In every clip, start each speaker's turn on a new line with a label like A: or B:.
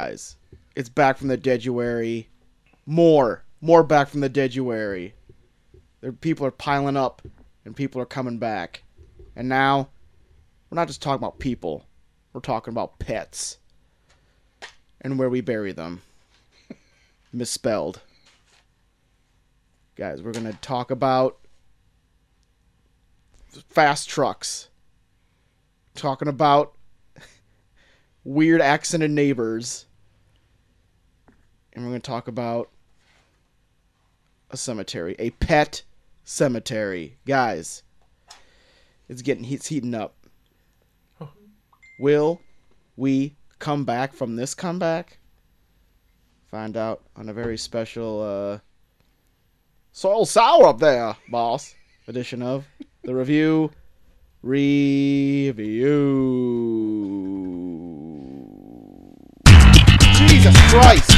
A: guys. It's back from the deaduary. More, more back from the deaduary. There, people are piling up, and people are coming back. And now, we're not just talking about people. We're talking about pets, and where we bury them. Misspelled. Guys, we're gonna talk about fast trucks. Talking about weird accented neighbors. And we're going to talk about a cemetery, a pet cemetery. Guys, it's getting it's heating up. Will we come back from this comeback? Find out on a very special uh Soil Sour up there, boss edition of the review review. Jesus Christ!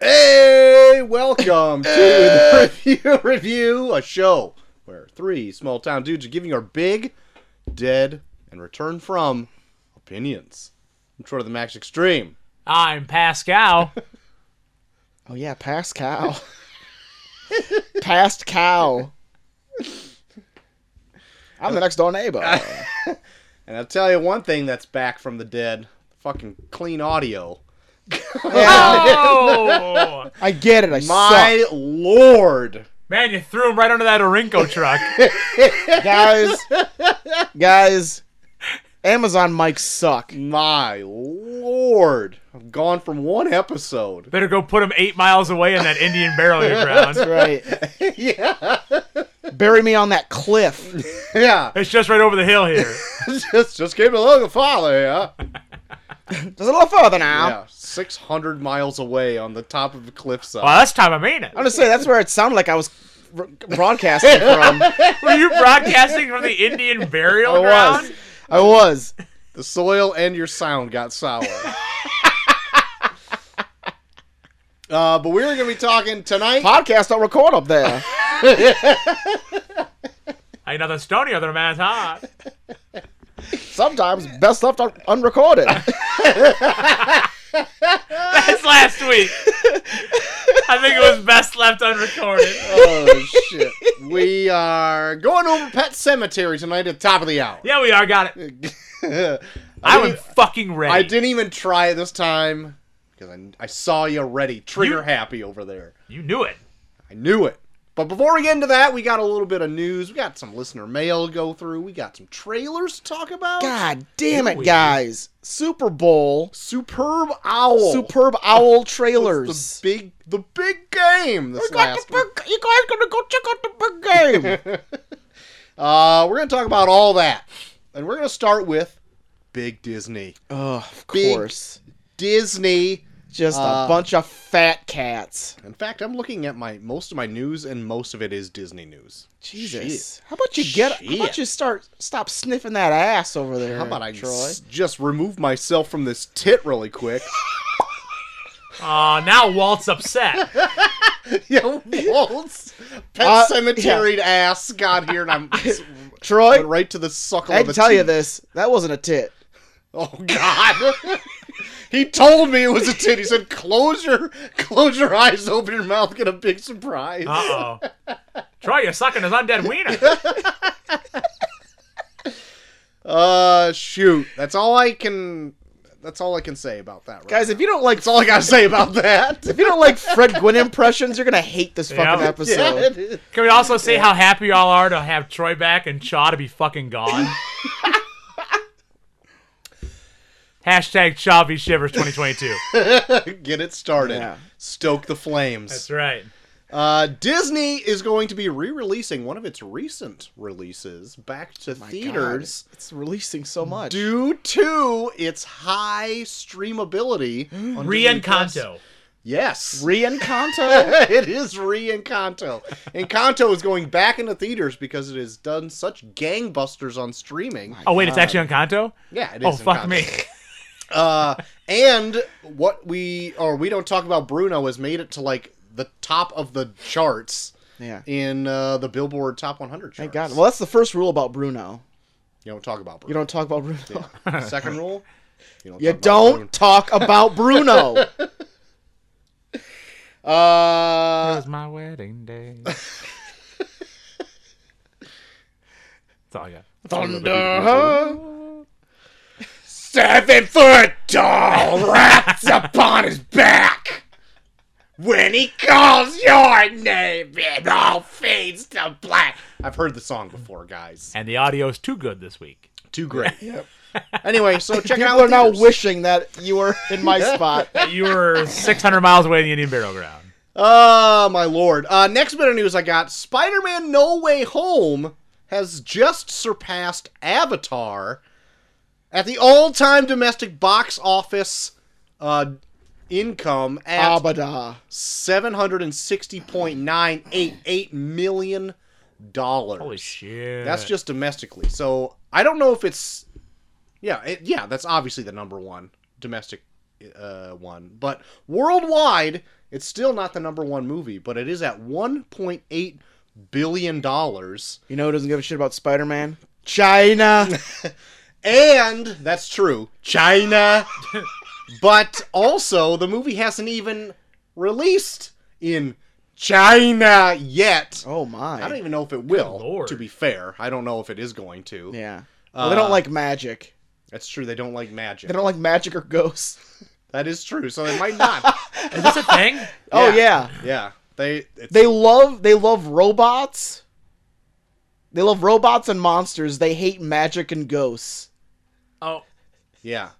B: Hey, welcome to the Review Review, a show where three small town dudes are giving our big, dead, and return from opinions. I'm Troy to the Max Extreme.
C: I'm Pascal.
A: Oh yeah, past cow. past cow. I'm the next door neighbor.
B: Oh. And I'll tell you one thing that's back from the dead fucking clean audio.
C: oh!
A: I get it. I
B: My lord.
C: Man, you threw him right under that Orinco truck.
A: suck, guys. guys, Amazon mics suck.
B: My lord. I've gone from one episode.
C: Better go put him eight miles away in that Indian burial ground.
A: Right.
B: yeah.
A: Bury me on that cliff.
B: Yeah.
C: It's just right over the hill here.
B: just just came along the father, yeah.
A: Just a little further now.
B: Yeah, 600 miles away on the top of a cliffside.
C: Well, that's time I mean it.
A: I'm gonna say that's where it sounded like I was r- broadcasting from.
C: Were you broadcasting from the Indian burial
A: I
C: ground?
A: was. I was.
B: The soil and your sound got sour. uh, but we're going to be talking tonight.
A: Podcast don't record up there.
C: Ain't nothing stonier than a man's heart.
A: Sometimes best left un- unrecorded.
C: That's last week. I think it was best left unrecorded.
B: oh, shit. We are going over Pet Cemetery tonight at the top of the hour.
C: Yeah, we are. Got it.
B: I,
C: I am
B: didn't,
C: fucking ready.
B: I didn't even try it this time because I, I saw you already trigger
C: You-
B: happy over there.
C: You knew it.
B: I knew it. But before we get into that, we got a little bit of news. We got some listener mail to go through. We got some trailers to talk about.
A: God damn it,
C: Ooh.
A: guys! Super Bowl,
B: Superb Owl.
A: superb owl
B: It's
A: trailers.
B: The big, the big game this
A: We got
B: last
A: the
B: week.
A: big- you guys gonna go check out the big game?
B: Uh, we're going to talk about all that. And we're going to start with Big Disney.
A: oh, of
B: Big-
A: course.
B: Disney.
A: Just a
B: Uh,
A: bunch of fat cats.
B: In fact, I'm looking at my most of my news, and most of it is Disney news.
A: Jesus. How about you get? How about
B: Shit.
A: you start? Stop sniffing that ass over there.
B: How about I
A: Troy?
B: s- just remove myself from this tit really quick?
C: Aw, now Walt's upset.
B: Yo, Waltz, Pet
A: Uh,
B: Cemetery ass got here, and I'm
A: Troy,
B: went right to the suckle.
A: I
B: of
A: can
B: the
A: tell you
B: teeth.
A: this. That wasn't a tit.
B: Oh God! he told me it was a tit. He said, "Close your, close your eyes, open your mouth, get a big surprise."
C: Uh oh. Troy, you're sucking his undead wiener.
B: Uh, shoot. That's all I can. That's all I can say about that. Right
A: Guys,
B: now.
A: if you don't like
B: that's all I gotta say about that.
A: if you don't like Fred Gwynn impressions, you're gonna hate this fucking
C: Yeah.
A: episode.
B: it is.
C: Can we also say how happy y'all are to have Troy back and Chaw to be fucking gone? Hashtag Chaw v Shivers 2022.
B: get it started.
A: Yeah.
B: Stoke the flames.
C: That's right.
B: Uh, Disney is going to be re-releasing one of its recent releases back to
A: My God,
B: theaters.
A: it's releasing so much.
B: Due to its high streamability, on Disney Plus.
C: Reencanto.
B: Yes,
A: Reencanto.
B: it is re Encanto. Encanto is going back into theaters because it has done such gangbusters on streaming.
C: Oh, wait, it's actually Encanto?
B: Yeah, it is.
C: Oh, fuck
B: Uh, Encanto.
C: me.
B: Uh, and what we or we don't talk about Bruno has made it to like the top of the charts.
A: Yeah.
B: in uh, the Billboard Top 100 charts.
A: Thank God. Well, that's the first rule about Bruno.
B: you don't talk about Bruno.
A: You don't talk about Bruno.
B: Yeah. Second rule, you don't.
A: You
B: talk about Bruno.
A: don't talk about Bruno.
C: It
A: uh,
C: was my wedding day. That's all I got.
A: thunder. huh?
B: Seven foot tall, wrapped upon his back. When he calls your name, it all fades to black. I've heard the song before, guys.
C: And the audio's too good this week.
B: Too great. Anyway, so check it out.
A: People are now
B: theaters.
A: wishing that you were in my spot.
C: You were 600 miles away in the Indian Burial Ground.
B: Oh, my lord. Uh, next bit of news I got Spider Man No Way Home has just surpassed Avatar at the all time domestic box office uh, income at
A: Ah, Abada.
B: $760.988 million.
C: Holy shit.
B: That's just domestically. So I don't know if it's, yeah, it, yeah, that's obviously the number one domestic uh, one, but worldwide, it's still not the number one movie, but it is at 1.8 billion dollars,
A: You know who doesn't give a shit about Spider Man? China.
B: and that's true, China. but also, the movie hasn't even released in China yet.
A: Oh my.
B: I don't even know if it will.
C: lord.
B: To be fair, I don't know if it is going to.
A: yeah. Well, they don't like magic.
B: That's true. They don't like magic.
A: They don't like magic or ghosts.
B: That is true. So they might not.
C: Is this a thing?
A: Oh yeah.
B: yeah, they. It's,
A: They love they love robots. They love robots and monsters. They hate magic and ghosts.
C: Oh,
B: yeah.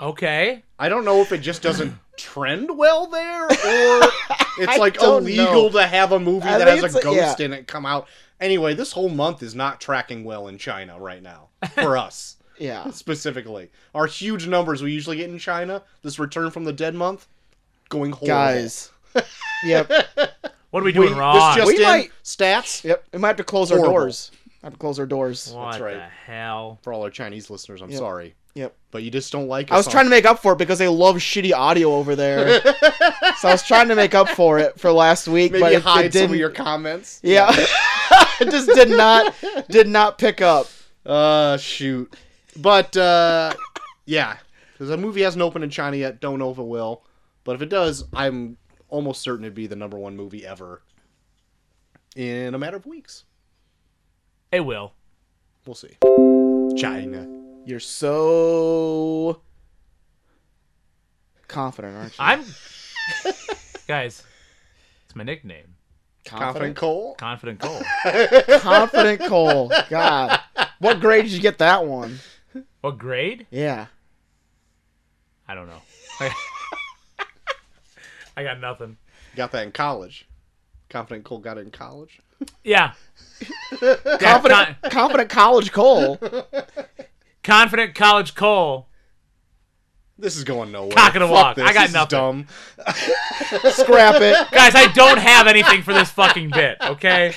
C: okay.
B: I don't know if it just doesn't trend well there, or
A: I
B: it's like
A: don't know.
B: illegal to have a movie
A: I
B: that
A: think
B: has
A: it's
B: a
A: a-
B: ghost
A: yeah.
B: in it come out. Anyway, this whole month is not tracking well in China right now for us
A: Yeah.
B: specifically. Our huge numbers we usually get in China. This return from the dead month going horrible.
A: Guys. yep.
C: What are we doing
B: this
C: wrong?
B: just
A: We
B: in
A: might-
B: stats
A: Yep. We might have to close
B: Horrible.
A: our doors. Have to close our doors.
C: what
B: That's right.
C: the hell?
B: for all our Chinese listeners. I'm
A: Yep.
B: sorry,
A: Yep.
B: but you just don't like.
A: I was trying to make up for it because they love shitty audio over there. so I was trying to make up for it for last week, but
B: maybe
A: it,
B: hide
A: it
B: some
A: didn't.
B: of your comments.
A: yeah. it just did not did not pick up.
B: Uh, shoot. But, uh, yeah. Because the movie hasn't opened in China yet. Don't know if it will. But if it does, I'm almost certain it'd be the number one movie ever in a matter of weeks.
C: It will.
B: We'll see. China.
A: You're so confident, aren't you?
C: I'm. Guys, it's my nickname
B: Confident Cole?
C: Confident Cole.
A: confident Cole. God, what grade did you get that one?
C: What grade?
A: Yeah,
C: I don't know. I I got nothing.
B: Got that in college. Confident Cole got it in college.
C: Yeah. Yeah,
A: confident,
C: con-
A: confident college Cole.
C: confident college Cole.
B: This is going nowhere.
C: Cock it a
B: Fuck
C: walk.
B: this.
C: I got
B: This is
C: nothing.
B: dumb.
A: Scrap it.
C: Guys, I don't have anything for this fucking bit, okay?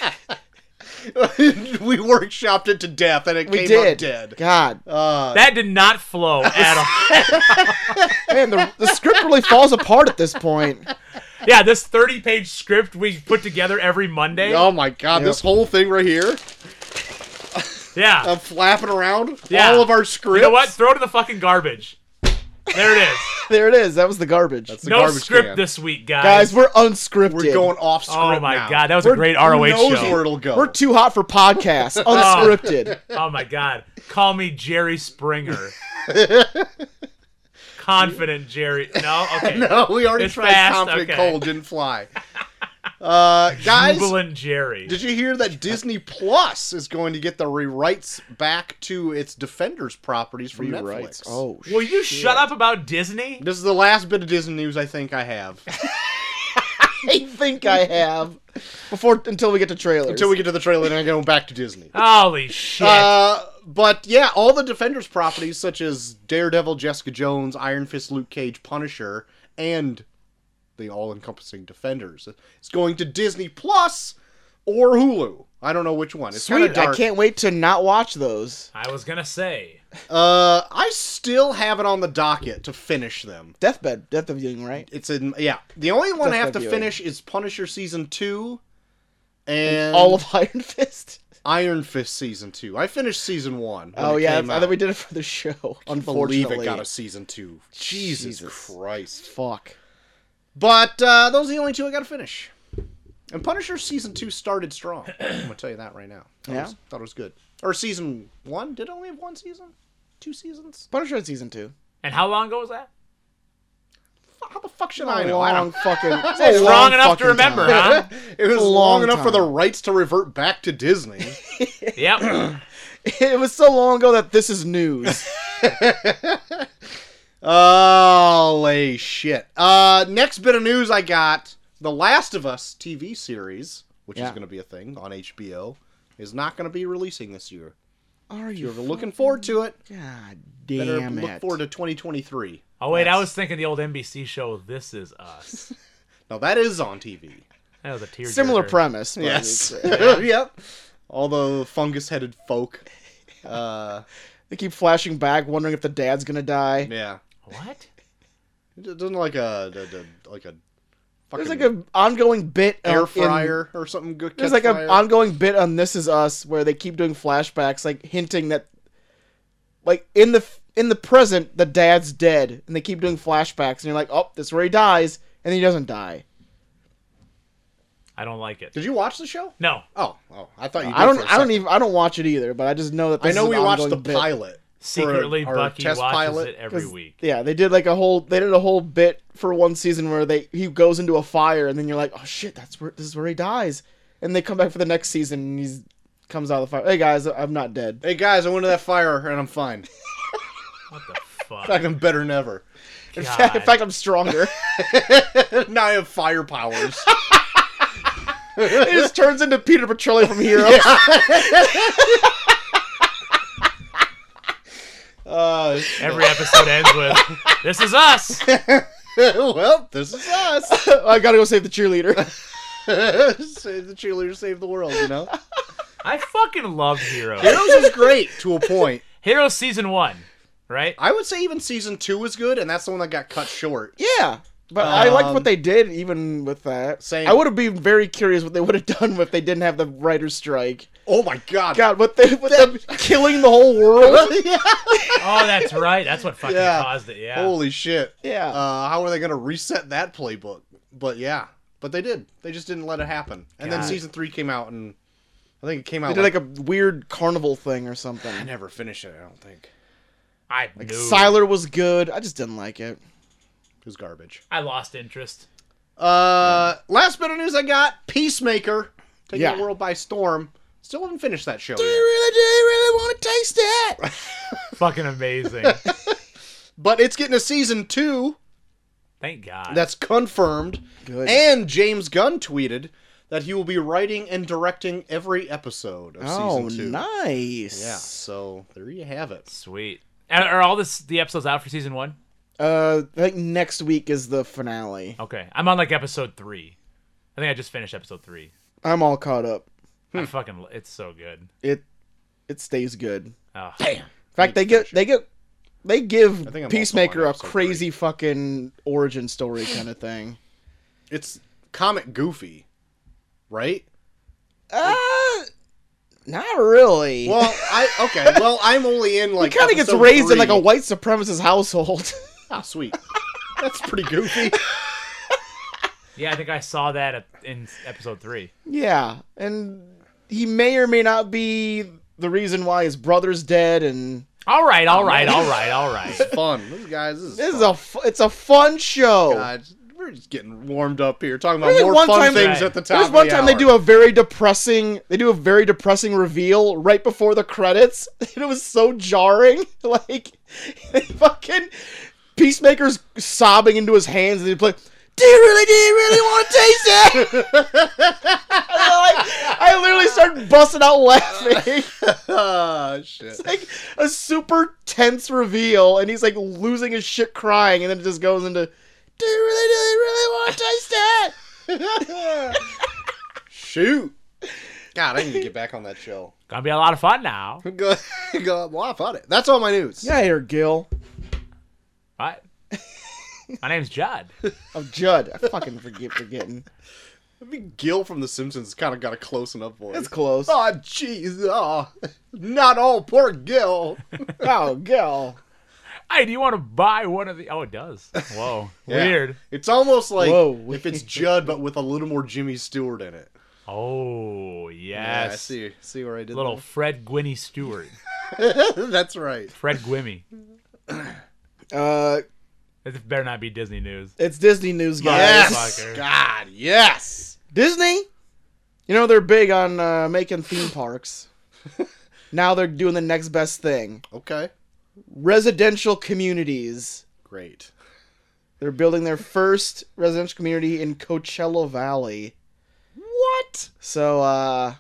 B: we workshopped it to death and it
A: We
B: came
A: did.
B: out dead.
A: God,
B: Uh,
C: That did not flow at all.
A: man, the, the script really falls apart at this point.
C: Yeah, this 30 page script we put together every Monday.
B: oh my
A: Yep.
B: god, this whole thing right here.
C: Yeah.
B: I'm flapping around.
C: Yeah.
B: All of our scripts.
C: You know what? Throw it in the fucking garbage. There it is.
A: There it is. That was the garbage,
B: That's the
C: No
B: garbage
C: script
B: can.
C: this week,
A: guys.
C: guys.
A: We're unscripted.
B: We're going off script
C: oh my
B: now.
C: god, that was
A: We're-
C: a great
A: who
C: ROH
B: Who knows where
C: show.
B: it'll go.
A: We're too hot for podcasts. Unscripted.
C: Oh my god. Call me Jerry Springer. Confident Jerry. No? Okay.
B: no, we already
C: It's
B: tried
C: fast,
B: Confident
C: okay.
B: Cold, didn't fly. Uh, guys,
C: Jubilant Jerry.
B: did you hear that Disney Plus is going to get the rewrites back to its Defenders properties from Netflix?
A: Oh,
C: Will you shut up about Disney?
B: This is the last bit of Disney news I think I have.
A: I think I have. Before until we get to trailers.
B: Until we get to the trailer and I go back to Disney.
C: Holy shit.
B: Uh, but yeah, all the Defenders properties, such as Daredevil, Jessica Jones, Iron Fist, Luke Cage, Punisher, and the all-encompassing Defenders, is going to Disney Plus or Hulu. I don't know which one. It's kinda
A: Sweet. I
B: dark.
A: can't wait to not watch those.
C: I was gonna say.
B: Uh, I still have it on the docket to finish them.
A: Deathbed, death of Young, right?
B: It's in yeah. The only one
A: Just
B: I have
A: like
B: to
A: you,
B: finish is Punisher season two, and
A: all of Iron Fist.
B: Iron Fist season two. I finished season one. when
A: Oh
B: it
A: yeah,
B: came
A: I think
B: out.
A: we did it for the show.
B: Unbelievable!
A: unfortunately.
B: It got a season two. Jesus,
A: Jesus.
B: Christ!
A: Fuck.
B: But uh, those are the only two I got to finish. And Punisher season two started strong. I'm gonna tell you that right now. Thought it
A: Yeah?
B: was, thought it was good. Or season one? Did it only have one season? Two seasons?
A: Punisher in season two.
C: And how long ago was that?
B: F- How the fuck should I
A: A
B: know? I
A: long
B: don't.
A: fucking.
C: It's long enough to remember, huh?
B: It was
A: a
B: long,
A: long
B: enough for the
A: time.
B: rights to revert back to Disney.
C: Yep.
A: It was so long ago that this is news.
B: Holy shit. Uh, next bit of news I got The Last of Us TV series, which is
A: Yeah.
B: going to be a thing on HBO, is not going to be releasing this year.
A: Are you
B: If you're looking forward to it,
A: God
B: better
A: damn
B: look
A: it.
B: forward to 2023.
C: Oh wait, I was thinking the old NBC show This Is Us.
B: Now, that is on TV.
C: That was a tear.
A: Similar premise. But
B: Yes.
A: it's, uh,
B: yep. All the fungus headed folk. Uh,
A: they keep flashing back, wondering if the dad's gonna die.
B: yeah.
C: What?
B: It doesn't like a, a- a- like a fucking
A: There's like an ongoing bit
B: air
A: on- in-
B: fryer or something good.
A: there's like an
B: catch fire.
A: ongoing bit on This Is Us where they keep doing flashbacks, like hinting that, like in the f- in the present, the dad's dead, and they keep doing flashbacks, and you're like, oh, this is where he dies, and then he doesn't die.
C: I don't like it.
B: Did you watch the show?
C: No.
B: Oh, oh, I thought you. Did
A: I
B: for a
A: don't. I
B: second.
A: don't even. I don't watch it either. But I just know that.
B: I
A: This
B: know
A: is
B: we
A: an
B: watched the
A: ongoing bit.
B: pilot. for
C: Secretly,
B: our
C: Bucky watches
B: test pilot.
C: it
A: 'Cause-
C: every week.
A: Yeah, they did like a whole. They did a whole bit for one season where they he goes into a fire, and then you're like, oh shit, that's where this is where he dies, and they come back for the next season, and he's comes out of the fire. Hey guys, I'm not dead.
B: Hey guys, I went to that fire and I'm fine. In
C: What the fuck?
B: fact, I'm better than ever.
A: In fact, in
C: God.
A: fact, I'm stronger.
B: now I have fire powers.
A: it just turns into Peter Petrelli from Hero.
B: Uh,
C: Every episode ends with "This is us."
B: well, this is us.
A: I gotta go save the cheerleader.
B: Save the cheerleader, save the world. You know,
C: I fucking love Heroes.
B: Heroes is great to a point.
C: Heroes season one, right?
B: I would say even season two was good, and that's the one that got cut short.
A: Yeah. But I liked
B: Um,
A: what they did, even with that.
B: same.
A: I would have been very curious what they would have done if they didn't have the writer's strike.
B: Oh my god.
A: God, what they with them killing the whole world?
B: Yeah.
C: Oh, that's right. That's what fucking
B: Yeah.
C: caused it. Yeah.
B: Holy shit.
A: Yeah.
B: Uh, how are they going to reset that playbook? But yeah, but they did. They just didn't let it happen. And then
C: God.
B: season three came out, and I think it came out.
A: they did like a weird carnival thing or something.
B: I never finished it. I don't think
C: I knew.
A: Siler was good. I just didn't like it.
B: it was garbage.
C: I lost interest.
B: Uh, last bit of news I got: Peacemaker taking
A: Yeah.
B: the world by storm. Still haven't finished that show yet.
A: really, do you really want to taste that?
C: Fucking amazing.
B: but it's getting a season two.
C: Thank God.
B: That's confirmed.
A: Good.
B: And James Gunn tweeted that he will be writing and directing every episode of
A: Oh,
B: season two.
A: nice.
B: Yeah. So there you have it.
C: sweet. Are, are all this the episodes out for season one?
A: Uh, I think next week is the finale.
C: Okay, I'm on like episode three. I think I just finished episode three.
A: I'm all caught up.
B: Hmm.
C: I fucking. It's so good.
A: It, it stays good.
C: Oh,
A: In fact, they get they get they give
B: think I'm
A: Peacemaker
B: also on
A: a
B: episode
A: crazy fucking origin story kind of thing.
B: It's comic goofy, right?
A: Uh, not really.
B: Well, I okay. Well, I'm only in
A: he
B: like
A: kind of gets
B: episode
A: raised in
B: three.
A: like a white supremacist household.
B: Ah, sweet. That's pretty goofy.
C: yeah, I think I saw that at, in episode three.
A: yeah, and he may or may not be the reason why his brother's dead. And
C: All right, all right, all right, all right.
B: It's fun. This guys, this is,
A: this is
B: fun.
A: a fu- it's a fun show.
B: God, we're just getting warmed up here, talking about
A: There's
B: more
A: one
B: fun
A: time-
B: things at the top.
A: There's
B: of
A: one
B: the
A: time
B: hour.
A: they do a very depressing. They do a very depressing reveal right before the credits. And it was so jarring. Like, they fucking Peacemaker's sobbing into his hands, and they play. Do you really, do you really want to taste it? And I, like, I literally started busting out laughing.
B: Ah, shit.
A: It's like a super tense reveal, and he's like losing his shit, crying, and then it just goes into. Do you really, do you really want to taste it?
B: Shoot. God, I need to get back on that show.
C: Gonna be a lot of fun now.
B: Go, go, well, I thought it. That's all my news.
A: Yeah, here, Gil.
C: What? My name's Judd.
A: Oh, Of Judd. I fucking forget forgetting.
B: I mean, Gil from The Simpsons kind of got a close enough voice.
A: It's close.
B: Oh, jeez. Oh, not all poor Gil.
A: Oh, girl.
C: Hey, do you want to buy one of the? Oh, it does. Whoa,
B: Yeah.
C: weird.
B: It's almost like
A: Whoa.
B: if it's Judd, but with a little more Jimmy Stewart in it.
C: Oh
B: Yeah, I
C: yes,
B: see. See where I did
C: little Fred Gwynny Stewart,
B: that? That's right.
C: Fred Gwimmy.
A: Uh,
C: It better not be Disney news.
A: it's Disney news, guys.
B: Yes.
C: Motherfucker.
B: God, yes.
A: Disney. You know they're big on uh, making theme parks. now they're doing the next best thing:
B: Okay.
A: residential communities.
B: Great.
A: They're building their first residential community in Coachella Valley.
B: What?
A: So, uh,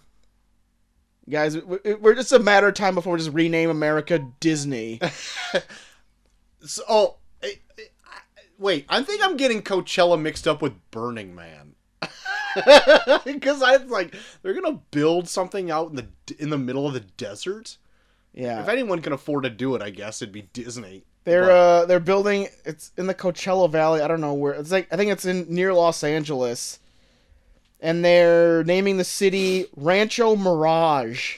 A: guys, w- w- we're just a matter of time before we just rename America Disney.
B: So, oh, I, I, I- wait. I think I'm getting Coachella mixed up with Burning Man. Because I like they're gonna build something out in the in the middle of the desert. If
A: Yeah,
B: anyone can afford to do it, I guess it'd be Disney.
A: they're uh, they're building. It's in the Coachella Valley. I don't know where. It's like I think it's in near Los Angeles, and they're naming the city Rancho Mirage.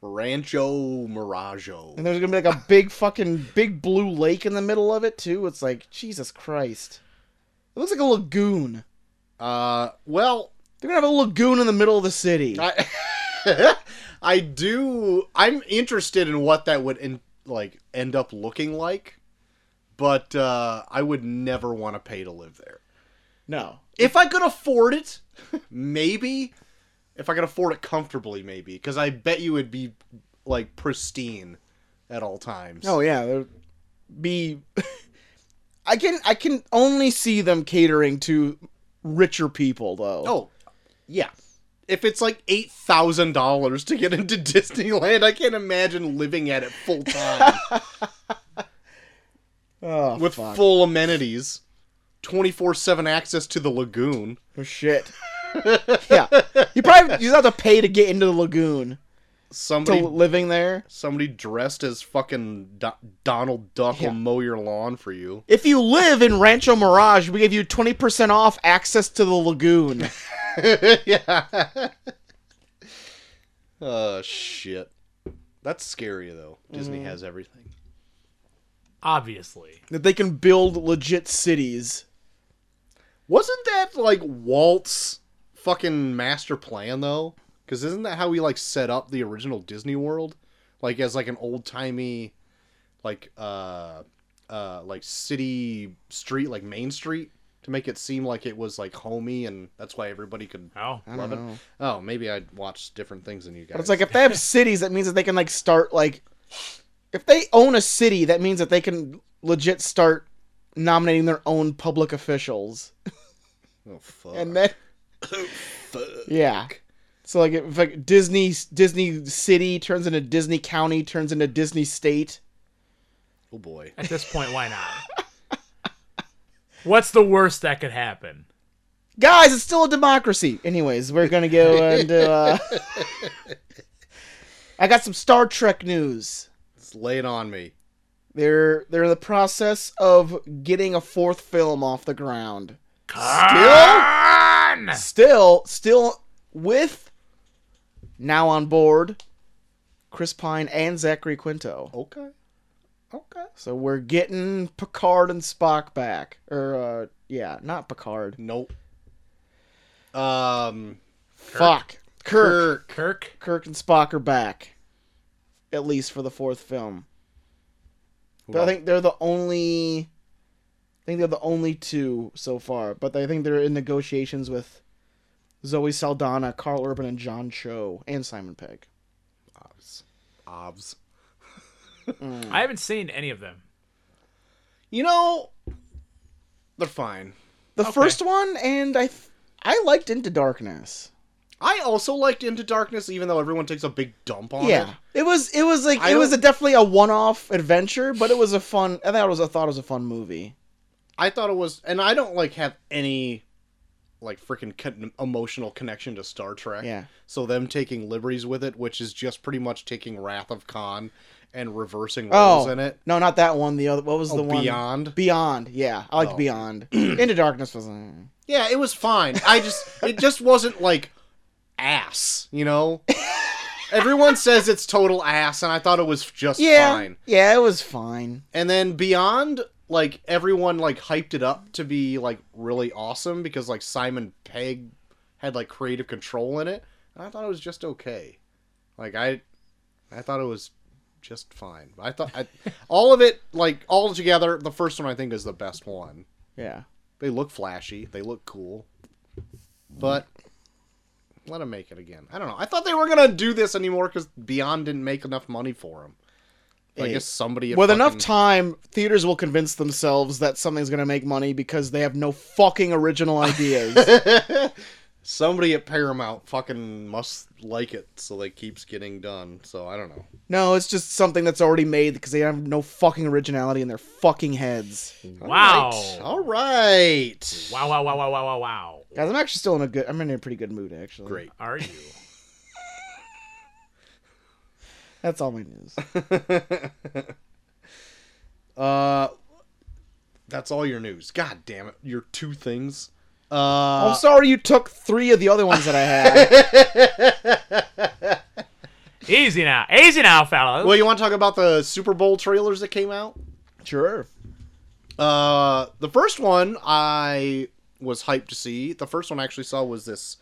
B: Rancho Miraggio.
A: And there's gonna be like a big fucking big blue lake in the middle of it too. It's like Jesus Christ. It looks like a lagoon.
B: Uh, well,
A: They're gonna have a lagoon in the middle of the city.
B: I, I do. I'm interested in what that would in, like end up looking like, but uh, I would never want to pay to live there.
A: No.
B: If I could afford it, maybe. If I could afford it comfortably, maybe, because I bet you it'd be like pristine at all times.
A: Oh yeah, there'd be. I can I can only see them catering to richer people though.
B: Oh, yeah. If it's like eight thousand dollars to get into Disneyland, I can't imagine living at it full time
A: Oh,
B: with
A: fuck.
B: full amenities, twenty four seven access to the lagoon.
A: Oh, shit. yeah, you probably you have to pay to get into the lagoon to
B: Somebody,
A: living there.
B: somebody dressed as fucking Do- Donald Duck
A: Yeah.
B: will mow your lawn for you.
A: If you live in Rancho Mirage, we give you twenty percent off access to the lagoon.
B: yeah. Oh shit, that's scary though. Disney
A: Mm-hmm.
B: has everything.
C: Obviously,
A: that they can build legit cities.
B: Wasn't that like Walt's fucking master plan though? Because isn't that how he like set up the original Disney World, like as like an old timey, like uh, uh, like city street, like Main Street, to make it seem like it was like homey, and that's why everybody could.
C: oh,
A: I
B: Love
A: don't
B: it.
A: know.
B: Oh, maybe I watched different things than you guys.
A: But it's like if they have cities, that means that they can like start like if they own a city, that means that they can legit start nominating their own public officials.
B: oh fuck.
A: And then
B: fuck.
A: yeah. So like if like Disney Disney City turns into Disney County, turns into Disney State.
B: Oh boy.
C: at this point, why not? What's the worst that could happen?
A: Guys, it's still a democracy. Anyways, we're going to go into uh I got some Star Trek news.
B: It's laying on me.
A: They're they're in the process of getting a fourth film off the ground.
C: Still?
A: Still, still with now on board Chris Pine and Zachary Quinto.
B: Okay. Okay.
A: So we're getting Picard and Spock back. Or uh yeah, not Picard.
B: Nope. Um.
A: Fuck. Kirk.
B: Kirk.
C: Kirk.
A: Kirk and Spock are back. At least for the fourth film. But I
B: Well,
A: think they're the only. I think they're the only two so far. But I think they're in negotiations with Zoe Saldana, Carl Urban, and John Cho, and Simon Pegg.
B: Obs. Obs. Hmm.
C: I haven't seen any of them.
B: You know, they're fine.
A: The first one, and I, th- I liked Into Darkness.
B: I also liked Into Darkness, even though everyone takes a big dump on
A: Yeah,
B: it.
A: it was it was like
B: I
A: it was a,
B: don't-
A: definitely a one-off adventure, but it was a fun. I thought it was I thought it was a fun movie.
B: I thought it was, and I don't like have any like freaking con- emotional connection to Star Trek.
A: Yeah.
B: So them taking liberties with it, which is just pretty much taking Wrath of Khan and reversing roles
A: Oh,
B: in it.
A: no, not that one. The other, what was
B: Oh,
A: the one?
B: Beyond?
A: Beyond. Yeah, I liked
B: Oh.
A: Beyond. Into Darkness was. mm.
B: Yeah, it was fine. I just it just wasn't like ass, you know? Everyone says it's total ass and I thought it was just
A: Yeah,
B: fine.
A: yeah, it was fine.
B: And then beyond like everyone like hyped it up to be like really awesome because like Simon Pegg had like creative control in it. And I thought it was just okay. Like I I thought it was just fine. I thought I, all of it like all together, the first one I think is the best one.
A: Yeah,
B: They look flashy. They look cool. But let them make it again. I don't know. I thought they were gonna do this anymore because Beyond didn't make enough money for them. I
A: Hey,
B: guess somebody had
A: with enough
B: fucking-
A: time, theaters will convince themselves that something's gonna make money because they have no fucking original ideas.
B: somebody at Paramount fucking must like it, so they keeps getting done. So I don't know.
A: no, it's just something that's already made because they have no fucking originality in their fucking heads.
C: Wow.
B: All right.
C: Wow, wow, wow, wow, wow, wow, wow.
A: Guys, I'm actually still in a good. I'm in a pretty good mood actually.
B: Great.
C: Are you?
A: That's all my news.
B: Uh, that's all your news. God damn it. Your two things. Uh,
A: I'm sorry you took three of the other ones that I had.
C: Easy now. Easy now, fellas.
B: well, you want to talk about the Super Bowl trailers that came out?
A: sure.
B: Uh, the first one I was hyped to see. The first one I actually saw was this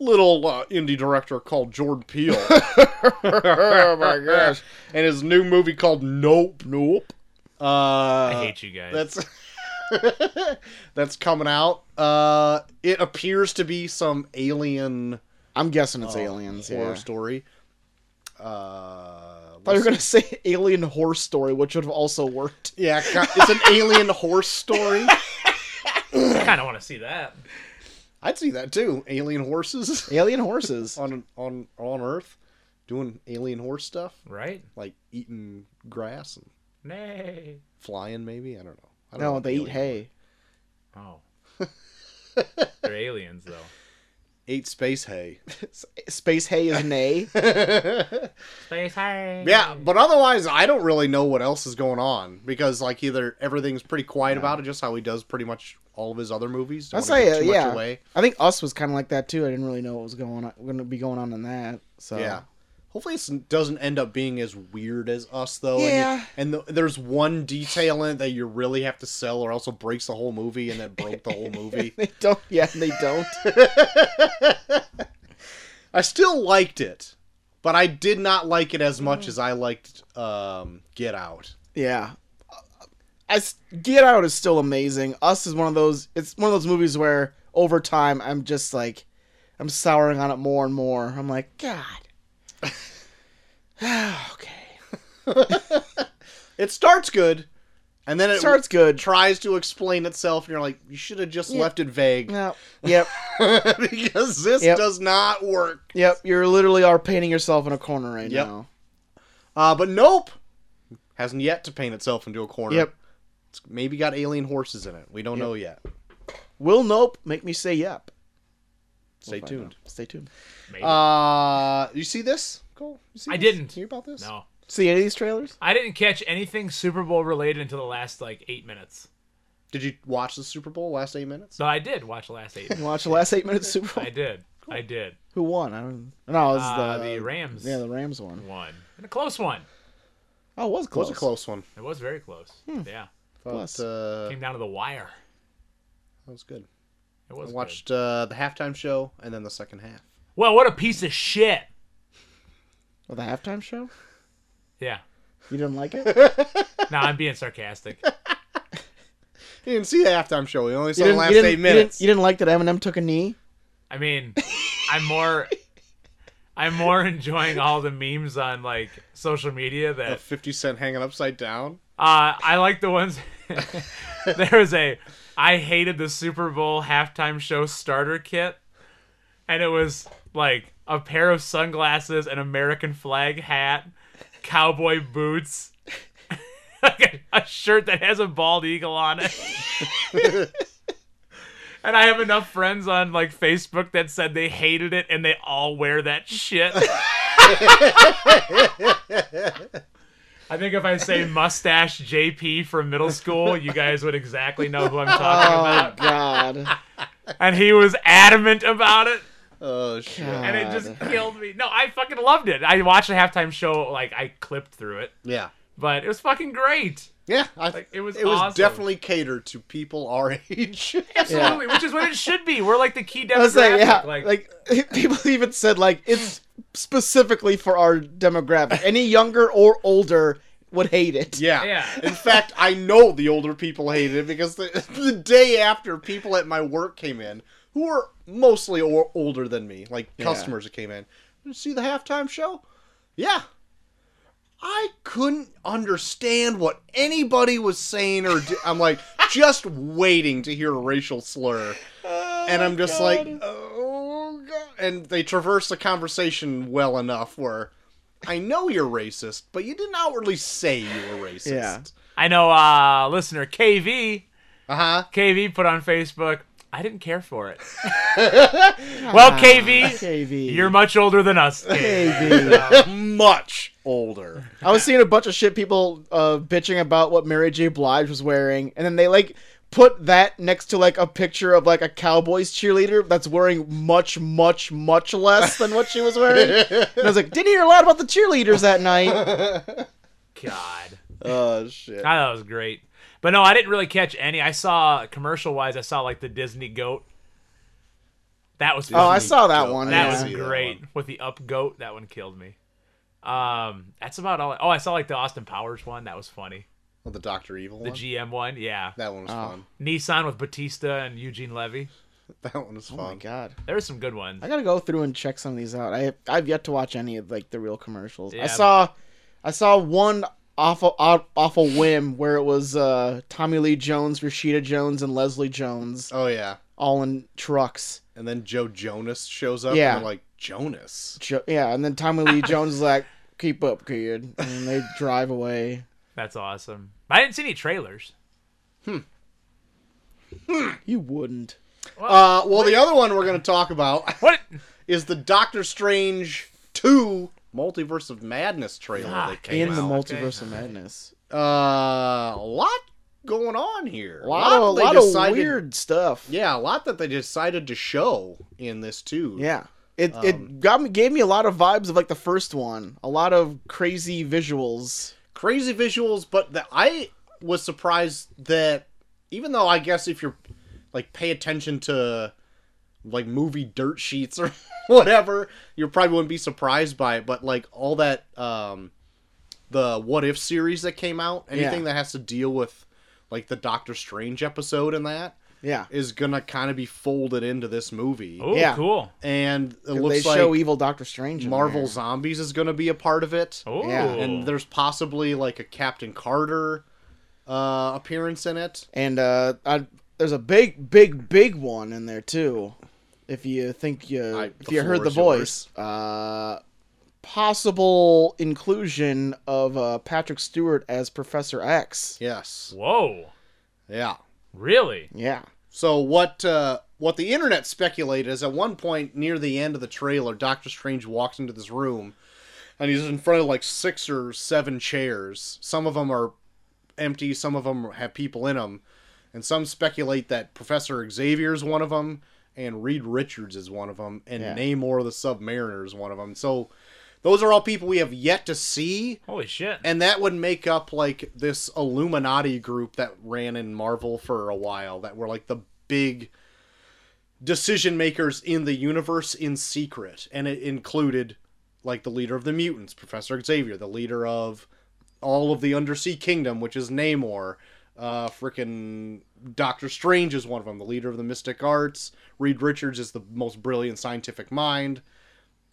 B: little uh, indie director called Jordan Peele. oh my
A: gosh.
B: And his new movie called Nope.
A: Nope.
B: Uh,
C: I hate you guys.
B: That's that's coming out. Uh, it appears to be some alien
A: I'm guessing it's
B: uh,
A: aliens.
B: horror
A: Yeah.
B: story.
A: I
B: Uh,
A: thought you
B: let's-
A: were gonna say alien horse story, which would have also worked.
B: yeah, it's an alien horse story.
C: I kind of want to see that.
B: I'd see that too. Alien horses.
A: Alien horses.
B: on on on Earth, doing alien horse stuff,
C: Right?
B: like eating grass and
C: Nay.
B: flying. Maybe I don't know. I don't know
A: No,
B: what
A: they eat
B: alien-
A: hay.
C: Oh. They're aliens, though.
B: Ate space hay.
A: Space hay is nay.
C: Space hey.
B: yeah, but otherwise, I don't really know what else is going on because like either everything's pretty quiet about it, just how he does pretty much all of his other movies. Don't
A: I'd
B: wanna give
A: say, uh,
B: too much
A: yeah.
B: away.
A: I think Us was kind of like that too. I didn't really know what was going on, going to be going on in that. So
B: Yeah. Hopefully, it doesn't end up being as weird as us, though.
A: Yeah.
B: And, you, and the, there's one detail in it that you really have to sell, or else it breaks the whole movie, and that broke the whole movie.
A: they don't. Yeah, they don't.
B: I still liked it, but I did not like it as
A: Mm.
B: much as I liked um, Get Out.
A: yeah. I s Get Out is still amazing. Us is one of those. It's one of those movies where over time I'm just like, I'm souring on it more and more. I'm like, God. okay.
B: It starts good, and then it
A: Starts good.
B: tries to explain itself, and you're like, you should have just left it vague
A: No. Yep.
B: because this
A: Yep.
B: does not work.
A: Yep. You're literally are painting yourself in a corner right
B: Yep.
A: now.
B: Uh, but nope, hasn't yet to paint itself into a corner.
A: Yep.
B: It's maybe got alien horses in it. We don't know yet.
A: Will Nope make me say yep?
B: Stay
A: We'll find
B: tuned.
A: out. Stay tuned.
C: Maybe.
B: Uh, you see this? Cool. You see
C: I
B: this?
C: didn't.
B: You hear about this?
C: no.
A: See any of these trailers?
C: I didn't catch anything Super Bowl related until the last, like, eight minutes.
B: Did you watch the Super Bowl last eight minutes?
C: So I did watch the last eight minutes.
A: You watch the last eight minutes of Super Bowl.
C: I did. I did.
A: Who won? I don't. No, it was
C: Uh,
A: the,
C: the Rams
A: Yeah, the Rams won.
C: won. And a close one.
A: Oh, it was
B: It
A: close.
B: was a close one.
C: It was very close.
A: Hmm.
C: Yeah.
A: Plus.
B: But, uh,
C: Came down to the wire.
B: that was good.
C: It was
B: I
C: good.
B: watched uh, the halftime show and then the second half.
C: Well, what a piece of shit.
A: Well, Oh, the halftime show.
C: Yeah.
A: You didn't like it? you
C: No, I'm being sarcastic.
B: He didn't see the halftime show. He only saw the
A: didn't,
B: last
A: you didn't-
B: eight
A: you didn't-
B: minutes.
A: You didn't, like that Eminem took a knee?
C: I mean, I'm more I'm more enjoying all the memes on like social media
B: A
C: that
B: Fifty Cent hanging upside down.
C: uh I like the ones there was a I hated the Super Bowl halftime show starter kit and it was like a pair of sunglasses, an American flag hat, cowboy boots, like a, a shirt that has a bald eagle on it. And I have enough friends on like Facebook that said they hated it and they all wear that shit. I think if I say mustache JP from middle school, you guys would exactly know who I'm talking
A: Oh
C: about.
A: God.
C: And he was adamant about it.
B: Oh shit.
A: God.
C: And it just killed me. No, I fucking loved it. I watched the halftime show, like I clipped through it.
B: Yeah.
C: But it was fucking great.
B: Yeah, I,
C: Like, it was
B: It was
C: awesome.
B: definitely catered to people our age.
C: Absolutely, which is what it should be. We're like the key demographic.
A: I was like, yeah,
C: like,
A: like, people even said like it's specifically for our demographic. Any younger or older would hate it.
B: Yeah.
C: Yeah.
B: In fact, I know the older people hated it because the, the day after, people at my work came in who were mostly o- older than me, like customers that came in. Did you see the halftime show? Yeah. I couldn't understand what anybody was saying or do- I'm like just waiting to hear a racial slur. and I'm just like, oh god. And they traverse the conversation well enough where I know you're racist, but you didn't outwardly say you were racist.
A: Yeah.
C: I know uh listener KV
B: Uh huh.
C: KV put on Facebook, I didn't care for it. well, KV,
A: KV.
C: you're much older than us. KV.
A: KV.
B: Much older.
A: I was seeing a bunch of shit people uh, bitching about what Mary J. Blige was wearing, and then they like put that next to like a picture of like a Cowboys cheerleader that's wearing much, much, much less than what she was wearing. and I was like, didn't hear a lot about the cheerleaders that night.
C: God.
B: Oh shit.
C: I thought it was great. But no, I didn't really catch any. I saw commercial wise, I saw like the Disney goat. That was
A: Oh, I saw that one.
C: that
A: yeah.
C: was
B: see that
C: great with the up goat. That one killed me. Um, that's about all. I- oh, I saw like the Austin Powers one. That was funny.
B: Oh, the Oh. Doctor Evil
C: The
B: one.
C: GM one, yeah.
B: that one was fun.
C: Nissan with Batista and Eugene Levy.
B: That one was fun.
A: Oh my god.
C: There were some good ones.
A: I gotta go through and check some of these out. I have, I've yet to watch any of like the real commercials.
C: Yeah.
A: I saw, I saw one off a, off, off a whim where it was uh, Tommy Lee Jones, Rashida Jones, and Leslie Jones
B: Oh yeah.
A: all in trucks.
B: And then Joe Jonas shows up.
A: Yeah.
B: And I'm like Jonas.
A: Jo- yeah, and then Tommy Lee Jones is like, "Keep up, kid," and they drive away.
C: That's awesome. I didn't see any trailers.
A: You wouldn't.
B: Uh, well, the other one we're gonna talk about
C: What?
B: is the Doctor Strange two multiverse of madness trailer
C: Ah,
B: that came
A: In the
B: out.
A: multiverse of madness,
B: uh, a lot going on here.
A: a lot of a
B: they
A: lot of
B: decided-
A: weird stuff.
B: Yeah, a lot that they decided to show in this too.
A: Yeah. It
B: Um,
A: it got me gave me a lot of vibes of like the first one. A lot of crazy visuals.
B: crazy visuals, but the, I was surprised that even though I guess if you're like pay attention to like movie dirt sheets or whatever, you probably wouldn't be surprised by it. But like all that, um, the what if series that came out, anything that has to deal with like the Doctor Strange episode and that
A: Yeah.
B: is gonna kind of be folded into this movie.
C: Oh,
A: Yeah.
C: cool.
B: And it
A: They
B: looks
A: show
B: like
A: evil Doctor Strange. in
B: Marvel
A: there.
B: Zombies is gonna be a part of it
C: Oh,
A: Yeah.
B: and there's possibly like a Captain Carter uh, appearance in it.
A: and uh, I, there's a big, big, big one in there too. If you think you,
B: I-
A: if
B: the
A: you
B: floor
A: heard the
B: is yours.
A: voice, uh, possible inclusion of uh, Patrick Stewart as Professor X.
B: Yes.
C: whoa,
B: Yeah.
C: really?
A: Yeah.
B: So what uh, what the internet speculated is at one point near the end of the trailer, Doctor Strange walks into this room, and he's in front of like six or seven chairs. Some of them are empty, some of them have people in them, and some speculate that Professor Xavier is one of them, and Reed Richards is one of them, and
A: Yeah.
B: Namor the Submariner is one of them. So those are all people we have yet to see.
C: Holy shit!
B: and that would make up like this Illuminati group that ran in Marvel for a while that were like the big decision makers in the universe in secret and it included like the leader of the mutants professor xavier the leader of all of the undersea kingdom which is namor uh freaking doctor strange is one of them the leader of the mystic arts reed richards is the most brilliant scientific mind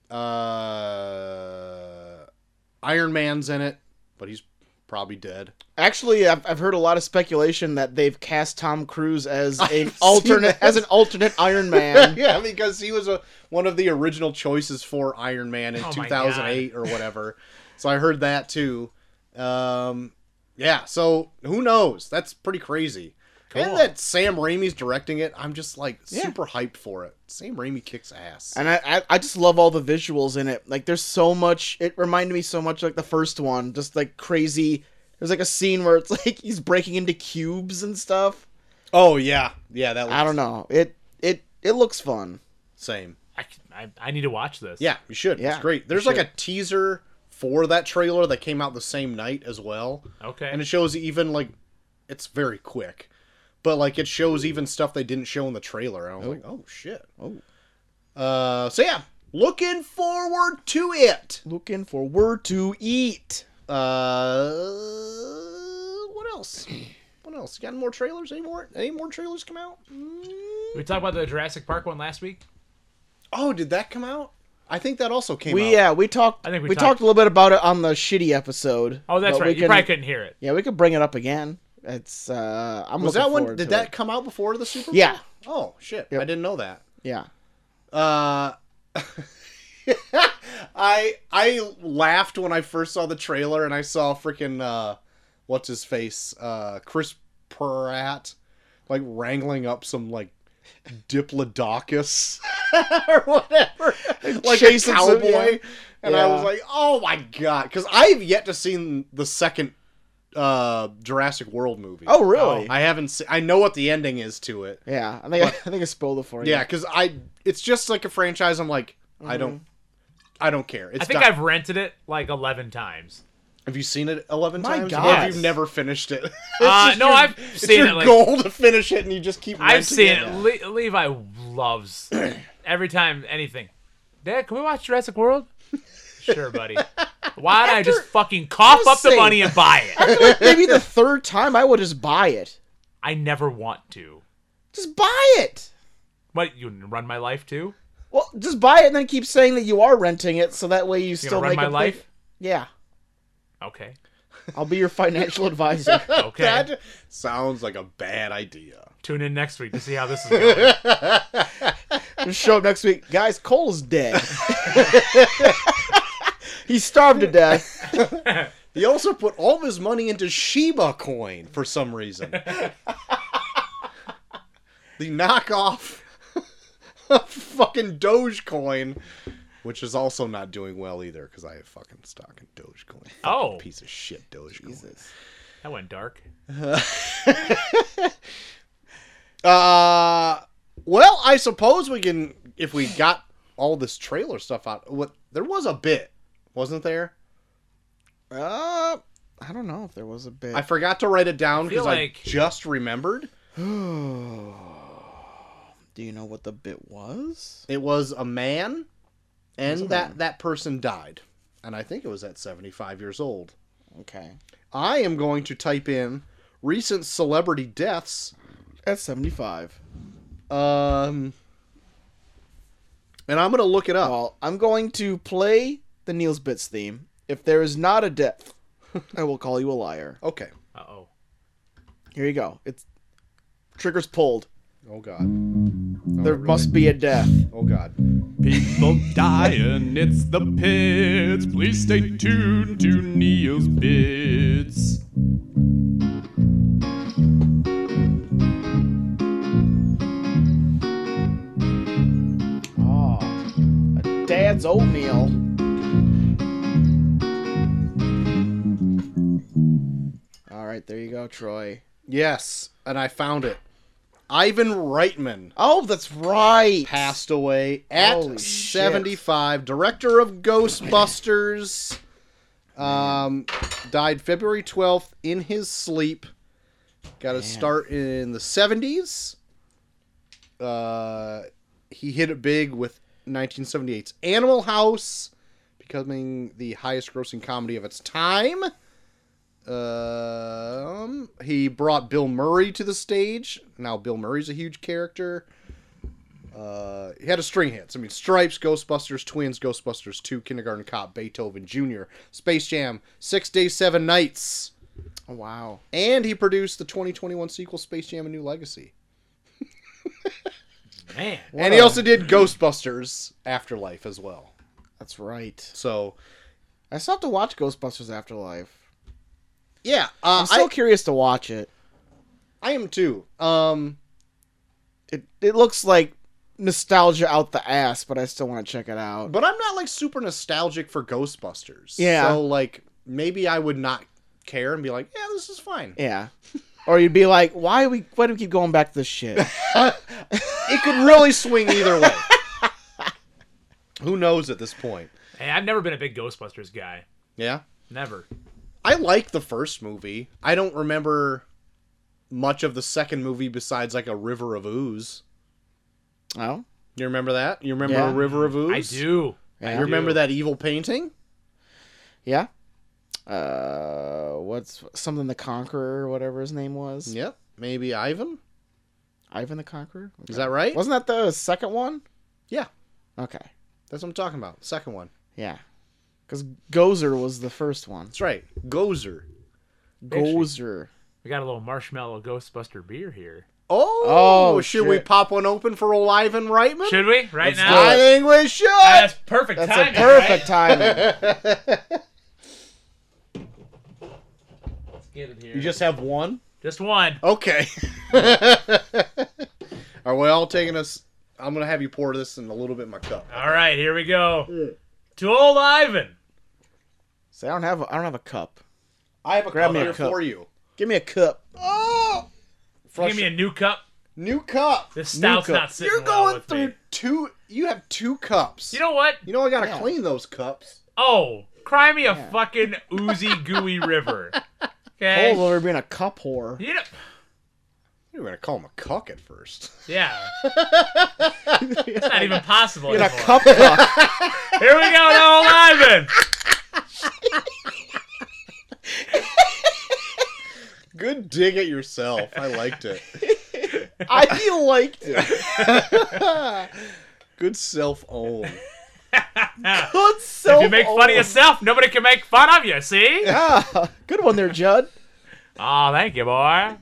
B: uh iron man's in it but he's probably dead
A: Actually, I've, I've heard a lot of speculation that they've cast Tom Cruise as an
B: seen
A: alternate
B: that.
A: as an alternate Iron Man.
B: yeah, because he was a, one of the original choices for Iron Man in
C: Oh my
B: 2008 or whatever. So I heard that too. Um, yeah, so who knows? That's pretty crazy. And that Sam Raimi's directing it, I'm just like
A: Yeah.
B: super hyped for it. Sam Raimi kicks ass.
A: And I, I, I just love all the visuals in it. Like, there's so much. It reminded me so much like the first one, just like crazy. There's like a scene where it's like he's breaking into cubes and stuff.
B: oh yeah, yeah, that.
A: I don't know. It it it looks fun.
B: Same.
C: I, c- I- I need to watch this.
B: Yeah, you should.
A: Yeah,
B: it's great.
A: you
B: There's like
A: should.
B: a teaser for that trailer that came out the same night as well,
C: Okay.
B: and it shows even like it's very quick, but like it shows even stuff they didn't show in the trailer. And I was like, oh shit.
A: Oh.
B: Uh, so yeah, looking forward to it.
A: Looking for word to eat.
B: Uh, what else? What else? Got any more trailers? Any more? Any more trailers come out?
C: we talked about the Jurassic Park one last week.
B: Oh, did that come out? I think that also came out.
A: We yeah we talked.
C: I think we
A: we,
C: talked-
A: talked. a little bit about it on the shitty episode.
C: Oh, that's
A: but we
C: right. You
A: can- e
C: probably couldn't hear it.
A: Yeah, we could bring it up again. It's uh, I'm
B: Was
A: looking
B: that one?
A: forward
B: Did
A: to
B: that
A: it.
B: come out before the Super Bowl?
A: Yeah.
B: Oh shit!
A: Yep.
B: I didn't know that.
A: Yeah.
B: Uh, I I laughed when I first saw the trailer and I saw freaking uh, what's his face, uh, Chris Pratt, like wrangling up some like diplodocus or whatever, like a
A: chasing some-
B: cowboy,
A: yeah.
B: and I was
A: Yeah.
B: like, oh my god, because I've yet to seen the second uh Jurassic World movie. Um,
A: Oh really?
B: I haven't. Se- I know what the ending is to it.
A: yeah. I think I, I think I spoiled it for you.
B: Yeah, because I it's just like a franchise. I'm like I don't I don't care. It's
C: I think
B: di-
C: I've rented it like 11 times.
B: have you seen it eleven
A: My
B: times?
A: God.
B: Or have you never finished it?
C: Uh,
B: It's just
C: no,
B: your-
C: I've
B: it's
C: seen
B: your
C: it, like-
B: goal to finish it, and you just keep. renting
C: I've seen it.
B: it.
C: Le- Levi loves every time anything. Dad, can we watch Jurassic World? Sure, buddy. Why don't I just fucking cough up the
A: Listen.
C: money and buy it?
A: Maybe the third time I would just buy it.
C: I never want to.
A: Just buy it.
C: What you gonna run my life too?
A: Well, just buy it and then keep saying that you are renting it, so that way you
C: You
A: still
C: gonna run
A: make
C: my
A: a
C: life?
A: Play- yeah,
C: Okay.
A: I'll be your financial advisor.
C: Okay.
B: That sounds like a bad idea.
C: Tune in next week to see how this is going.
A: Just show up next week, guys. Cole's dead. he starved to death.
B: He also put all of his money into Shiba coin for some reason. the knockoff of fucking Dogecoin, which is also not doing well either because I have fucking stock in Dogecoin. Fucking
C: Oh.
B: piece of shit Dogecoin.
C: that went dark.
B: Uh, well, I suppose we can if we got all this trailer stuff out. What there was a bit, wasn't there?
A: Uh, I don't know if there was a bit.
B: I forgot to write it down
C: I feel
B: because
C: like-
B: I just remembered.
A: Do you know what the bit was?
B: It was a man, and
A: a
B: that
A: man.
B: that person died, and I think it was at seventy five years old.
A: Okay,
B: I am going to type in recent celebrity deaths.
A: at seventy-five.
B: Um, and I'm gonna look it up.
A: Well, I'm going to play the Neil's Bits theme. If there is not a death, I will call you a liar.
B: Okay.
C: Uh oh.
A: Here you go. It's triggers pulled.
B: Oh God.
D: Oh,
A: There must be a death.
B: Oh God.
D: People dying, it's the pits. Please stay tuned to Neo's Bits.
A: Oh, a dad's oatmeal. All right, there you go, Troy.
B: Yes, and I found it. Ivan Reitman
A: Oh, that's right.
B: passed away at
A: Holy shit.
B: 75. Director of Ghostbusters. Um, died February 12th in his sleep. Got his start in the 70s. Uh, he hit it big with 1978's Animal House, becoming the highest grossing comedy of its time. Um, he brought Bill Murray to the stage. Now Bill Murray's a huge character. Uh, he had a string hits. I mean, Stripes, Ghostbusters, Twins, Ghostbusters Two, Kindergarten Cop, Beethoven Jr., Space Jam, Six Days, Seven Nights,
A: Oh, wow.
B: and he produced the 2021 sequel Space Jam: A New Legacy.
C: Man.
B: and he also did Ghostbusters Afterlife as well.
A: That's right.
B: So
A: I still have to watch Ghostbusters Afterlife.
B: yeah, uh,
A: I'm still
B: I,
A: curious to watch it.
B: I am too. Um,
A: It it looks like nostalgia out the ass, but I still want to check it out.
B: but I'm not like super nostalgic for Ghostbusters.
A: Yeah.
B: So like maybe I would not care and be like, yeah, this is fine.
A: yeah. Or you'd be like, why we why do we keep going back to this shit?
B: It could really swing either way. Who knows at this point?
C: Hey, I've never been a big Ghostbusters guy.
B: Yeah.
C: Never.
B: I like the first movie. I don't remember much of the second movie besides like a river of ooze.
A: oh,
B: You remember that? You remember
A: Yeah.
B: a river of ooze?
C: I do.
A: Yeah.
B: You remember that evil painting?
A: yeah. Uh, what's something the Conqueror, or whatever his name was,
B: Yep. Maybe Ivan.
A: Ivan the Conqueror.
B: Is that right?
A: Wasn't that the second one?
B: Yeah.
A: Okay,
B: That's what I'm talking about. Second one.
A: yeah. Because Gozer was the first one.
B: That's right. Gozer.
C: Actually-
A: Gozer.
C: We got a little marshmallow Ghostbuster beer here.
B: Oh,
A: Oh,
B: should we
A: shit.
B: pop one open for old Ivan Reitman?
C: Should we? Right
A: Let's
C: now? Ah,
A: do
B: I
A: it.
B: think we should.
C: That's perfect
A: That's
C: timing.
A: a perfect timing.
C: Right? Get it here.
B: You just have one?
C: Just one.
B: Okay. Are we all taking us? I'm going to have you pour this in a little bit in my cup.
C: All right, here we go. To old Ivan.
A: See, I don't have a, I don't have a cup.
B: I have a
A: Grab
B: cup
A: me a
B: here
A: cup.
B: for you.
A: Give me a cup.
B: Oh! Flush
C: Give me a new cup.
B: new cup.
C: This stout's
A: cup.
C: not sitting
B: You're
C: well
B: going
C: with
B: through
C: me.
B: two. You have two cups.
C: You know what?
B: You know I gotta
A: Yeah.
B: clean those cups.
C: Oh, cry me a fucking oozy gooey river. Okay.
A: Cole's over being a cup whore.
C: You know,
B: You were gonna call him a cuck at first.
C: yeah. it's not even possible.
A: Being a
C: anymore.
A: cup cuck.
C: Here we go, to old Ivan.
B: Good dig at yourself. I liked it.
A: I liked it.
B: Good self own.
A: Good so
C: If you make fun of yourself, nobody can make fun of you, see?
A: Yeah. Good one there, Judd.
C: Oh, thank you, boy.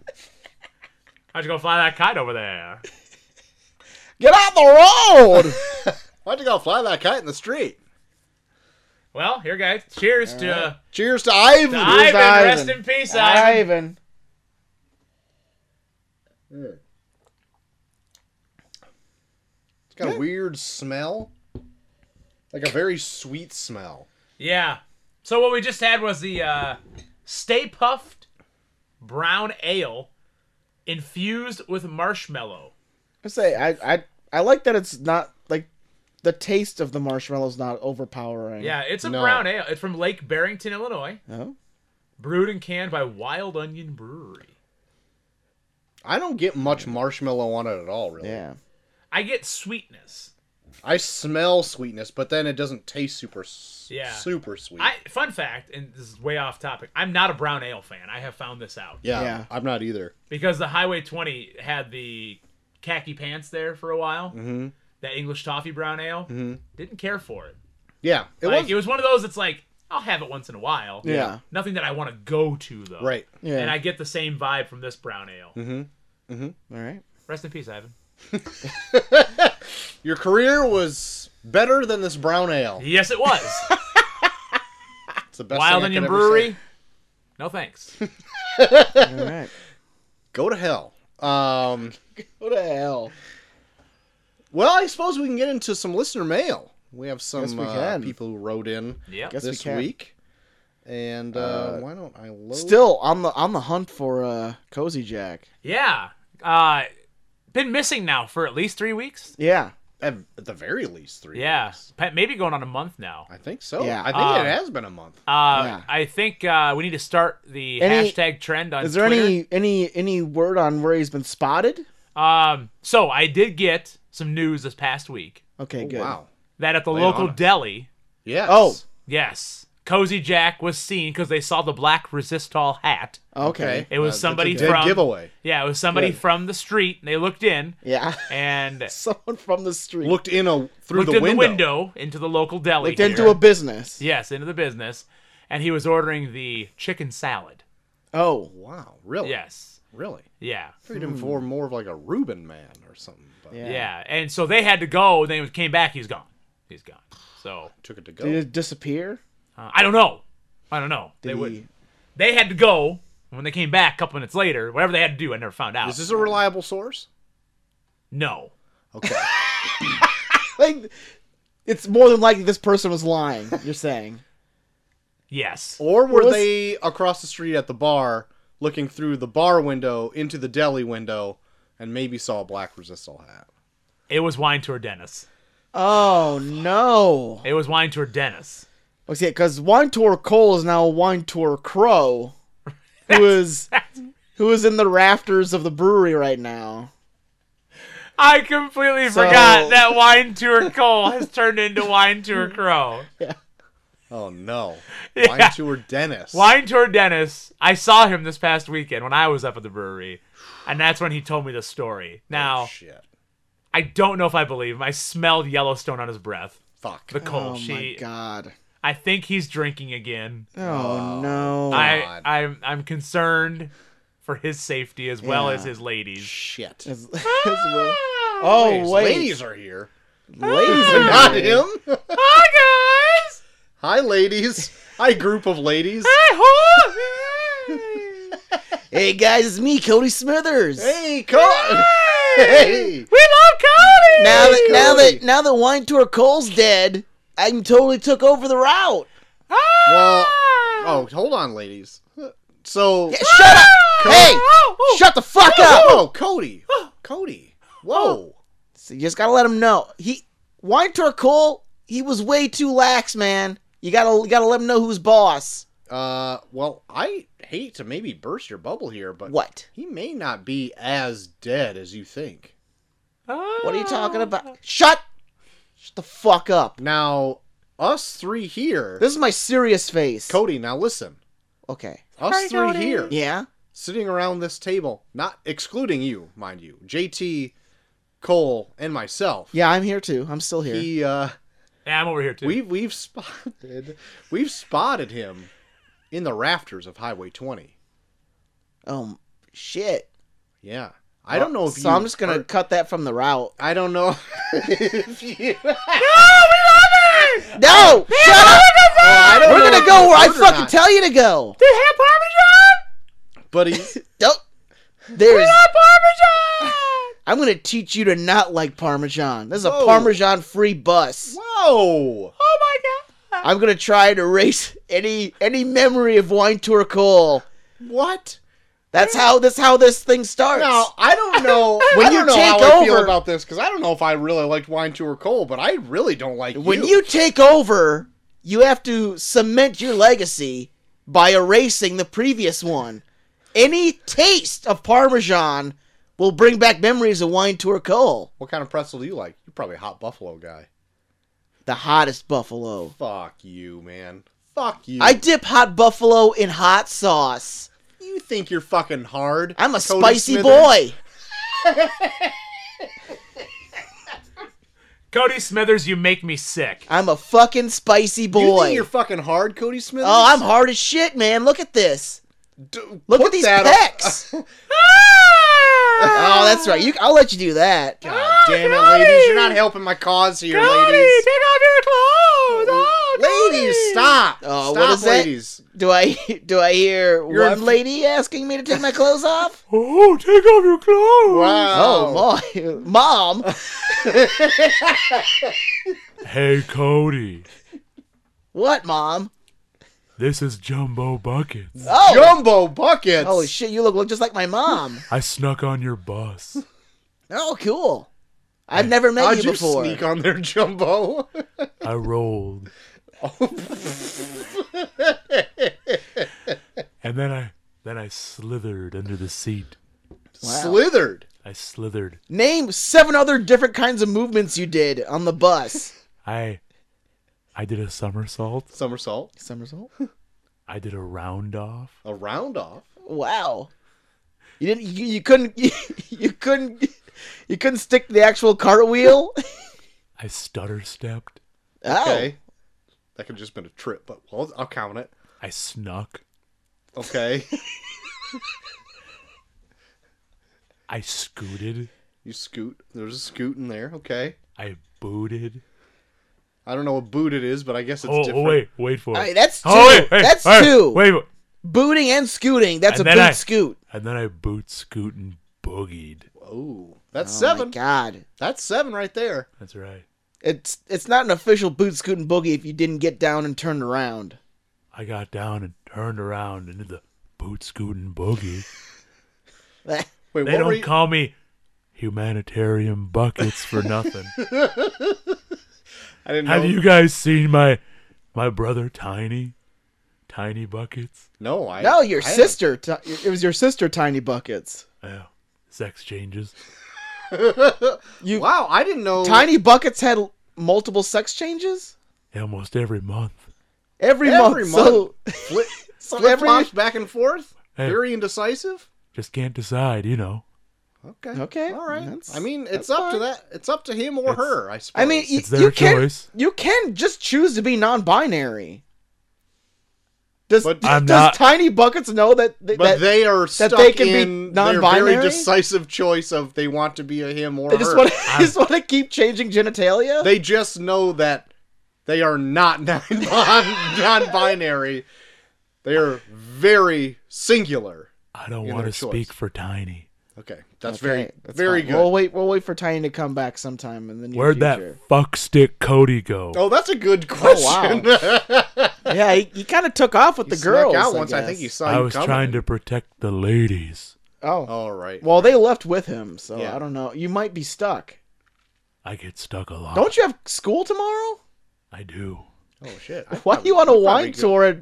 C: How'd you go fly that kite over there?
A: Get out the road.
B: Why'd you go fly that kite in the street?
C: Well, here, guys. Cheers to, to
B: Cheers to Ivan.
C: Ivan.
A: Ivan.
C: Rest in peace, Ivan.
A: Ivan.
B: It's got a weird smell, like a very sweet smell.
C: Yeah. So what we just had was the uh, Stay Puffed Brown Ale infused with marshmallow.
A: I say I I I like that it's not like the taste of the marshmallow's not overpowering.
C: Yeah, it's a
B: No.
C: brown ale. It's from Lake Barrington, Illinois.
A: Oh.
C: Brewed and canned by Wild Onion Brewery.
B: I don't get much marshmallow on it at all, really.
A: Yeah.
C: I get sweetness.
B: I smell sweetness, but then it doesn't taste super, s-
C: Yeah.
B: super sweet.
C: I fun fact, and this is way off topic. I'm not a brown ale fan. I have found this out
B: yeah,
A: Yeah.
B: I'm not either.
C: because the Highway 20 had the khaki pants there for a while. Mm-hmm. That English toffee brown ale
B: Mm-hmm.
C: didn't care for it.
B: Yeah, it
C: like
B: was
C: it was one of those that's like I'll have it once in a while.
A: Yeah.
C: Nothing that I want to go to though.
B: right. Mm-hmm.
A: Yeah.
C: And I get the same vibe from this brown ale.
A: All right.
C: Rest in peace, Ivan.
B: Your career was better than this brown ale.
C: Yes, it was.
B: It's the best.
C: Wild
B: thing I could
C: Onion
B: ever
C: Brewery.
B: say.
C: No thanks.
A: All right.
B: Go to hell. Um.
A: What the hell?
B: Well, I suppose we can get into some listener mail. We have some
A: Yes, we
B: uh,
A: can.
B: people who wrote in
C: Yep.
A: Guess- we
B: this
A: can.
B: week, and uh, why don't I load?
A: Still on the on the hunt for uh Cozy Jack.
C: yeah. Uh been missing now for at least three weeks.
A: Yeah.
B: at, at the very least three.
C: Yeah.
B: weeks.
C: Pe- Maybe going on a month now.
B: I think so.
A: Yeah. um,
B: I think
C: Uh,
B: it has been a month.
C: Uh,
A: Yeah.
C: I think uh, we need to start the
A: Any-
C: hashtag trend on
A: Is there
C: Twitter.
A: any any any word on where he's been spotted?
C: Um, so I did get some news this past week
A: Okay, good.
B: Oh, Wow.
C: that at the
B: Lay it
C: local
B: on us.
C: deli,
B: Yes.
A: Oh.
C: yes, Cozy Jack was seen because they saw the black resistol hat.
A: Okay.
C: It was
B: that's a
C: somebody
B: dead
C: from-
B: giveaway.
C: Yeah, it was somebody
A: Good.
C: from the street. And they looked in
A: Yeah.
C: and
A: Someone from the street
B: Looked in a through
C: looked
B: the,
C: in
B: window.
C: the window into the local deli.
A: looked into
C: here.
A: a business.
C: yes, into the business, and he was ordering the chicken salad.
A: Oh.
B: Wow. Really?
C: Yes,
B: Really.
C: yeah.
B: Treat him for more of like a Reuben man or something. But
A: Hmm. Yeah.
C: Yeah, and so they had to go. Then he came back. He's gone. He's gone. So
B: Took it to go.
A: Did it disappear?
C: uh, I don't know. I don't know.
A: Did
C: they would.
A: he-
C: They had to go When they came back a couple minutes later, whatever they had to do, I never found out.
B: Is this a reliable source?
C: no.
B: Okay.
A: Like, it's more than likely this person was lying. You're saying
C: Yes.
B: Or were
A: Well, let's-
B: they across the street at the bar, looking through the bar window into the deli window, and maybe saw a black resistal hat?
C: It was Wine Tour Dennis.
A: Oh no!
C: It was Wine Tour Dennis.
A: Let's see, because Wine Tour Cole is now Wine Tour Crow, who is who is in the rafters of the brewery right now.
C: I completely
A: So-
C: forgot that Wine Tour Cole has turned into Wine Tour Crow.
B: Oh no! Wine
C: Yeah.
B: tour Dennis.
C: Wine Tour Dennis, I saw him this past weekend when I was up at the brewery, and that's when he told me the story. Now,
B: Oh, shit.
C: I don't know if I believe him. I smelled Yellowstone on his breath.
B: Fuck.
C: The Cole.
A: oh my
C: she,
A: god!
C: I think he's drinking again.
A: Oh, no!
C: I,
B: God.
C: I'm, I'm concerned for his safety as well
A: Yeah.
C: as his ladies.
B: Shit.
A: As- as well- Oh
B: His
A: wait,
B: Ah! ladies are Ah! here.
A: ladies are
B: Not
A: here.
B: him.
C: Hi guys.
B: Hi, ladies. Hi, group of ladies.
A: Hey guys, it's me, Cody Smithers.
B: Hey, Cole. Hey.
C: We love Cody.
A: now that now
B: Cody.
A: that now that Wine Tour Cole's dead, I can totally took over the route.
B: Well. Oh, hold on, ladies. So.
A: Yeah, shut
B: Ah!
A: up! Hey, shut the fuck up! Oh.
B: Whoa, Cody. Cody. Whoa.
A: So you just gotta let him know. He Weintraub Cole, he was way too lax, man. You gotta you gotta let him know who's boss.
B: Uh, well, I hate to maybe burst your bubble here, but
A: What?
B: he may not be as dead as you think.
A: What are you talking about? Shut Shut the fuck up.
B: Now, us three here,
A: This is my serious face.
B: Cody. Now listen,
A: okay.
B: us
C: Hi,
B: three
C: Cody.
B: here,
A: Yeah?
B: sitting around this table, not excluding you, mind you, JT, Cole, and myself.
A: Yeah, I'm here too. I'm still here.
B: he uh,
C: Yeah, I'm over here too.
B: we've we've spotted, we've spotted him in the rafters of Highway 20.
A: um shit.
B: Yeah, I don't know if
A: So
B: you
A: I'm just gonna
B: heard-
A: cut that from the route.
B: I don't know if you.
A: No! shut up!
B: I don't know
A: We're gonna
B: if
A: go
B: you
A: where I
B: heard or
A: fucking
B: not,
A: tell you to go.
C: They have parmesan.
B: But he,
A: Don't there's
C: Parmesan.
A: I'm gonna teach you to not like Parmesan. This is a
B: Whoa.
A: Parmesan free bus.
B: whoa!
C: Oh my god.
A: I'm gonna try to erase any any memory of Wine Tour Cole.
B: What?
A: That's how this how this thing starts.
B: Now I don't know.
A: When
B: I don't
A: you
B: know how
A: take
B: I feel
A: over-
B: about this because I don't know if I really liked Wine Tour Cole, but I really don't like
A: when you take over, you have to cement your legacy by erasing the previous one. Any taste of Parmesan will bring back memories of Wine Tour Cole,
B: What kind of pretzel do you like? You're probably a hot buffalo guy.
A: the hottest buffalo.
B: Fuck you, man. Fuck you.
A: I dip hot buffalo in hot sauce.
B: You think you're fucking hard?
A: I'm a
B: Cody
A: spicy
B: Smithers?
A: boy.
C: Cody Smithers, you make me sick.
A: I'm a fucking spicy boy.
B: You think you're fucking hard, Cody Smith?
A: Oh, I'm hard as shit, man. Look at this. Look at these pecs.
C: Ah!
A: oh, that's right. You, I'll let you do that.
B: God damn it,
C: Cody!
B: ladies! You're not helping my cause here, ladies.
C: off your clothes.
B: Ladies, stop!
A: Oh,
B: stop,
A: what is that?
B: ladies.
A: Do I do I hear
B: You're
A: one
B: a-
A: lady asking me to take my clothes off?
C: Oh, take off your clothes.
A: Oh,
B: Wow.
A: my mom.
C: Hey, Cody.
A: What, mom?
C: This is Jumbo Buckets.
A: Oh,
B: Jumbo buckets.
A: holy shit! You look, look just like my mom.
C: I snuck on your bus.
A: Oh, cool. I've never met
B: How'd
A: you
B: you
A: before.
B: sneak on there, Jumbo?
C: I rolled. and then I then I slithered under the seat.
B: Slithered.
C: I slithered.
A: Name seven other different kinds of movements you did on the bus.
C: I I did a somersault.
B: Somersault.
A: Somersault.
C: I did a round off.
B: A round off.
A: Wow. You didn't. You, you couldn't. You, couldn't. You couldn't stick to the actual cartwheel.
C: I stutter stepped.
A: Oh,
B: Okay. That could have just been a trip, but well, I'll count it.
C: I snuck.
B: Okay.
C: I scooted.
B: you scoot. There's a scoot in there. Okay.
C: I booted.
B: I don't know what boot it is, but I guess it's
C: oh, oh,
B: different.
C: wait, wait for it.
A: All right, that's two.
C: oh, wait, hey,
A: that's
C: hey,
A: two.
C: Wait, wait.
A: Booting and scooting. That's
C: And
A: a
C: then
A: big
C: I-
A: scoot.
C: And then I boot scoot and boogied.
B: Oh, that's
A: Oh
B: seven.
A: my God.
B: That's seven right there.
C: That's right.
A: It's it's not an official boot scoot and boogie if you didn't get down and turned around.
C: I got down and turned around into the boot scoot and boogie.
B: Wait,
C: They
B: what were
C: don't
B: you?
C: call me humanitarian buckets for nothing.
B: I didn't know.
C: Have you guys seen my my brother Tiny? Tiny buckets?
B: No, I.
A: no, your
B: I haven't.
A: sister. Ti- it was your sister, Tiny Buckets.
C: Yeah. Sex changes.
A: You
B: Wow, I didn't know.
A: Tiny Buckets had l- multiple sex changes
C: Almost every month.
A: every,
B: Every
A: month. So
B: Flip,
A: So
B: flip
A: every-
B: flops back and forth.
C: Hey.
B: Very indecisive.
C: Just can't decide, you know.
B: Okay.
A: Okay,
B: All right.
A: that's-
B: I mean,
A: that's
B: it's up to
A: fine.
B: that. It's up to him or
C: It's-
B: her. I suppose.
A: I mean, y-
C: It's their
A: you can
C: choice.
A: you can just choose to be non-binary. Does,
B: But-
A: does
C: I'm not-
A: Tiny Buckets know that that,
B: but
A: that they,
B: they are stuck
A: they can be
B: in their very
A: non-binary?
B: decisive choice of they want to be a him or
A: just
B: her.
A: want just want to keep changing genitalia?
B: They just know that they are not non- non-binary. They are very singular.
C: I don't
B: You're
C: want
B: their
C: to
B: choice.
C: speak for Tiny.
B: Okay, that's
A: Okay,
B: very
A: that's
B: very
A: fine.
B: good.
A: We'll wait. We'll wait for Tiny to come back sometime in the near
C: Where'd
A: future.
C: that fuck stick Cody go?
B: oh, that's a good
A: Oh,
B: question.
A: wow. yeah, he, he kind of took off with
B: He
A: the
B: snuck
A: girls.
B: out
A: I
B: once. I think
A: guess.
B: he saw
C: I
B: you
C: was
B: coming.
C: trying to protect the ladies.
A: Oh.
B: All right.
A: well, they left with him, so
B: Yeah.
A: I don't know. You might be stuck.
C: I get stuck a lot.
A: Don't you have school tomorrow?
C: I do.
B: oh shit.
A: Why are you on a wine
B: good.
A: tour at,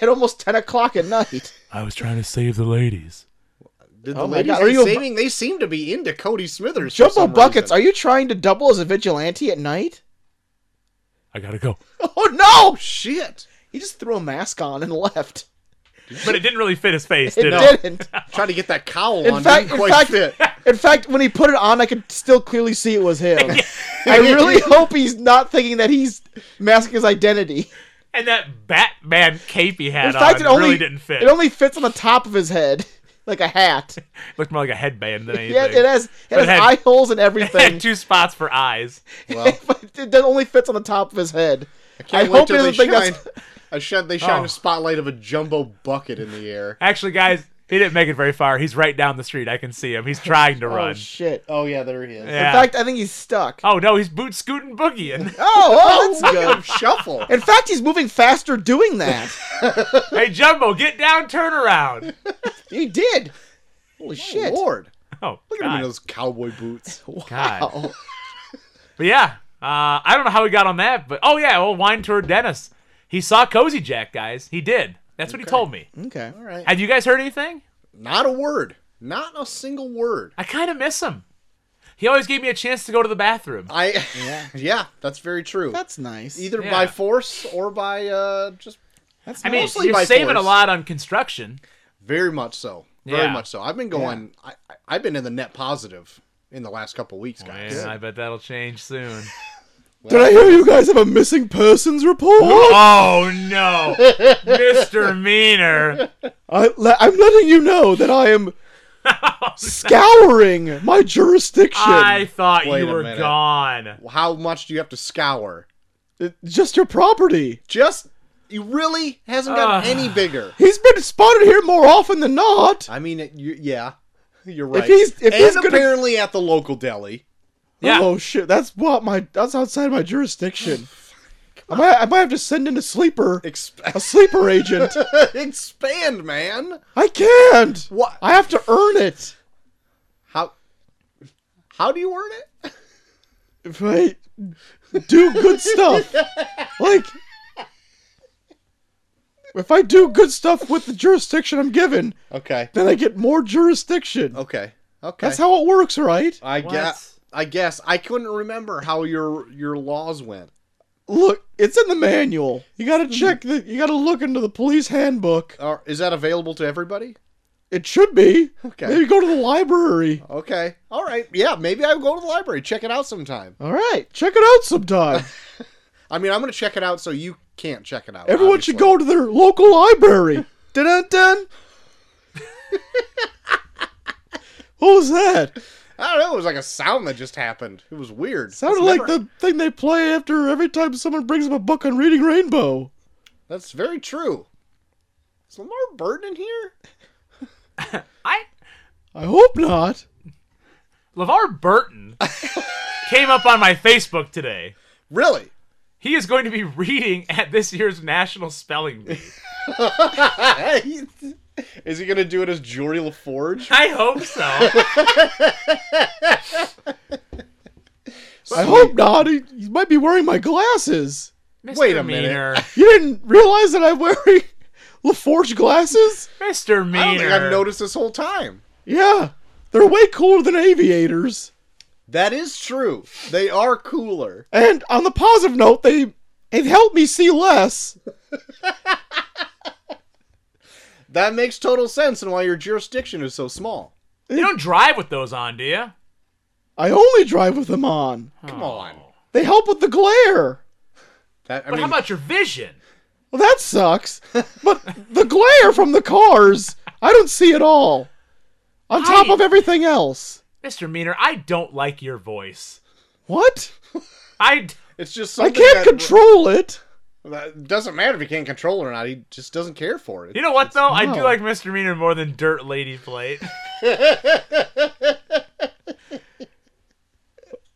A: at almost ten o'clock at night?
C: I was trying to save the ladies.
B: Did the
A: Oh my
B: ladies
A: God, are
B: in
A: you a-
B: saving? They seem to be into Cody Smithers. for
A: Jumbo
B: some
A: buckets,
B: reason.
A: are you trying to double as a vigilante at night?
C: I gotta go.
A: Oh no!
B: shit.
A: He just threw a mask on and left.
C: But it didn't really fit his face,
A: It
C: did it?
A: didn't.
B: Trying to get that cowl
A: In
B: on.
A: fact,
B: didn't
A: in
B: quite
A: fact,
B: fit.
A: in fact, when he put it on, I could still clearly see it was him. I really hope he's not thinking that he's masking his identity.
C: And that Batman cape he had
A: In fact,
C: on
A: it only
C: really didn't fit.
A: It only fits on the top of his head, like a hat.
C: looked more like a headband than anything.
A: Yeah, it has it
C: But
A: has
C: it had-
A: eye holes and
C: It had
A: everything.
C: two spots for eyes.
B: Well,
A: but it that only fits on the top of his head.
B: can't
A: I
B: wait
A: hope he
B: till they
A: doesn't think
B: shine.
A: that's.
B: I shine. They shine
C: Oh.
B: a spotlight of a jumbo bucket in the air.
C: Actually, guys, he didn't make it very far. He's right down the street. I can see him. He's trying to
A: Oh
C: run.
A: shit!
B: Oh yeah, there he is.
C: Yeah.
A: In fact, I think he's stuck.
C: Oh no, he's boot scooting boogieing.
A: Oh, oh that's
B: Good
A: good.
B: shuffle.
A: In fact, he's moving faster doing that.
C: hey Jumbo, get down, turn around.
A: he did. Holy shit!
B: Lord,
C: Oh,
B: look at him in
C: God.
B: those cowboy boots.
C: God.
A: Wow.
C: But yeah, uh, I don't know how we got on that, but oh yeah, well, wine tour Dennis. He saw Cozy Jack, guys. He did. That's what he told me.
B: Mm.
A: Okay.
B: All right.
C: Have you guys heard anything?
B: Not a word. Not a single word.
C: I kind of miss him. He always gave me a chance to go to the bathroom.
B: I. Yeah, that's very true.
A: That's nice.
B: Either
C: Yeah.
B: by force or by uh, just
A: That's
C: I mean,
A: nice.
B: mostly
C: you're
B: by
C: saving a
B: force.
C: lot on construction.
B: very much so. Very
C: Yeah.
B: much so. I've been going. I I, I've been in the net positive in the last couple
A: Oh,
B: weeks, guys.
C: Man, I bet that'll change soon.
A: did I hear you guys have a missing persons report?
C: oh no, misdemeanor.
A: I, le- I'm letting you know that I am scouring my jurisdiction.
C: I thought
B: Wait
C: you
B: a
C: were
B: minute.
C: gone.
B: How much do you have to scour?
A: It- Just your property.
B: Just you really hasn't gotten
C: Ah.
B: any bigger.
A: He's been spotted here more often than not.
B: I mean, it, you, yeah, you're right.
A: he's- if
B: and
A: he's gonna-
B: apparently at the local deli.
C: Yeah.
A: Oh shit, that's what my that's outside my jurisdiction. I might I might have to send in a sleeper
B: Exp-
A: a sleeper agent.
B: expand, man.
A: I can't.
B: What?
A: I have to earn it.
B: How? How do you earn it?
A: If I do good stuff. Like if I do good stuff with the jurisdiction I'm given,
B: Okay.
A: then I get more jurisdiction.
B: Okay. Okay.
A: That's how it works, right?
B: I
C: What?
B: guess. I guess I couldn't remember how your your laws went.
A: Look, it's in the manual. You gotta check the you gotta look into the police handbook.
B: Or Uh, is that available to everybody?
A: It should be.
B: Okay.
A: Maybe go to the library.
B: Okay. All right. Yeah. Maybe I'll go to the library. Check it out sometime.
A: All right, check it out sometime.
B: I mean, I'm gonna check it out so you can't check it out.
A: Everyone should go to their local library. Dun dun dun. what was that?
B: I don't know. It was like a sound that just happened. It was weird.
A: Sounded like the thing they play after every time someone brings up a book on Reading Rainbow.
B: That's very true. Is Lamar Burton in here?
C: I
A: I hope not.
C: LeVar Burton came up on my Facebook today.
B: Really?
C: He is going to be reading at this year's National Spelling Bee.
B: Ah. Is he gonna do it as Jory LaForge?
C: I hope so.
A: I hope not. He, he might be wearing my glasses.
B: Wait a minute.
C: Misdemeanor.
A: You didn't realize that I'm wearing LaForge glasses?
C: Misdemeanor.
B: I don't think I've noticed this whole time.
A: Yeah. They're way cooler than aviators.
B: That is true. They are cooler.
A: And on the positive note, they they've helped me see less.
B: That makes total sense and why your jurisdiction is so small.
C: You don't drive with those on, do you?
A: I only drive with them on.
B: Come on.
A: They help with the glare.
B: That I
C: Oh. But
B: mean
C: how about your vision?
A: Well, that sucks. But the glare from the cars, I don't see at all. On top
C: I-
A: of everything else.
C: Misdemeanor, I don't like your voice.
A: What?
C: I d-
B: it's just
A: I
B: something
A: can't
B: that-
A: control it.
B: That doesn't matter if he can't control it or not. He just doesn't care for it.
C: You know what though? I do
A: no.
C: like misdemeanor more than dirt lady plate.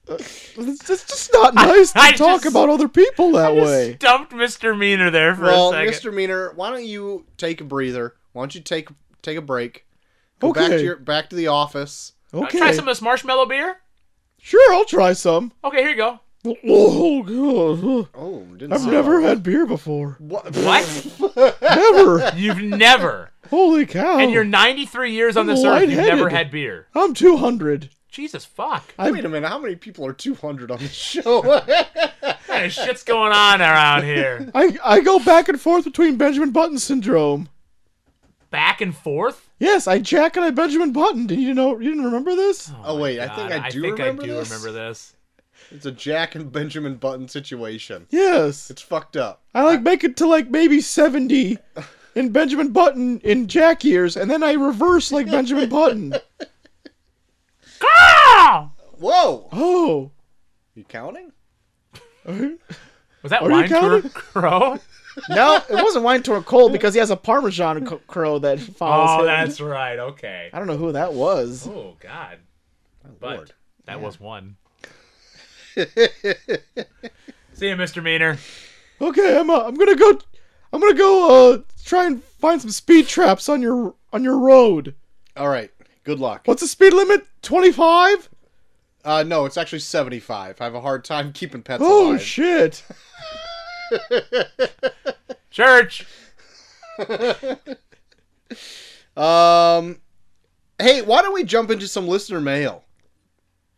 A: It's just, it's just not nice to
C: I
A: talk
C: just-
A: about other people that
C: I
A: way.
C: just stumped misdemeanor there for
B: well,
C: a second.
B: misdemeanor. Why don't you take a breather? Why don't you take take a break? Go back to
A: Okay.
B: your back to the office.
A: Okay.
C: Uh, Try some of this marshmallow beer.
A: Sure, I'll try some.
C: Okay, here you go.
A: Oh, God.
B: Oh, didn't
A: I've
B: see
A: never
B: that.
A: had beer before.
B: What?
C: What?
A: Never.
C: You've never,
A: Holy
B: Oh.
A: cow.
C: in your 93 years on
A: I'm
C: this earth, you've never
A: lightheaded.
C: had beer.
A: I'm 200.
C: Jesus fuck.
A: I've,
B: Wait a minute. How many people are two hundred on the show? Oh,
C: What kind of shit's going on around here?
A: I, I go back and forth between Benjamin Button syndrome.
C: Back and forth?
A: Yes, I Jack and I Benjamin Button. Did you know? You didn't remember this?
B: oh wait, I
C: God,
B: think I do
C: think
B: remember
C: I do
B: this.
C: remember this.
B: It's a Jack and Benjamin Button situation.
A: Yes.
B: It's fucked up.
A: I like make it to like maybe 70 in Benjamin Button in Jack years, and then I reverse like Benjamin Button.
C: Ow!
B: Whoa!
A: Oh.
B: You counting?
C: Was that
A: Are you
C: wine tour
A: counting?
C: crow?
A: No, it wasn't Wine Tour Cole because he has a Parmesan c- crow that follows
C: Oh,
A: him.
C: that's right. Okay.
A: I don't know who that was.
C: Oh God. But
B: Lord.
C: that was one. See you, Mr. Meaner.
A: Okay, I'm uh, I'm gonna go. I'm gonna go. Uh, try and find some speed traps on your on your road.
B: All right. Good luck.
A: What's the speed limit? Twenty five.
B: Uh, no, it's actually seventy-five. I have a hard time keeping pets
A: Oh
B: alive.
A: shit!
C: Church.
B: Um, hey, why don't we jump into some listener mail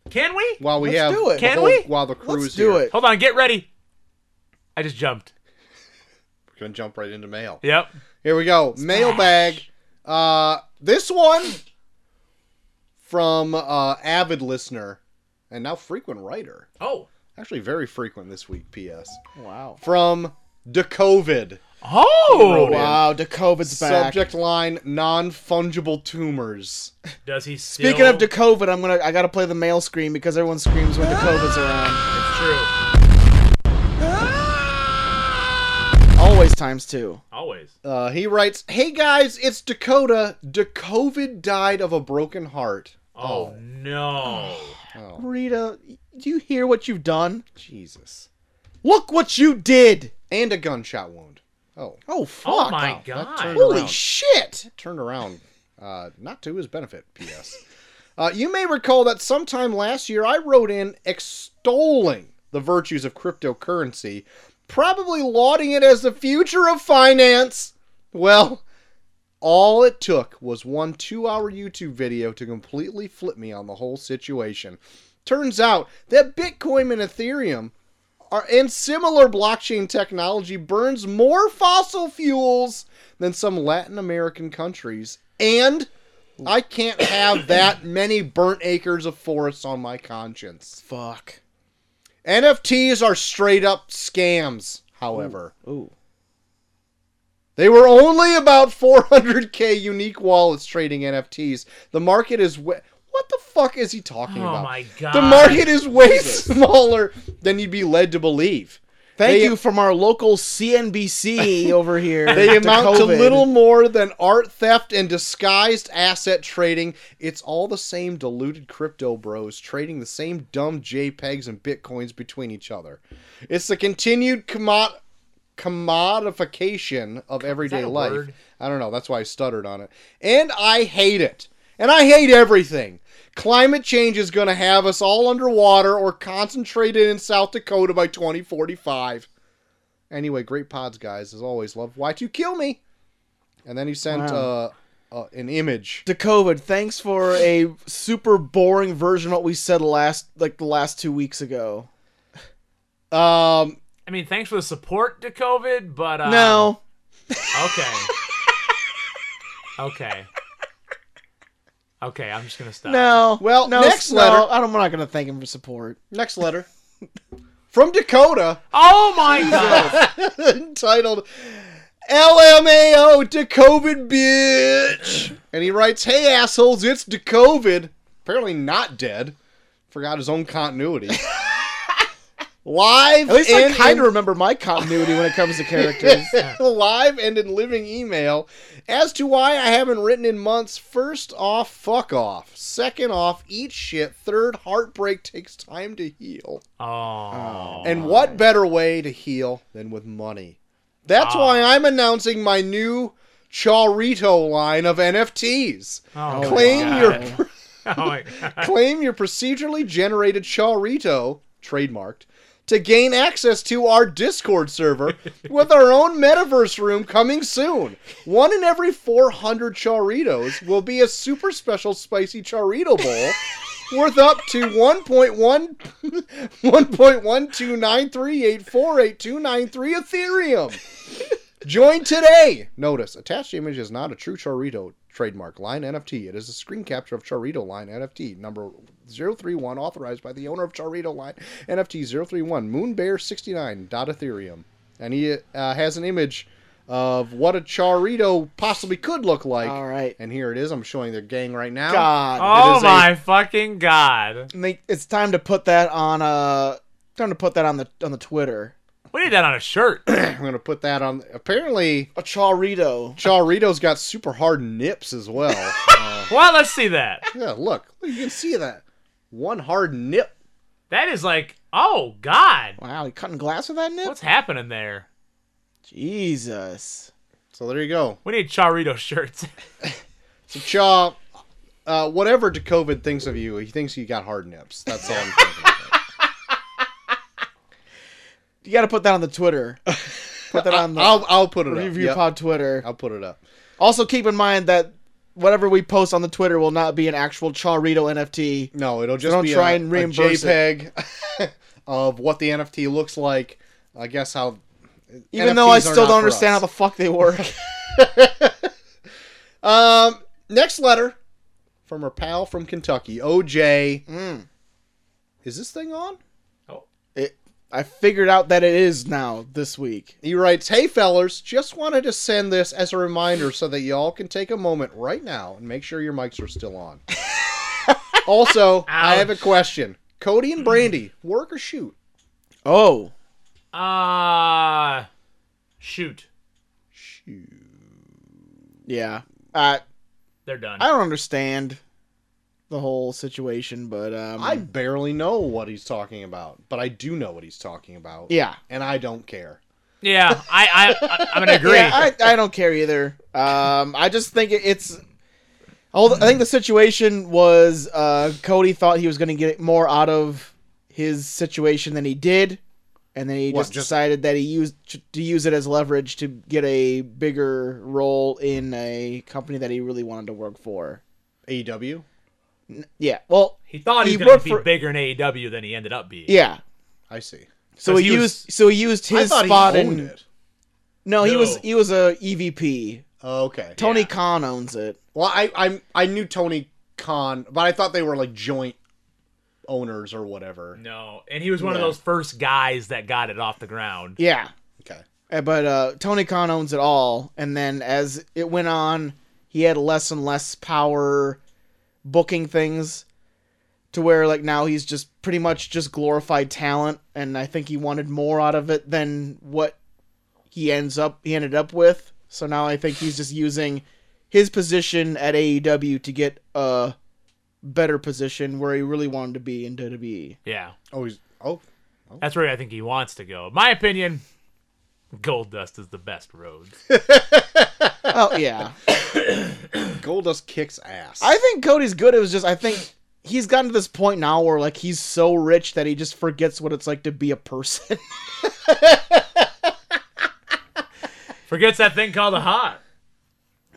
C: Can we?
B: while we
A: Let's
B: have
A: do it.
B: the
C: Can
B: whole-
C: we?
B: while the crew
A: Let's
B: is
A: do
B: here.
A: it.
C: Hold on. Get ready. I just jumped.
B: We're gonna jump right into mail.
C: Yep.
B: Here we go. Mailbag. Uh, this one from uh, avid listener and now frequent writer.
C: Oh.
B: Actually, very frequent this week. P.S.
A: Wow.
B: From the COVID
C: Oh.
A: Wow, DeCovid's back.
B: subject line non fungible tumors.
C: Does he still?
A: Speaking of DeCovid, I'm gonna I gotta play the mail screen because everyone screams when DeCovid's around.
C: It's true.
A: Always times two.
C: Always.
B: Uh, he writes, "Hey guys, it's Dakota. DeCovid died of a broken heart. Oh.
C: Oh, no.
A: Rita, do you hear what you've done?
B: Jesus,
A: Look what you did!
B: and a gunshot wound. Oh,
A: Oh fuck!
C: Oh my
B: that turned
C: God.
A: Holy
B: around.
A: shit!
B: turned around. Uh, not to his benefit. P.S. uh, you may recall that sometime last year I wrote in extolling the virtues of cryptocurrency, probably lauding it as the future of finance. Well." All it took was one two hour YouTube video to completely flip me on the whole situation. Turns out that Bitcoin and Ethereum are, and similar blockchain technology burns more fossil fuels than some Latin American countries. And I can't have that many burnt acres of forests on my conscience.
A: Fuck.
B: NFTs are straight up scams, however.
A: Ooh.
B: They were only about 400k unique wallets trading NFTs. The market is wa- what the fuck is he talking
C: Oh
B: about?
C: my God.
B: The market is way smaller than you'd be led to believe.
A: Thank
B: They-
A: you from our local CNBC over here.
B: They amount to
A: COVID.
B: little more than art theft and disguised asset trading. It's all the same diluted crypto bros trading the same dumb JPEGs and bitcoins between each other. It's the continued commo- commodification of everyday
C: a
B: life.
C: word?
B: I don't know. That's why I stuttered on it. And I hate it. And I hate everything. Climate change is going to have us all underwater or concentrated in South Dakota by 2045. Anyway, great pods, guys. As always, love. Why'd you kill me? And then he sent
A: Wow.
B: uh, uh, an image.
A: to COVID. Thanks for a super boring version of what we said last, like the last two weeks ago.
B: Um,
C: I mean, thanks for the support to COVID, but uh,
A: no,
C: Okay. okay. Okay, I'm just gonna stop.
A: no.
B: Well,
A: no,
B: next
A: s- no,
B: letter-
A: I don't, I'm not going to thank him for support.
B: next letter from Dakota,
C: Oh my god!
B: entitled "LMAO to COVID bitch," and he writes, "Hey assholes, it's to COVID." Apparently not dead. Forgot his own continuity. Live
A: At least
B: and
A: I kind
B: in-
A: of remember my continuity when it comes to characters.
B: live and in living email as to why I haven't written in months. First off, fuck off. Second off, eat shit. Third, heartbreak takes time to heal.
C: Oh.
B: And what better way to heal than with money? That's
C: Ah.
B: why I'm announcing my new Charito line of NFTs.
C: Oh,
B: claim
C: my
B: your
C: God. Oh my god.
B: claim your procedurally generated Charito, trademarked, to gain access to our Discord server with our own metaverse room coming soon. One in every 400 Charitos will be a super special spicy Charito bowl. Worth up to 1.1 1.129384829 Ethereum. Join today. Notice attached image is not a true Charito trademark line NFT. It is a screen capture of Charito line NFT number 031 authorized by the owner of Charito line NFT 031 moonbear69.ethereum. And he uh, has an image of what a Charito possibly could look like.
A: All right.
B: And here it is. I'm showing the gang right now.
A: God.
C: Oh
B: is a-
C: my fucking god.
A: Make- it's time to put that on uh time to put that on the on the Twitter.
C: We need that on a shirt.
B: I'm going to put that on. Apparently,
A: A charrito.
B: Charito's got super hard nips as well. Uh,
C: Well, let's see that.
B: Yeah, look, Look, you can see that one hard nip.
C: That is like, oh god,
A: Wow, you cutting glass with that nip?
C: what's happening there?
A: Jesus.
B: So there you go.
C: We need Charito shirts.
B: So Chaw, uh, whatever to COVID thinks of you, he thinks you got hard nips. That's all I'm thinking. about.
A: You got to put that on the Twitter. put that on the
B: I'll I'll put it
A: Review
B: up. Yep,
A: Pod Twitter.
B: I'll put it up.
A: Also, keep in mind that whatever we post on the Twitter will not be an actual Charrito NFT.
B: No, it'll just
A: don't
B: be
A: try
B: a,
A: and
B: a
A: reimburse
B: JPEG of what the NFT looks like. I guess how.
A: Even though I
B: NFTs are
A: still
B: not
A: don't
B: for
A: understand
B: us.
A: how the fuck they work.
B: Um, next letter from her pal from Kentucky, OJ.
A: Mm.
B: Is this thing on?
A: It, I figured out that it is now this week.
B: He writes, Hey fellers, just wanted to send this as a reminder so that y'all can take a moment right now and make sure your mics are still on. also, I have a question. Cody and Brandy, work or shoot?
A: Oh,
C: Uh shoot.
B: Shoot.
A: yeah. Uh,
C: They're done.
A: I don't understand the whole situation, but um,
B: I barely know what he's talking about, but I do know what he's talking about.
A: yeah,
B: And I don't care.
C: Yeah, I I, I I'm gonna agree.
A: yeah, I, I don't care either. Um, I just think it, it's. although- I think the situation was uh, Cody thought he was going to get more out of his situation than he did, and then he
B: What,
A: just,
B: just-
A: decided that he used to use it as leverage to get a bigger role in a company that he really wanted to work for.
B: AEW?
A: Yeah, well,
C: he thought he,
A: He
C: was gonna
A: worked
C: be
A: for-
C: bigger in AEW than he ended up being.
A: yeah.
B: I see.
A: So
C: 'Cause
A: he,
C: he was-
A: used so he used his
B: I thought
A: spot
B: he owned
A: in.
B: it.
A: No, he was
C: No.
A: he was a EVP.
B: Okay.
A: Tony Khan owns it.
B: Well, I, I I knew Tony Khan, but I thought they were like joint owners or
A: Mm.
B: whatever.
C: No, and he was one of
B: No.
C: those first guys that got it off the ground.
A: Yeah.
B: Okay.
A: Uh, But uh, Tony Khan owns it all, and then as it went on, he had less and less power booking things. to where like now he's just pretty much just glorified talent and I think he wanted more out of it than what he ends up he ended up with. So now I think he's just using his position at AEW to get a better position where he really wanted to be in E. WWE.
C: Yeah.
B: Oh, he's oh.
C: That's where I think he wants to go. My opinion, Gold Dust is the best road.
A: Oh yeah.
B: Goldust kicks ass.
A: I think Cody's good. It was just I think he's gotten to this point now where like he's so rich that he just forgets what it's like to be a person.
C: Forgets that thing called a hot.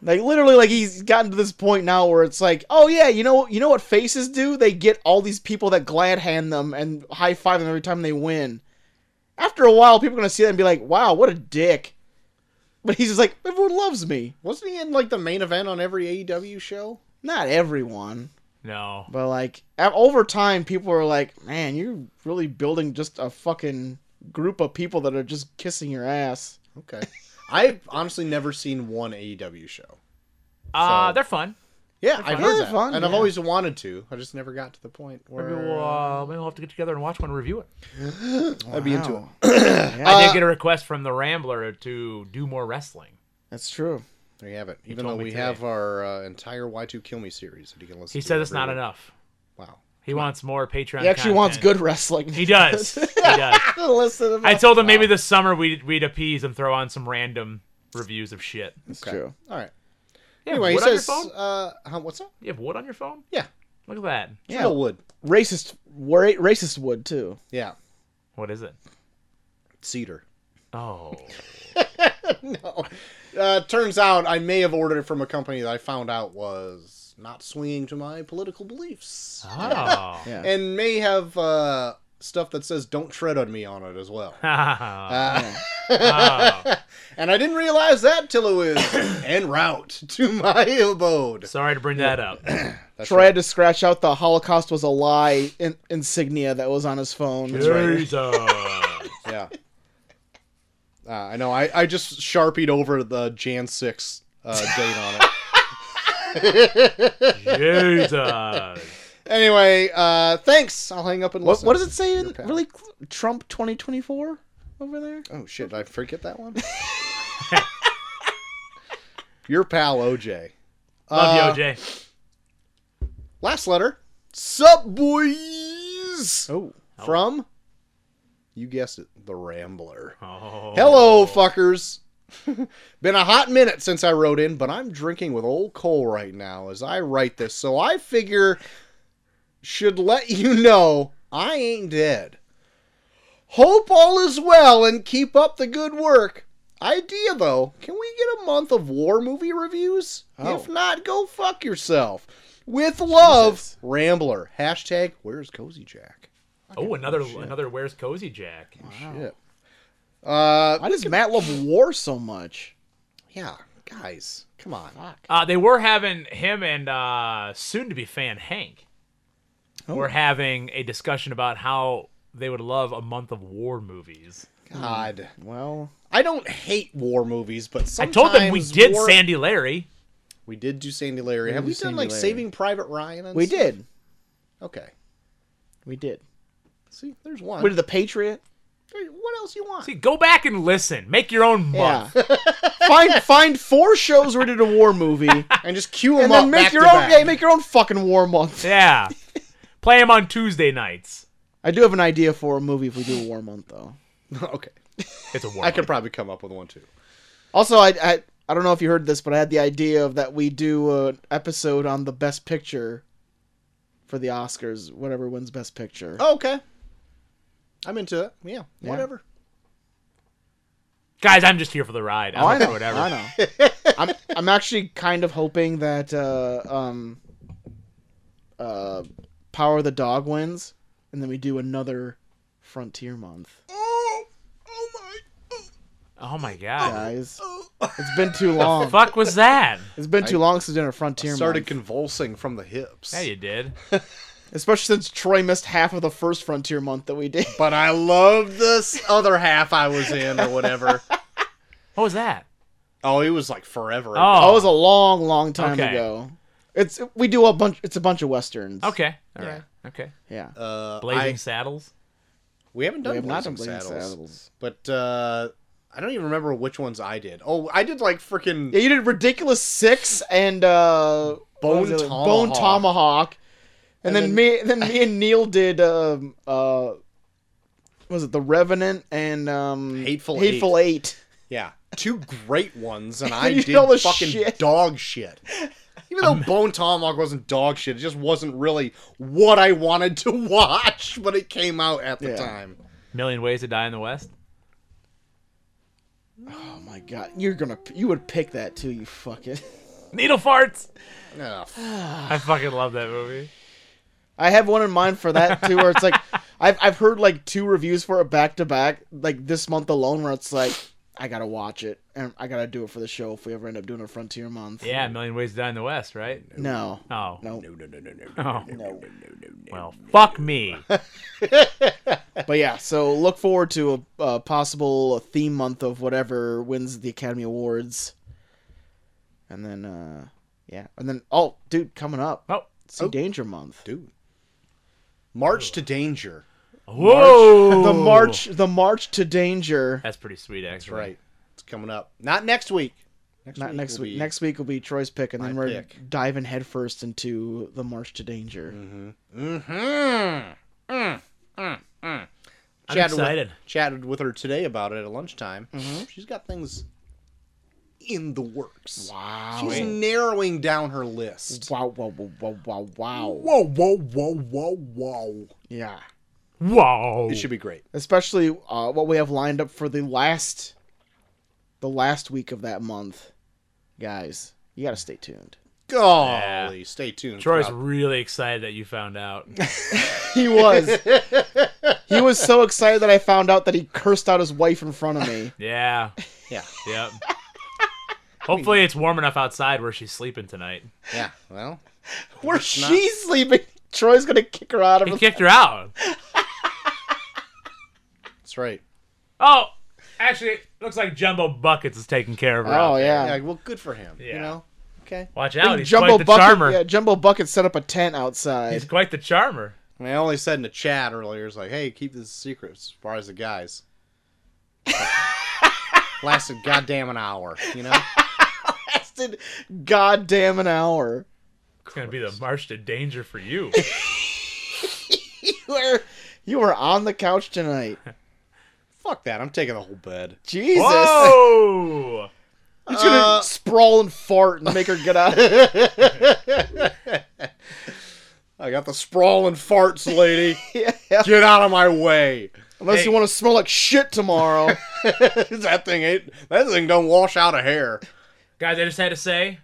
A: Like literally, like he's gotten to this point now where it's like, oh yeah, you know, you know what faces do? They get all these people that glad hand them and high five them every time they win. After a while, people are gonna see that and be like, wow, what a dick. But he's just like, everyone loves me.
B: wasn't he in like the main event on every AEW show?
A: Not everyone,
C: No.
A: but like a- over time, people are like, man, you're really building just a fucking group of people that are just kissing your ass.
B: Okay. I've honestly never seen one AEW show.
C: Uh,
B: So-
C: they're fun.
B: Yeah, I've
A: fun.
B: heard
A: Yeah,
B: that,
A: fun,
B: and I've
A: yeah.
B: always wanted to. I just never got to the point where
C: Maybe we'll, uh, maybe we'll have to get together and watch one and review it.
B: I'd be into it.
A: Wow.
C: I
A: Uh,
C: did get a request from the Rambler to do more wrestling.
A: That's true.
B: There you have it. Even though
C: told me
B: we
C: today.
B: have our uh, entire Y2 Kill Me series that you can listen
C: He
B: to.
C: says it's not
B: every week.
C: enough.
B: Wow.
C: He wants more Patreon.
A: He actually wants
C: content.
A: good wrestling.
C: He does. He does.
A: Listen, to
C: I told him maybe this summer we'd, we'd appease and throw on some random reviews of shit.
A: That's true.
B: All right.
C: Yeah,
B: Anyway, he
C: wood on your
B: says,
C: phone?
B: uh, huh, what's that?
C: You have wood on your phone?
B: Yeah.
C: Look at that.
A: Yeah.
B: Real wood.
A: racist ra- racist wood too.
B: Yeah.
C: What is it?
B: Cedar.
C: Oh.
B: no. Uh, turns out I may have ordered it from a company that I found out was not swinging to my political beliefs.
A: Ah.
C: Oh.
A: Yeah.
B: And may have uh, stuff that says don't tread on me on it as well. Uh,
C: Oh.
A: Ah.
B: And I didn't realize that till it was en route to my abode.
C: Sorry to bring that up.
B: That's
A: Troy had to scratch out the Holocaust was a lie in- insignia that was on his phone.
C: Jesus.
B: Yeah. Uh, I know. I, I just sharpied over the Jan 6 uh, date on it.
C: Jesus.
B: Anyway, uh, thanks. I'll hang up and
A: What,
B: listen.
A: what does it say? in-
B: pal.
A: Really, cl- Trump twenty twenty four over there.
B: Oh, shit. Did I forget that one? Your pal, OJ.
C: Love you, OJ.
B: Last letter. Sup, boys?
A: Oh,
B: From, you guessed it, The Rambler.
C: Oh.
B: Uh, Hello, fuckers. Been a hot minute since I wrote in, but I'm drinking with old Cole right now as I write this, so I figure should let you know I ain't dead. Hope all is well and keep up the good work. Idea though, can we get a month of war movie reviews?
A: Oh.
B: If not, go fuck yourself. With love,
A: Jesus.
B: Rambler. Hashtag where's Cozy Jack?
C: Oh, another another Where's Cozy Jack?
B: Shit. Uh
A: Oh. why does Matt love war so much?
B: yeah, guys. Come on.
C: Uh, they were having him and uh, soon to be fan Hank
A: Oh.
C: were having a discussion about how they would love a month of war movies.
B: God.
A: Hmm. Well,
B: I don't hate war movies, but
C: I
B: sometimes
C: told them we did
B: war-
C: Sandy Larry.
B: We did do Sandy Larry. Have
A: did
B: we
A: do
B: done
A: Sandy
B: like
A: Larry.
B: Saving Private Ryan? And
A: we
B: stuff?
A: did,
B: Okay.
A: we did.
B: See, there's one.
A: We did the Patriot.
B: There- What else you want?
C: See, go back and listen. Make your own
A: Yeah.
C: month.
A: find find four shows where we did a war movie, and
B: and just cue them up
A: then make
B: back
A: your
B: to
A: own.
B: back.
A: Yeah, make your own fucking war month.
C: Yeah. Play him on Tuesday nights.
A: I do have an idea for a movie if we do a war month though.
B: okay.
C: It's a war.
B: I could probably come up with one too.
A: Also, I, I I don't know if you heard this, but I had the idea of that we do an episode on the best picture for the Oscars, whatever wins best picture.
B: Oh, okay. I'm into it. Yeah. Whatever.
C: Guys, I'm just here for the ride. I
A: Oh,
C: don't
A: I know,
C: Whatever.
A: I know. I'm I'm actually kind of hoping that uh, um, uh, Power of the Dog wins, and then we do another Frontier Month,
B: Oh, oh my. oh,
C: Oh my god.
A: guys. It's been too long.
C: Fuck was that?
A: It's been too long since we've done a Frontier
B: Started
A: Month,
B: convulsing from the hips.
C: Yeah, you did.
A: especially since Troy missed half of the first Frontier Month that we did.
B: But I love this other half I was in or whatever.
C: What was that?
B: oh, it was like forever. ago.
C: Oh,
A: That was a long, long time
C: Okay.
A: ago. It's we do a bunch. It's a bunch of westerns.
C: okay. All right. Okay.
A: Yeah.
B: Uh,
C: Blazing
B: I-
C: Saddles.
B: we haven't done
A: we have not done
B: Blazing
A: Blazing
B: Saddles,
A: Saddles.
B: but uh, I don't even remember which ones I did. Oh, I did like freaking
A: Yeah, you did Ridiculous Six and uh, what was
B: Bone
A: the other- Bone
B: Tomahawk.
A: Tomahawk. And, then,
B: And
A: me
B: then-
A: then me and Neil did um uh what was it The Revenant and um
B: Hateful
A: Hateful Eight.
B: yeah, two great ones, and I
A: You did
B: did
A: all this
B: fucking
A: shit.
B: dog shit. Even though Bone Tomahawk wasn't dog shit, it just wasn't really what I wanted to watch, but it came out at the
A: Yeah.
B: time.
C: Million Ways to Die in the West.
A: Oh my god, you're gonna you would pick that too, you fucking.
C: Needle farts.
B: Ugh,
C: I fucking love that movie.
A: I have one in mind for that too, where it's like I've I've heard like two reviews for it back to back, like this month alone, where it's like I gotta watch it and I gotta do it for the show if we ever end up doing a Frontier month.
C: Yeah, Million Ways to Die in the West, right?
A: No.
C: Oh.
A: No.
C: Oh.
A: No.
C: Well, fuck me. Oh.
A: But yeah, so look forward to a, a possible theme month of whatever wins the Academy Awards. And then uh yeah, and then oh, dude, coming up.
C: Oh.
A: See Danger Month.
B: dude. March to Danger.
C: Whoa.
A: The march the march to danger.
C: That's pretty sweet, actually.
B: Right. It's coming up. Not next week. Next
A: Not next
B: will
A: week.
B: be-
A: Next week will be Troy's pick, and then
B: my
A: we're
B: pick. Mm.
A: diving headfirst into the March to Danger.
C: I'm
B: Chatted with-
C: excited. Mm-hmm.
B: chatted with her today about it at lunchtime. She's got things in the works.
A: Wow.
B: She's narrowing down her list.
A: wow! Wow! Wow! Wow! Wow! Wow!
B: Whoa, whoa, whoa, whoa, whoa.
A: Yeah.
C: Whoa.
B: It should be great.
A: Especially uh, what we have lined up for the last, the last week of that month, guys. You got to stay tuned.
B: Golly, stay tuned.
C: Troy's
B: for that.
C: really excited that you found out.
A: He was. he was so excited that I found out that he cursed out his wife in front of me.
C: Yeah.
B: Yeah,
C: Yep. Hopefully, it's warm enough outside where she's sleeping tonight.
B: yeah. Well,
A: Where she's sleeping. Troy's gonna kick her out of.
C: He
A: His...
C: kicked her out.
B: that's right.
C: Oh, actually, it looks like Jumbo Buckets is taking care of her.
A: Oh
C: out there.
A: yeah.
B: Yeah, well, good for him.
C: Yeah.
B: You know? Okay.
C: Watch
A: I
C: out.
A: think
C: He's
A: Jumbo
C: quite the
A: Bucket.
C: charmer.
A: Yeah, Jumbo Bucket set up a tent
C: He's
A: outside.
C: quite the charmer.
B: I, mean, I only said in the chat earlier, it's like, hey, keep this a secret as far as the guys. Lasted goddamn an hour, you know?
A: Lasted goddamn an hour.
C: It's going to be the march to danger for you.
A: You were, you were on the couch tonight.
B: Fuck that. I'm taking the whole bed.
A: Jesus.
C: Whoa!
A: He's gonna
B: Uh,
A: sprawl and fart and make her get out.
B: I got the sprawling farts, lady.
A: Yeah.
B: Get out of my way.
A: Unless you
C: Hey.
A: want to smell like shit tomorrow.
B: that thing ain't. That thing don't wash out a hair.
C: Guys, I just had to say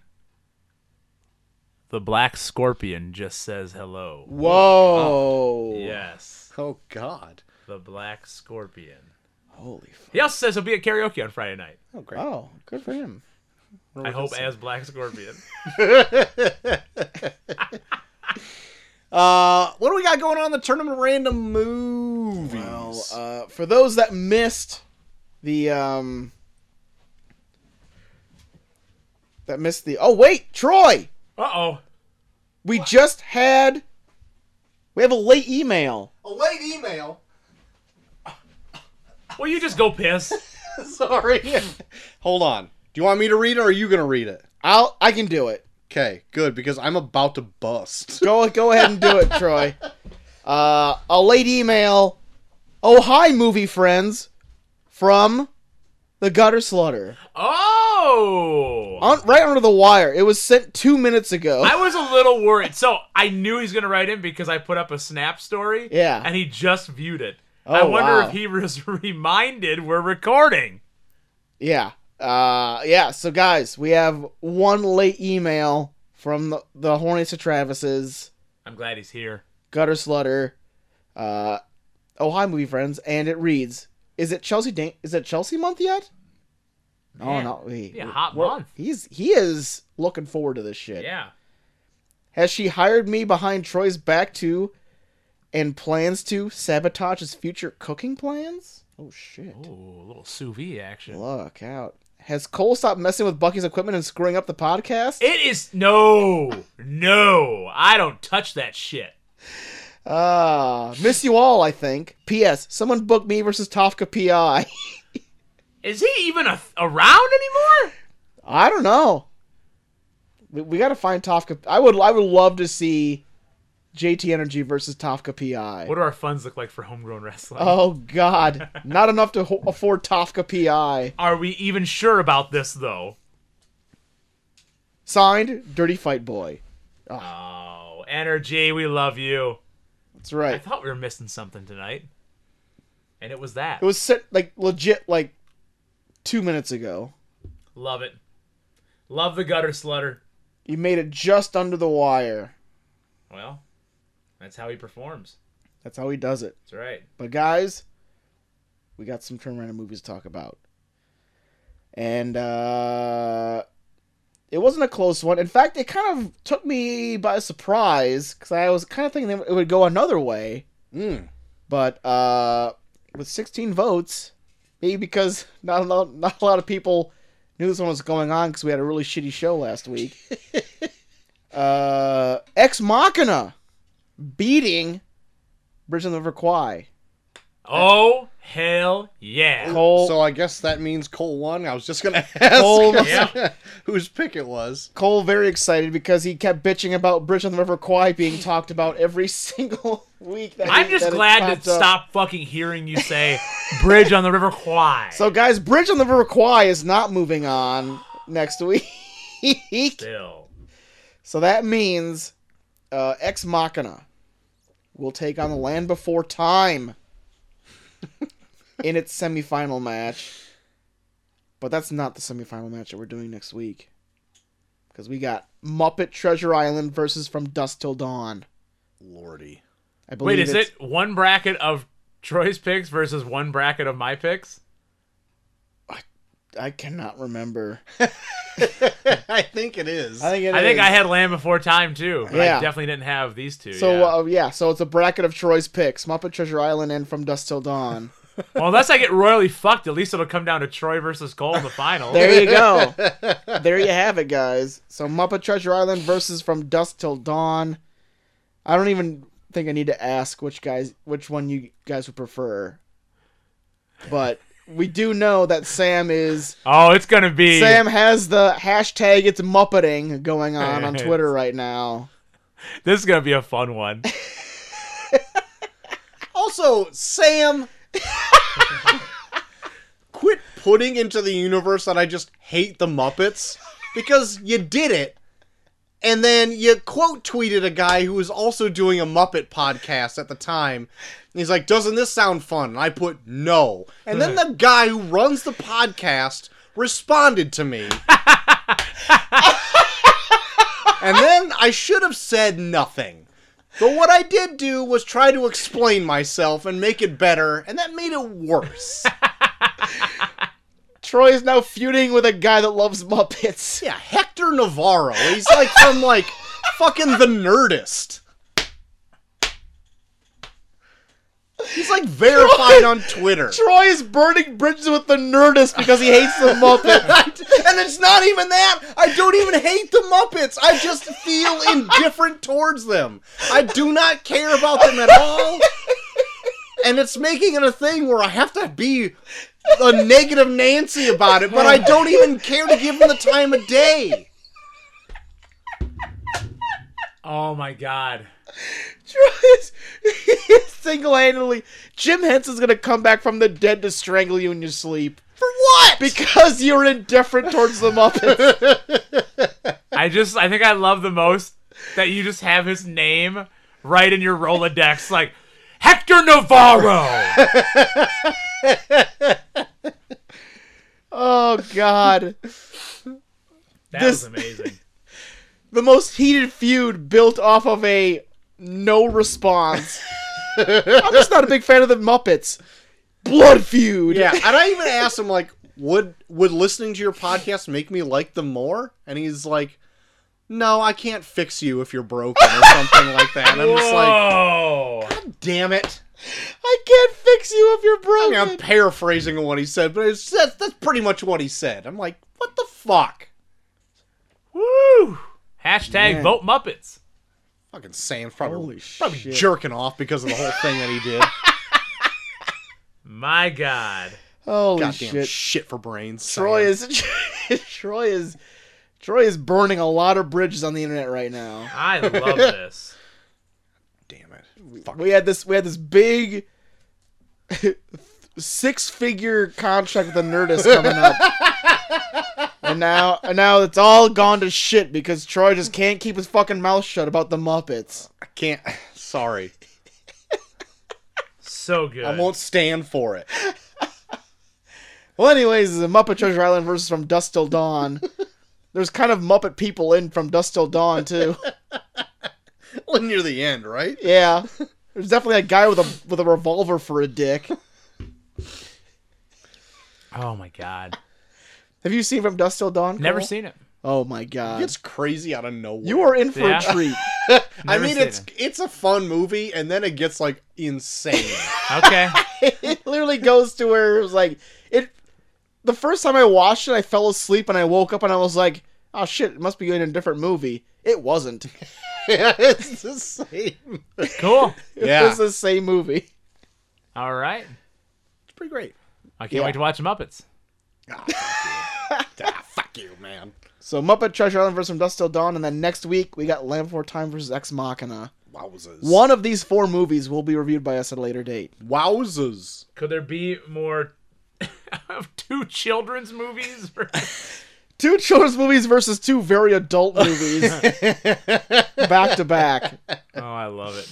C: the black scorpion just says hello.
A: Whoa.
C: Yes,
B: Oh God.
C: the black scorpion.
A: Holy fuck.
C: He also says he'll be at karaoke on Friday night.
B: Oh great.
A: Oh, good for him. Oh,
C: I hope as Black Scorpion.
B: Uh, what do we got going on in the tournament? of Random movies.
A: Well, uh, for those that missed the um that missed the Oh wait, Troy!
C: Uh oh.
A: We just had we have a late email.
B: a late email.
C: Will you just go piss?
B: Sorry. Hold on. Do you want me to read it, or are you gonna read it?
A: I'll I can do it.
B: Okay, good because I'm about to bust.
A: Go go ahead and do it, Troy. Uh, a late email. Oh hi, movie friends, from the gutter slaughter.
C: Oh!
A: On, right under the wire. It was sent two minutes ago.
C: I was a little worried. So I knew he's gonna write in because I put up a snap story.
A: Yeah.
C: And he just viewed it.
A: Oh,
C: I wonder
A: wow.
C: if he was reminded we're recording.
A: yeah. Uh, yeah. So guys, we have one late email from the, the Hornets to Travis's
C: I'm glad he's here.
A: gutter slutter. Uh, oh hi, movie friends, and it reads: Is it Chelsea? Dan- is it Chelsea month yet? Oh
C: Yeah.
A: no, wait.
C: Be a hot
A: Well,
C: month.
A: He's he is looking forward to this shit.
C: Yeah.
A: Has she hired me behind Troy's back to and plans to sabotage his future cooking plans? Oh shit.
C: Ooh, a little sous vide action.
A: Look out. Has Cole stopped messing with Bucky's equipment and screwing up the podcast?
C: It is no, no. I don't touch that shit.
A: Ah, miss you all, I think. P.S. Someone book me versus Tofka P.I.
C: Is he even a, around anymore?
A: I don't know. We, we got to find Tofka. I would I would love to see JT Energy versus Tofka P.I.
C: What do our funds look like for homegrown wrestling?
A: Oh God, not enough to ho- afford Tofka P.I.
C: Are we even sure about this though?
A: Signed, Dirty Fight Boy.
C: Oh, energy, we love you.
A: That's
C: I
A: right.
C: thought we were missing something tonight, and it was that.
A: It was set like legit like two minutes ago.
C: love it. Love the gutter slutter.
A: You made it just under the wire.
C: Well, that's how he performs.
A: That's how he does it.
C: That's right.
A: But guys, we got some turnaround movies to talk about. And uh it wasn't a close one. In fact, it kind of took me by surprise cuz I was kind of thinking that it would go another way.
B: Mm.
A: But uh with 16 votes, maybe because not a lot, not a lot of people knew this one was going on cuz we had a really shitty show last week. uh Ex Machina beating Bridge on the River Kwai.
C: Oh hell yeah!
A: Cole,
B: So I guess that means Cole won. I was just gonna ask
A: Cole-
C: Yeah.
B: whose pick it was.
A: Cole very excited because he kept bitching about Bridge on the River Kwai being talked about every single week. That
C: I'm
A: it-
C: just
A: that it
C: glad to
A: popped up.
C: stop fucking hearing you say "bridge on the river Kwai."
A: So, guys, Bridge on the River Kwai is not moving on next week.
C: Still,
A: so that means uh, Ex Machina will take on the Land Before Time in its semifinal match. But that's not the semifinal match that we're doing next week. Because we got Muppet Treasure Island versus From Dusk Till Dawn.
B: Lordy.
A: I believe
C: wait, is
A: it's-
C: it one bracket of Troy's picks versus one bracket of my picks?
A: I cannot remember.
B: I think it is.
A: I think it
C: I think
A: is.
C: I had Land Before Time too, but
A: Yeah.
C: I definitely didn't have these two.
A: So
C: yeah.
A: yeah. Uh, yeah, so it's a bracket of Troy's picks: Muppet Treasure Island and From Dust Till Dawn.
C: well, unless I get royally fucked, at least it'll come down to Troy versus Cole in the final.
A: There you go. there you have it, guys. So Muppet Treasure Island versus From Dust Till Dawn. I don't even think I need to ask which guys, which one you guys would prefer. But we do know that Sam is
C: Oh, it's gonna be
A: Sam has the hashtag it's muppeting going on on Twitter right now.
C: this is gonna be a fun one.
B: Also, Sam, quit putting into the universe that I just hate the Muppets because you did it. And then you quote tweeted a guy who was also doing a Muppet podcast at the time. And he's like, Doesn't this sound fun? And I put no. And then the guy who runs the podcast responded to me. and then I should have said nothing. But what I did do was try to explain myself and make it better, and that made it worse.
A: Troy is now feuding with a guy that loves Muppets.
B: yeah, Hector Navarro. He's like from like fucking the nerdist. He's like verified on Twitter.
A: Troy is burning bridges with the Nerdist because he hates the Muppets.
B: and it's not even that. I don't even hate the Muppets. I just feel indifferent towards them. I do not care about them at all. And it's making it a thing where I have to be a negative Nancy about it, but I don't even care to give them the time of day.
C: Oh my god.
A: Troy is single-handedly. Jim Henson's gonna come back from the dead to strangle you in your sleep
B: For what?
A: because you're indifferent towards the Muppets.
C: I just I think I love the most that you just have his name right in your Rolodex, like Hector Navarro.
A: Oh God!
C: That
A: This-
C: was amazing.
A: The most heated feud built off of a no response. I'm just not a big fan of the Muppets. Blood feud.
B: Yeah, and I even asked him like, would would listening to your podcast make me like them more? And he's like, No, I can't fix you if you're broken or something like that. And I'm just like,
C: Whoa.
B: damn it.
A: I can't fix you if you're
B: I
A: broken.
B: mean, I'm paraphrasing what he said, but it's, that's, that's pretty much what he said. I'm like, what the fuck?
C: Woo! Hashtag vote Muppets.
B: Fucking Sam's probably
A: Holy
B: probably
A: shit.
B: jerking off because of the whole thing that he did.
C: My God.
A: Holy
B: Goddamn shit.
A: shit.
B: for brains.
A: Troy
B: Sam.
A: is Troy is Troy is burning a lot of bridges on the internet right now.
C: I love this.
B: Damn it. Fuck.
A: We had this we had this big six figure contract with the Nerdist coming up. and now and now it's all gone to shit because Troy just can't keep his fucking mouth shut about the Muppets.
B: I can't. Sorry.
C: So good.
B: I won't stand for it.
A: Well anyways, the Muppet Treasure Island versus From Dust Till Dawn. There's kind of Muppet people in From Dust Till Dawn too.
B: Well, near the end, right?
A: Yeah. There's definitely a guy with a with a revolver for a dick.
C: oh my God.
A: Have you seen From Dust Till Dawn?
C: Never
A: Cole?
C: seen it.
A: Oh my god.
B: It's crazy out of nowhere.
A: you are in for
C: Yeah.
A: a treat.
B: I
C: Never
B: mean,
C: seen
B: it's it's a fun movie, and then it gets like insane.
C: Okay.
A: it literally goes to where it was like it the first time I watched it I fell asleep and I woke up and I was like, oh shit, it must be in a different movie. It wasn't.
B: it's the same.
C: Cool.
A: It
B: Yeah.
A: was the same movie.
C: All right.
B: It's pretty great.
C: I can't
A: Yeah.
C: wait to watch Muppets.
B: Ah, fuck you, man.
A: So Muppet Treasure Island versus From Dust Till Dawn, and then next week we got Land Before Time versus Ex Machina.
B: Wowzers.
A: One of these four movies will be reviewed by us at a later date.
B: Wowzers.
C: Could there be more of two children's movies?
A: Two children's movies versus two very adult movies back to back.
C: oh, I love it.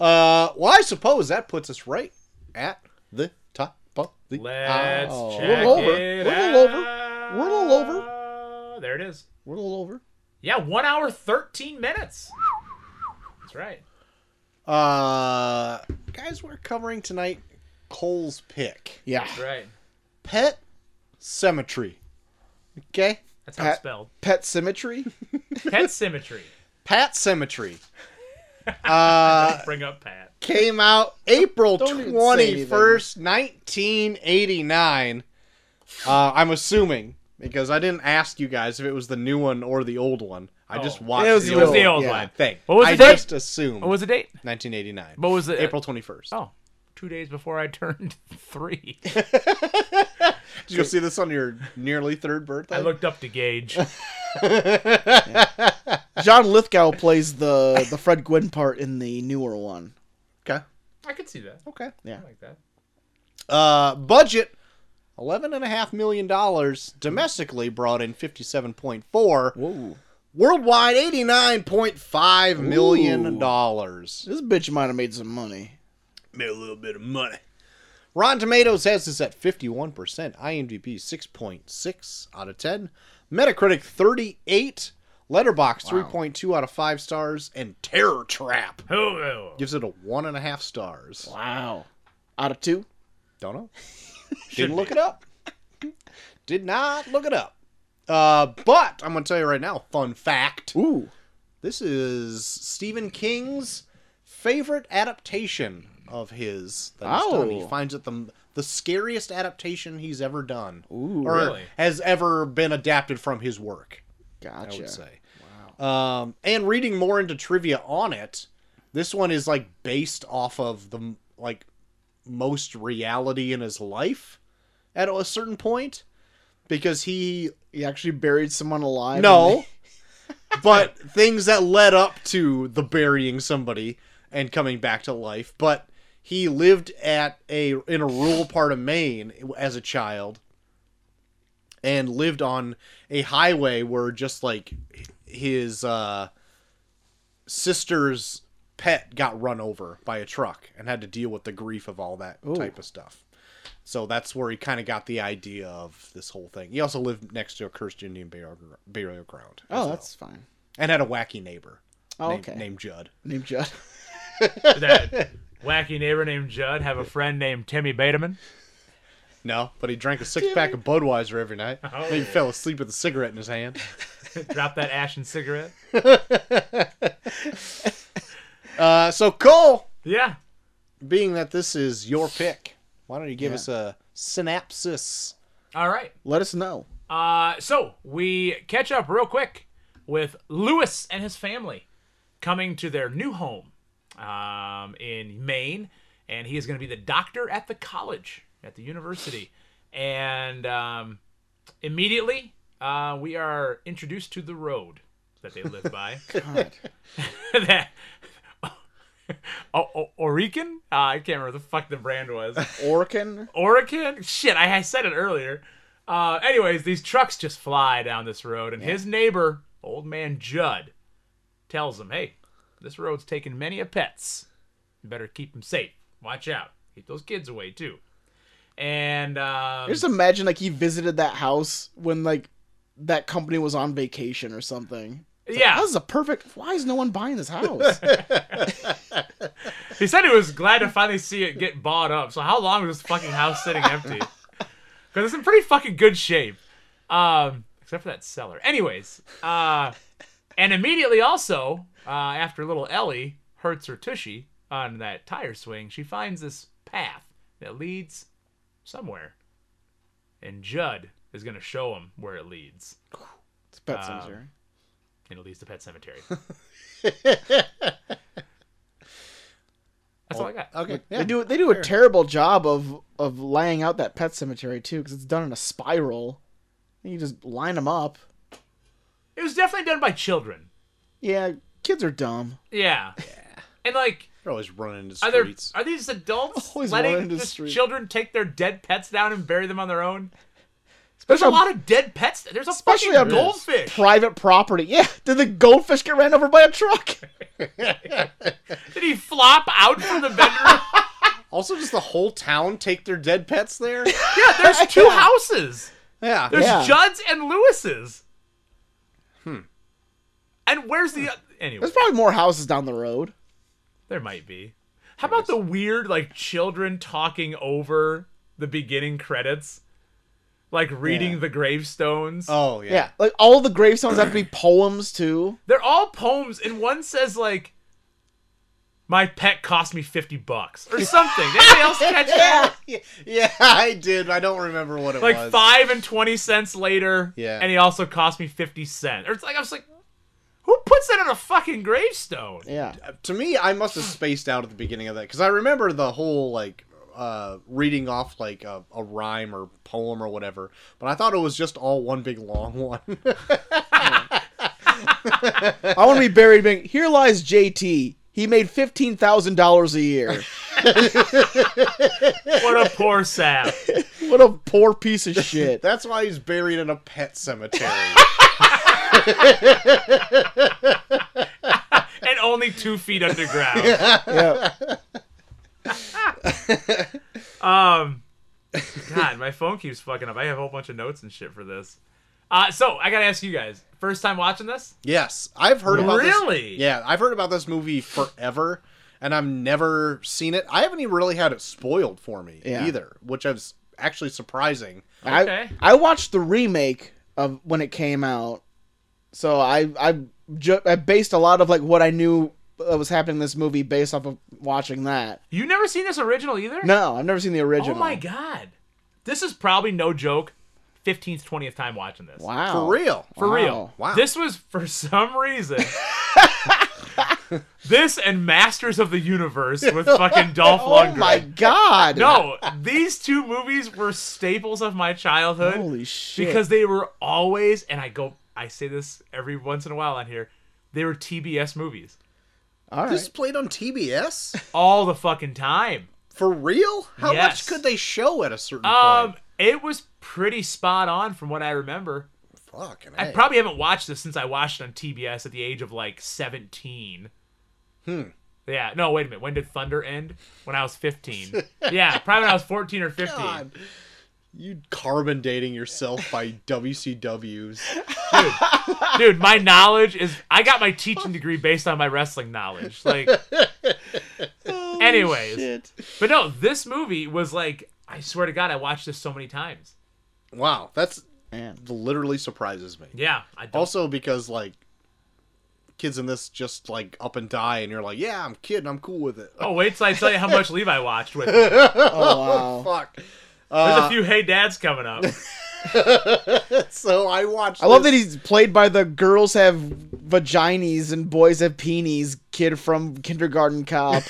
B: Uh, well, I suppose that puts us right at the top of the
C: Let's
B: hour.
C: check
A: We're a Oh. little over.
C: it
A: We're a little over.
C: out.
A: We're a little
C: There it is.
A: We're a little over.
C: Yeah, one hour thirteen minutes. That's right.
B: Uh, guys, we're covering tonight Cole's pick,
A: Yeah.
C: That's right.
B: Pet Cemetery. Okay,
C: That's how
A: Pat-
C: it's spelled.
A: Pet Symmetry.
C: Pet symmetry.
B: Pat Cemetery Uh,
C: Bring up Pat.
B: came out April
A: Don't even say
B: twenty first, nineteen eighty nine. Uh, I'm assuming because I didn't ask you guys if it was the new one or the old one. I just
C: Oh.
B: watched
A: It was
B: the,
A: the
C: It was
B: old
C: the old
A: yeah.
C: one.
B: thing.
C: What was
B: I
C: the date?
B: just assumed
C: What was the date?
B: 1989.
C: What was it?
B: April 21st.
C: Oh, two days before I turned three.
B: Did you go see this on your nearly third birthday?
C: I looked up to Gage.
A: John Lithgow plays the the Fred Gwynn part in the newer one.
B: okay.
C: I could see that.
B: Okay.
A: Yeah.
C: I like that.
B: Uh, budget eleven and a half million dollars domestically brought in fifty seven point four
A: Whoa.
B: worldwide eighty nine point five million
A: Ooh.
B: dollars.
A: This bitch might have made some money.
B: Made a little bit of money. Rotten Tomatoes has this at fifty one percent. IMDb six point six out of ten. Metacritic thirty eight. Letterbox three point two out of five stars. And Terror Trap
C: Oh, oh.
B: gives it a one and a half stars.
A: Wow. Out of two?
B: Don't know.
C: Should
B: Didn't look
C: be.
B: it up. Did not look it up. Uh, but I'm going to tell you right now, fun fact.
A: Ooh.
B: This is Stephen King's favorite adaptation of his. That he's done. He
A: Oh.
B: finds it the, the scariest adaptation he's ever done.
A: Ooh.
B: or
C: really?
B: has ever been adapted from his work, I
A: gotcha.
B: would say. Wow. Um, and reading more into trivia on it, this one is like based off of the like most reality in his life at a certain point because he
A: He actually buried someone alive.
B: no but things that led up to the burying somebody and coming back to life but he lived at a in a rural part of Maine as a child and lived on a highway where just like his uh sister's pet got run over by a truck and had to deal with the grief of all that type of stuff. So that's where he kind of got the idea of this whole thing. He also lived next to a cursed Indian burial, gr- burial ground. as
A: Oh,
B: well.
A: that's fine.
B: and had a wacky neighbor.
A: Oh,
B: named,
A: okay.
B: Named Judd.
A: Name Judd.
C: Did that wacky neighbor named Judd have a friend named Timmy Bateman?
B: No, but he drank a six pack of Budweiser every night.
C: Oh.
B: Then he fell asleep with a cigarette in his hand.
C: Drop that ashen cigarette.
B: Uh, so Cole,
C: Yeah.
B: being that this is your pick, why don't you give
A: Yeah.
B: us a synopsis?
C: All right.
A: Let us know.
C: Uh, so we catch up real quick with Lewis and his family. coming to their new home um, in Maine, and he is going to be the doctor at the college at the university. And um, immediately, uh, we are introduced to the road that they live by.
A: God.
C: that O- O- Orican? Uh, I can't remember the fuck the brand was.
A: Orkin?
C: Orican? Shit, I, I said it earlier. Uh, anyways, these trucks just fly down this road, and his neighbor, old man Judd, tells him, "Hey, this road's taking many a pets. You better keep them safe. Watch out. Keep those kids away too." And um,
A: I just imagine like he visited that house when like that company was on vacation or something.
C: yeah,
A: This is a perfect. Why is no one buying this house?
C: He said he was glad to finally see it get bought up. So how long was this fucking house sitting empty? Because it's in pretty fucking good shape, um, except for that cellar. Anyways, uh, and immediately also uh, after little Ellie hurts her tushy on that tire swing, she finds this path that leads somewhere, and Judd is gonna show him where it leads,
A: it's pet cemetery.
C: and it leads to Pet Cemetery. That's all I got.
B: Okay. yeah.
A: They do they do a terrible job of of laying out that pet cemetery too because it's done in a spiral. And you just line them up.
C: It was definitely done by children.
A: Yeah, kids are dumb.
C: Yeah. And like,
B: They're always running into
C: are there
B: streets.
C: are these adults
A: Always
C: letting
A: wanted to
C: just
A: street.
C: children take their dead pets down and bury them on their own? There's
A: Especially
C: a
A: on-
C: lot of dead pets. There's a
A: especially
C: fucking
A: on
C: goldfish.
A: private property. Yeah, did the goldfish get ran over by a truck?
C: Did he flop out from the bedroom?
B: Also, does the whole town take their dead pets there?
C: yeah, there's two houses.
B: yeah.
C: There's
A: Yeah.
C: Judd's and Lewis's. Hmm. And where's the anyway?
A: There's probably more houses down the road.
C: There might be. How about the weird like children talking over the beginning credits, like reading
A: Yeah.
C: the gravestones?
B: Oh
A: Yeah, like all the gravestones have to be poems too.
C: They're all poems, and one says like, "My pet cost me fifty bucks" or something. Did Anybody else catch that?
B: yeah, yeah, I did. I don't remember what it
C: Like
B: was.
C: five and twenty cents later,
B: Yeah.
C: and he also cost me fifty cents. Or it's like I was like, "Who puts that on a fucking gravestone?"
A: Yeah,
B: To me, I must have spaced out at the beginning of that because I remember the whole like uh, reading off like a, a rhyme or poem or whatever, but I thought it was just all one big long one.
A: I want to be buried. Being, Here lies JT. He made fifteen thousand dollars a year.
C: What a poor sap.
A: What a poor piece of shit.
B: That's why he's buried in a pet cemetery.
C: and only two feet underground.
A: yeah.
C: Um, God, my phone keeps fucking up. I have a whole bunch of notes and shit for this. Uh, so I gotta ask you guys: first time watching this?
B: yes, I've heard about this.
C: Really?
B: Yeah, I've heard about this movie forever, and I've never seen it. I haven't even really had it spoiled for me
A: Yeah.
B: either, which is actually surprising.
C: Okay.
A: I I watched the remake of when it came out, so I I ju- I based a lot of like what I knew that was happening in this movie based off of watching that.
C: You never seen this original either?
A: No, I've never seen the original.
C: Oh my god. This is probably no joke. 15th, 20th time watching this.
A: Wow.
B: For real.
C: For
A: Wow.
C: real.
B: Wow.
C: This was for some reason. this and Masters of the Universe with fucking Dolph
A: Oh
C: Lundgren.
A: my god.
C: No, these two movies were staples of my childhood
A: Holy shit.
C: because they were always and I go I say this every once in a while on here, they were TBS movies.
A: All right.
B: This played on TBS?
C: All the fucking time.
B: For real? How
C: Yes.
B: much could they show at a certain
C: Um
B: point?
C: it was pretty spot on from what I remember.
B: Fucking
C: I
B: A.
C: probably haven't watched this since I watched it on TBS at the age of like 17. Hmm. Yeah. No, wait a minute. When did Thunder end? When I was 15. yeah, probably when I was 14 or 15.
B: God. You carbon dating yourself by WCWs.
C: Dude, my knowledge is I got my teaching degree based on my wrestling knowledge. Like Anyways.
A: shit.
C: But no, this movie was like I swear to god I watched this so many times.
B: Wow, that's
A: Man.
B: literally surprises me.
C: Yeah, I don't
B: Also because like kids in this just like up and die and you're like, "Yeah, I'm kidding. I'm cool with it."
C: Oh, wait till I tell you how much Levi watched with. me. There's
A: Oh wow.
B: Fuck.
C: a few hey dads coming up.
B: so I watched.
A: I love that
B: this-
A: he's played by the girls have vaginas and boys have peenies kid from Kindergarten Cop.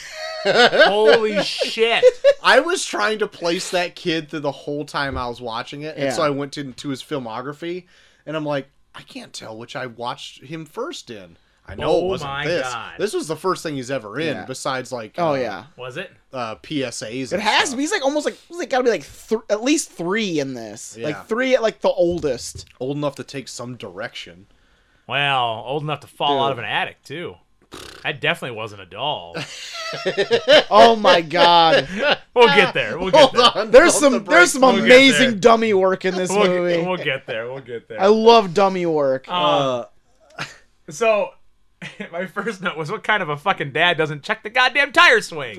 C: Holy shit!
B: I was trying to place that kid through the whole time I was watching it, and
A: Yeah.
B: so I went to, to his filmography, and I'm like, I can't tell which I watched him first in. I know it
C: Oh
B: wasn't
C: my
B: this.
C: God.
B: This was the first thing he's ever in,
A: Yeah.
B: besides like
A: oh
B: uh,
A: yeah,
C: Was it?
B: uh, PSAs.
A: it
B: and
A: has to
B: stuff.
A: be. He's like almost like he's like gotta be like th- at least three in this.
B: Yeah.
A: Like three at like the oldest.
B: old enough to take some direction.
C: Well, old enough to fall
A: Dude.
C: out of an attic too. That definitely wasn't a doll.
A: Oh my god,
C: We'll get there. We'll get there.
B: on,
A: Uh, there's
B: pump the
A: some there's
B: brakes.
A: some
C: We'll get there.
A: amazing dummy work in this
C: We'll,
A: movie.
C: we'll get there. We'll get there.
A: I uh, love dummy work.
C: Um, so, my first note was, "What kind of a fucking dad doesn't check the goddamn tire swing?"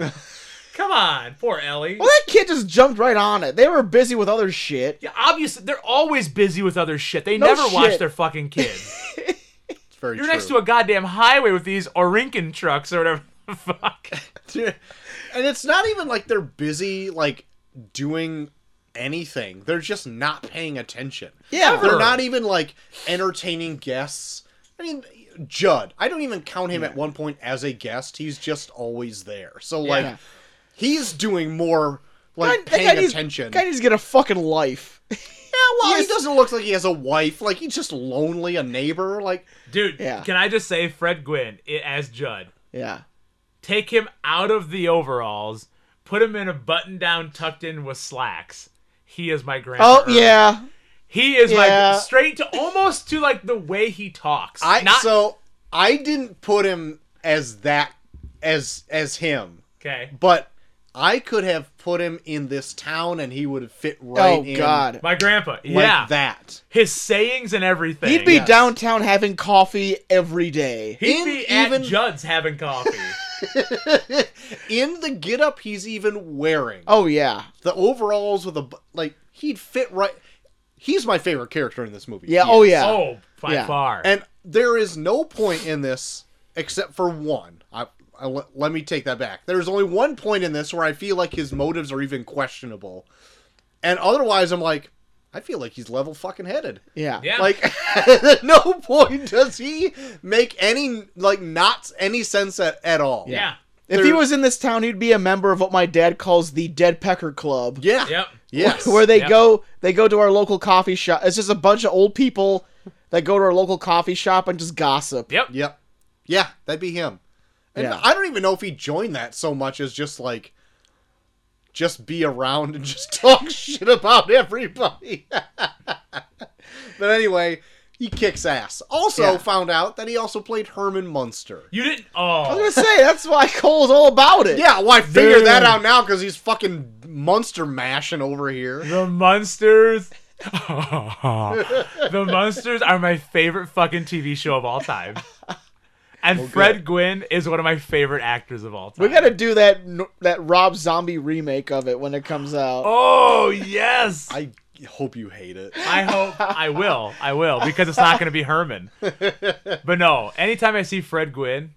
C: Come on, poor Ellie.
A: well, that kid just jumped right on it. They were busy with other shit.
C: Yeah, obviously, they're always busy with other shit. They
A: No
C: never watch
A: shit.
C: their fucking kids.
B: It's very
C: You're
B: true.
C: next to a goddamn highway with these Orinkin trucks or whatever. the Fuck.
B: Dude, and it's not even like they're busy like doing anything. They're just not paying attention.
A: Yeah.
B: They're not even like entertaining guests. I mean, Judd, I don't even count him at one point as a guest. He's just always there. So like
A: Yeah.
B: he's doing more
A: That
B: like paying
A: guy needs-
B: attention.
A: Guy needs to get a fucking life.
B: yeah, well,
A: he
B: he
A: is-
B: doesn't look like he has a wife. Like he's just lonely, a neighbor. Like
C: Dude,
A: Yeah.
C: can I just say, Fred Gwynn i- as Judd,
A: yeah.
C: take him out of the overalls, put him in a button down tucked in with slacks. He is my grandpa.
A: Oh
C: Irvin.
A: yeah.
C: He is my
A: Yeah.
C: straight to almost to like the way he talks.
B: I
C: Not,
B: so I didn't put him as that as as him.
C: okay.
B: But I could have put him in this town and he would have fit right
A: oh
B: in
A: god.
C: My grandpa.
B: like
C: yeah.
B: that.
C: His sayings and everything.
A: He'd be
B: yes.
A: downtown having coffee every day.
C: He'd
B: in
C: be at
B: even-
C: Judd's having coffee.
B: In the getup he's even wearing.
A: Oh yeah.
B: The overalls with a bu- like he'd fit right He's my favorite character in this movie.
A: Yeah.
B: He
A: Oh
B: is.
A: yeah.
C: Oh, by
A: Yeah.
C: far.
B: And there is no point in this except for one. I, I let- let me take that back. There's only one point in this where I feel like his motives are even questionable. And otherwise I'm like I feel like he's level fucking headed.
A: Yeah.
C: yeah.
B: Like at no point does he make any like not any sense at, at all.
C: yeah.
A: If he
B: There-
A: was in this town, he'd be a member of what my dad calls the Dead Pecker Club.
B: Yeah.
C: Yep.
B: Yes.
A: Where they
C: Yep.
A: go, they go to our local coffee shop. It's just a bunch of old people that go to our local coffee shop and just gossip.
C: Yep.
B: Yep. Yeah, that'd be him. And
A: Yeah.
B: I don't even know if he joined that so much as just like just be around and just talk shit about everybody. but anyway, he kicks ass. Also
A: Yeah.
B: found out that he also played Herman Munster.
C: You didn't.
A: I was
C: Oh.
A: gonna say that's why Cole's all about it.
B: Yeah, well I figure
A: Dude.
B: that out now because he's fucking Munster mashing over here.
C: The Munsters. the Munsters are my favorite fucking TV show of all time. And Fred Gwynn is one of my favorite actors of all time.
A: we gotta do that n- that Rob Zombie remake of it when it comes out.
C: Oh, yes. I,
B: I hope you hate it.
C: hope I will. I will because it's not going to be Herman. But no, anytime I see Fred Gwynn,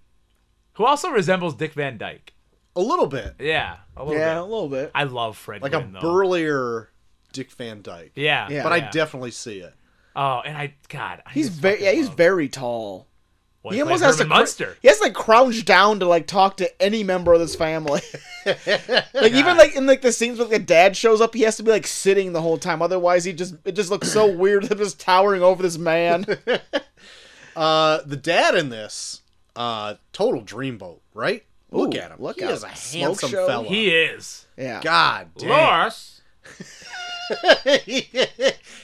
C: who also resembles Dick Van Dyke.
B: A little bit.
C: Yeah. A little
A: yeah, a
C: Bit.
A: little bit.
C: I love Fred
B: Like
C: Gwynn,
B: a
C: though.
B: burlier Dick Van Dyke.
C: yeah.
A: Yeah.
B: But
C: yeah.
B: I definitely see it.
C: Oh, and I. God. I
A: he's
C: just
A: very
C: fucking
A: yeah, he's
C: love-
A: very tall.
C: Well,
A: He almost
C: plays
A: has to
C: Herman
A: cr-
C: Munster.
A: He has to like crouch down to like talk to any member of this family. like even like in like the scenes where the dad shows up, he has to be like sitting the whole time. Otherwise, he just it just looks so weird. Him just towering over this man.
B: Uh, the dad in this, uh, total dreamboat, right? look
A: Ooh,
B: at him.
A: look
B: he
A: out.
B: is a
A: Smoke
B: handsome
A: show.
B: fella.
C: He is.
A: Yeah,
B: God damn.
C: Lars.
B: he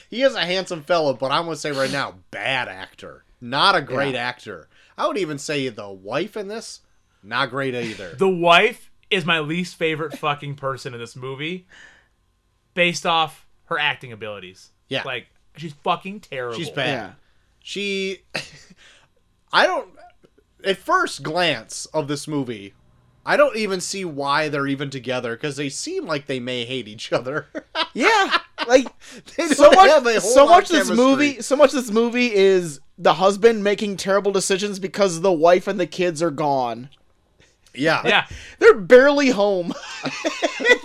B: is a handsome fella, but I'm gonna say right now, bad actor. Not a great actor. I would even say the wife in this, not great either.
C: The wife is my least favorite fucking person in this movie based off her acting abilities.
B: Yeah.
C: Like, she's fucking terrible.
B: She's bad.
A: yeah.
B: she i don't at first glance of this movie i don't even see why they're even together because they seem like they may hate each other
A: Yeah, like
B: They
A: so
B: don't have a
A: much.
B: whole
A: So
B: lot
A: much.
B: of
A: This
B: chemistry.
A: movie. So much. This movie is the husband making terrible decisions because the wife and the kids are gone.
B: Yeah.
C: Yeah,
A: They're barely home.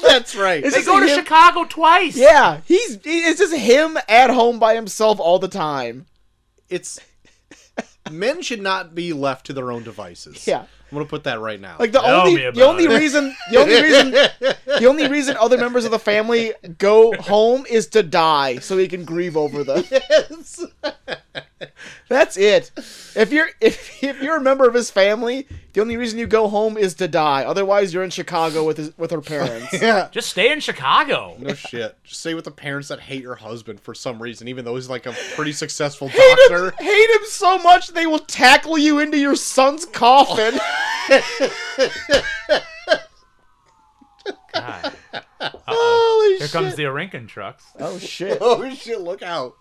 B: That's right.
A: It's
C: they
A: just
C: go to
A: him-
C: Chicago twice.
A: Yeah, he's it's just him at home by himself all the time.
B: It's men should not be left to their own devices.
A: Yeah.
B: I'm gonna put that right now.
A: Like the
C: Tell
A: only
C: me
A: the
C: about
A: only
C: it.
A: reason the only reason the only reason other members of the family go home is to die so he can grieve over them.
B: yes.
A: That's it. If you're if, if you're a member of his family, the only reason you go home is to die. Otherwise, you're in Chicago with his, with her parents.
B: Yeah.
C: Just stay in Chicago.
B: No shit. Just stay with the parents that hate your husband for some reason, even though he's like a pretty successful
A: hate him,
B: doctor.
A: hate him so much they will tackle you into your son's coffin.
C: God.
A: Holy
C: Here
A: shit.
C: comes the Orinkin trucks.
A: oh shit.
B: Oh shit! Look out!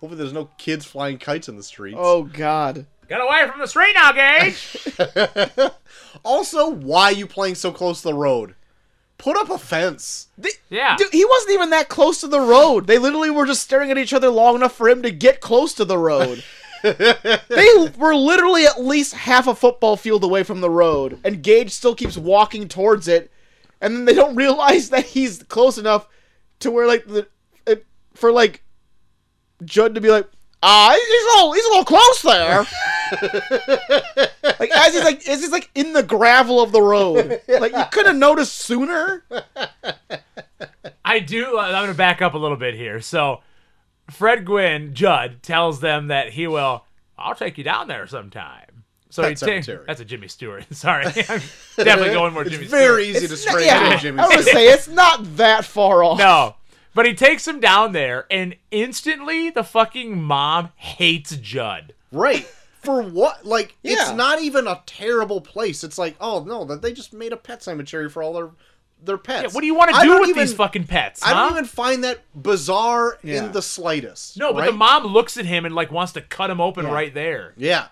B: Hopefully, there's no kids flying kites in the streets.
A: Oh god.
C: Get away from the street now, Gage.
B: Also, why you playing so close to the road? Put up a fence.
C: Yeah.
A: Dude, he wasn't even that close to the road. They literally were just staring at each other long enough for him to get close to the road. they were literally at least half a football field away from the road, and Gage still keeps walking towards it, and then they don't realize that he's close enough to where like the it, for like Judd to be like, ah, he's a little, he's a little close there. like as he's like as he's like in the gravel of the road, like you could have noticed sooner.
C: I do. uh, I'm going to back up a little bit here. So, Fred Gwynn Judd tells them that he will. I'll take you down there sometime. So
B: Pet
C: he takes.
B: cemetery.
C: That's a Jimmy Stewart. Sorry, I'm definitely going more
B: It's
C: Jimmy
B: very
C: Stewart.
B: easy to
A: It's
B: stray
A: not-
B: into
A: yeah,
B: Jimmy.
A: I was gonna say it's not that far off.
C: No, but he takes him down there, and instantly the fucking mom hates Judd.
B: Right. For what? Like, it's
A: Yeah.
B: not even a terrible place. It's like, oh no, that they just made a pet cemetery for all their their pets.
C: Yeah, what do you want to
B: I
C: do
B: don't
C: with
B: even-
C: these fucking pets?
B: I don't
C: huh?
B: even find that bizarre
A: Yeah.
B: in the slightest.
C: No, but
B: right?
C: the mom looks at him and like wants to cut him open right there.
B: Yeah.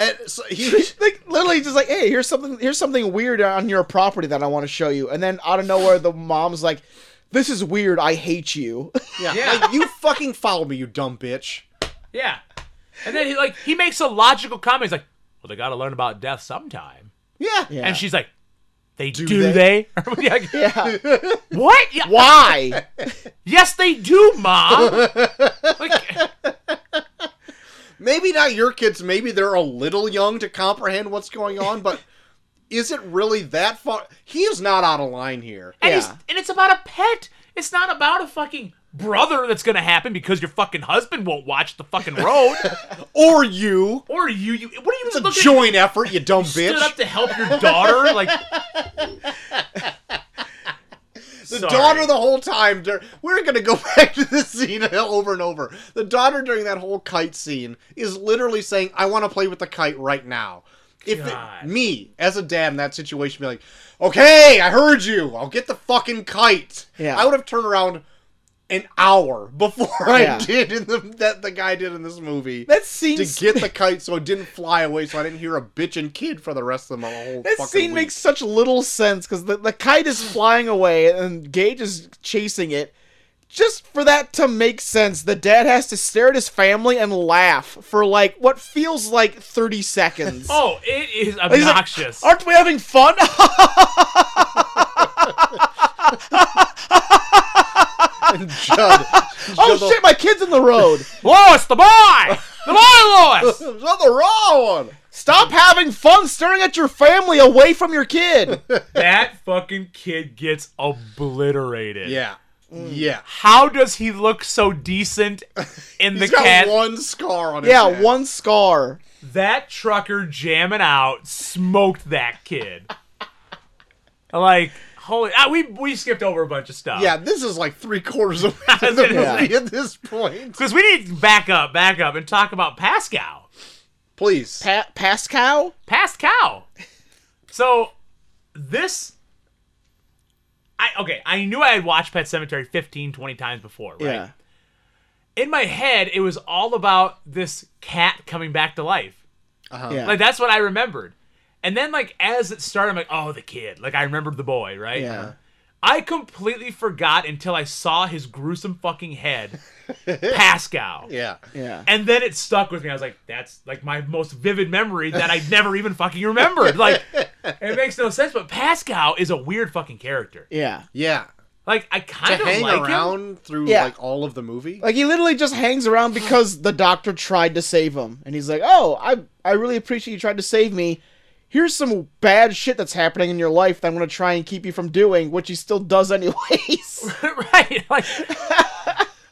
B: And so he,
A: Like literally just like, hey, here's something here's something weird on your property that I want to show you. And then out of nowhere the mom's like, This is weird, I hate you.
B: yeah,
C: Yeah.
B: like, you fucking follow me, you dumb bitch.
C: Yeah, and then he like he makes a logical comment. He's like, "Well, they got to learn about death sometime."
B: Yeah.
A: Yeah.
C: And she's like, "They do,
B: they?"
C: they?" Yeah, like,
A: yeah.
C: what? Yeah,
A: Why?
C: Yes, they do, mom. like,
B: Maybe not your kids. Maybe they're a little young to comprehend what's going on, but is it really that far? He is not out of line here.
C: and, it's,
A: Yeah.
C: and it's about a pet. It's not about a fucking brother that's gonna happen because your fucking husband won't watch the fucking road
B: Or you.
C: or you. You what are you
B: It's a
C: looking?
B: joint effort, you dumb
C: stood
B: bitch.
C: up to help your daughter, like
B: The daughter the whole time. dur- We're gonna go back to this scene over and over. The daughter during that whole kite scene is literally saying, "I want to play with the kite right now." If it-
C: God.
B: me as a dad in that situation be like, "Okay, I heard you. I'll get the fucking kite."
A: Yeah.
B: I would have turned around an hour before I
A: Yeah.
B: did in the that the guy did in this movie.
A: That
B: to
A: scene
B: get the kite so it didn't fly away, so I didn't hear a bitchin' kid for the rest of the whole
A: that
B: fucking
A: scene
B: week.
A: makes such little sense because the, the kite is flying away and Gage is chasing it. Just for that to make sense, the dad has to stare at his family and laugh for like what feels like 30 seconds.
C: Oh, it is
A: He's like,
C: obnoxious.
A: Aren't we having fun?
B: And Judd,
A: oh shit, my kid's in the road.
C: Lois, the boy, the boy, Lois.
B: There's another raw one.
A: Stop having fun staring at your family away from your kid.
C: that fucking kid gets obliterated.
B: Yeah. Yeah.
C: How does he look so decent in the
B: He's got
C: cat?
B: one scar on his
A: Yeah,
B: head.
A: one scar.
C: That trucker jamming out smoked that kid. like holy, ah, we we skipped over a bunch of stuff.
B: Yeah, this is like three quarters of the movie
C: Yeah.
B: at this point.
C: because we need to back up, back up, and talk about Pascal.
B: Please.
A: Pa- Pascal?
C: Pascal. So this. I, okay, I knew I had watched Pet Cemetery 15, 20 times before, right?
A: Yeah.
C: in my head, it was all about this cat coming back to life.
A: Yeah.
C: Like that's what I remembered. And then like as it started, I'm like, oh, the kid. Like I remembered the boy, right?
A: yeah.
C: I completely forgot until I saw his gruesome fucking head, Pascal.
B: Yeah.
A: Yeah.
C: And then it stuck with me. I was like, that's like my most vivid memory that I never even fucking remembered. Like it makes no sense, but Pascal is a weird fucking character.
A: Yeah.
B: yeah.
C: Like I
B: To
C: kind of
B: hang
C: like him.
B: around through
A: Yeah.
B: like all of the movie.
A: Like he literally just hangs around because the doctor tried to save him, and he's like, "Oh, I I really appreciate you tried to save me. Here's some bad shit that's happening in your life that I'm gonna try and keep you from doing," which he still does anyways.
C: right. Like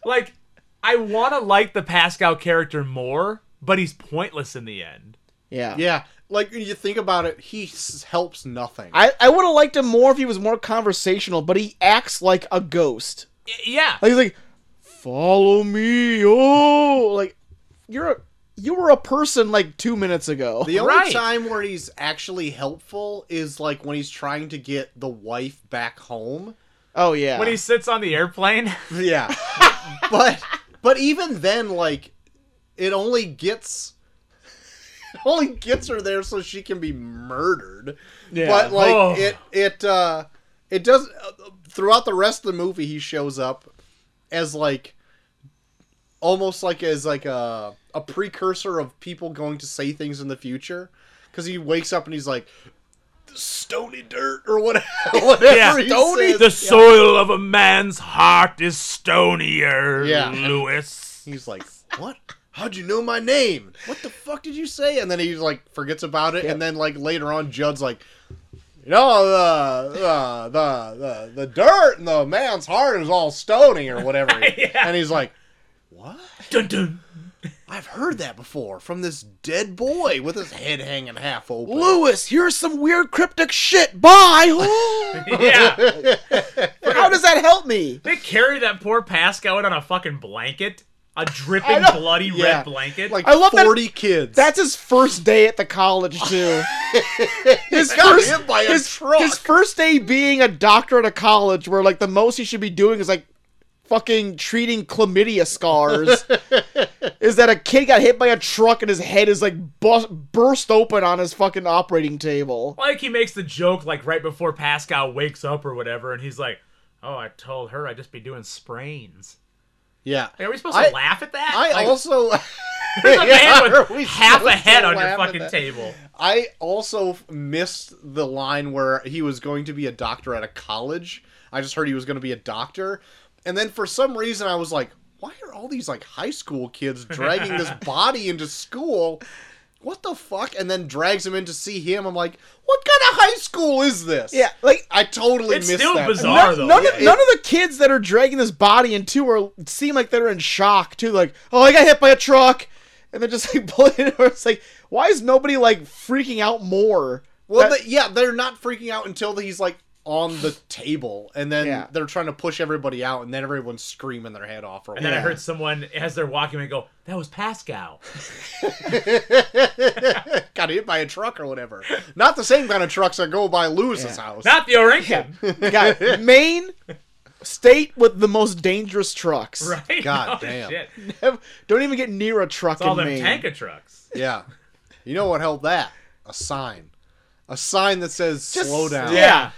C: like I want to like the Pascal character more, but he's pointless in the end.
A: yeah.
B: yeah. Like when you think about it, he s- helps nothing.
A: I, I would have liked him more if he was more conversational, but he acts like a ghost.
C: Y- yeah.
A: Like he's like, "Follow me, oh!" Like you're a, you were a person like two minutes ago.
B: the only
C: Right.
B: time where he's actually helpful is like when he's trying to get the wife back home.
A: oh yeah.
C: When he sits on the airplane,
B: Yeah. but but even then like it only gets it only gets her there so she can be murdered.
A: Yeah.
B: But like
C: Oh.
B: it it uh it does uh, throughout the rest of the movie he shows up as like almost like as like a a precursor of people going to say things in the future cuz he wakes up and he's like stony dirt or whatever, whatever
C: yeah,
B: he says.
C: the soil of a man's heart is stonier,
B: Yeah.
C: Lewis.
B: He's like, "What? How'd you know my name? What the fuck did you say?" And then he like forgets about it, and then like later on, Judd's like, "You know, the the the the, the dirt and the man's heart is all stony or whatever," and he's like, "What?
C: Dun, dun.
B: I've heard that before from this dead boy with his head hanging half open."
A: Lewis, here's some weird cryptic shit. Bye.
C: Yeah,
A: How does that help me?
C: they carry that poor Pascal out on a fucking blanket, a dripping
A: I know.
C: bloody
B: Yeah.
C: red blanket.
B: Like
A: I love that-
B: forty kids.
A: That's his first day at the college too. his
B: got hit by a
A: his,
B: truck.
A: his first day being a doctor at a college where like the most he should be doing is like fucking treating chlamydia scars. is that a kid got hit by a truck and his head is like bust, burst open on his fucking operating table.
C: like he makes the joke like right before Pascal wakes up or whatever, and he's like, "Oh, I told her I'd just be doing sprains."
B: yeah.
C: Like, are we supposed to
B: I-
C: laugh at that?
B: I
C: Like,
B: also
C: there's a
B: Yeah,
C: man
B: are we
C: with half a
B: supposed to
C: head on
B: laugh
C: your
B: at
C: fucking
B: that?
C: table.
B: I also f- missed the line where he was going to be a doctor at a college. I just heard he was going to be a doctor. And then for some reason, I was like, why are all these like high school kids dragging this body into school? What the fuck? And then drags him in to see him. I'm like, what kind of high school is this?
A: Yeah, like
B: I totally
C: It's
B: missed
C: still
B: that.
C: bizarre.
A: None,
C: though.
A: none
B: Yeah,
A: of,
B: it-
A: none of the kids that are dragging this body into are seem like they're in shock too. Like, oh, I got hit by a truck, and they're just like pulling it. over. It's like, why is nobody like freaking out more?
B: Well,
A: That-
B: they, yeah, they're not freaking out until he's like on the table, and then
A: Yeah.
B: they're trying to push everybody out, and then everyone's screaming their head off. Or
C: And then I
B: whatever.
C: heard someone as they're walking away go, "That was Pascal."
B: got hit by a truck or whatever. Not the same kind of trucks that go by Lewis's house.
C: Not the Orinkin.
A: got Maine state with the most dangerous trucks.
C: Right?
B: God
C: No
B: damn.
C: shit.
A: Don't even get near a truck
C: All
A: in
C: them
A: Maine.
C: tanker trucks.
B: yeah. You know what helped that? A sign. A sign that says slow down.
A: Yeah.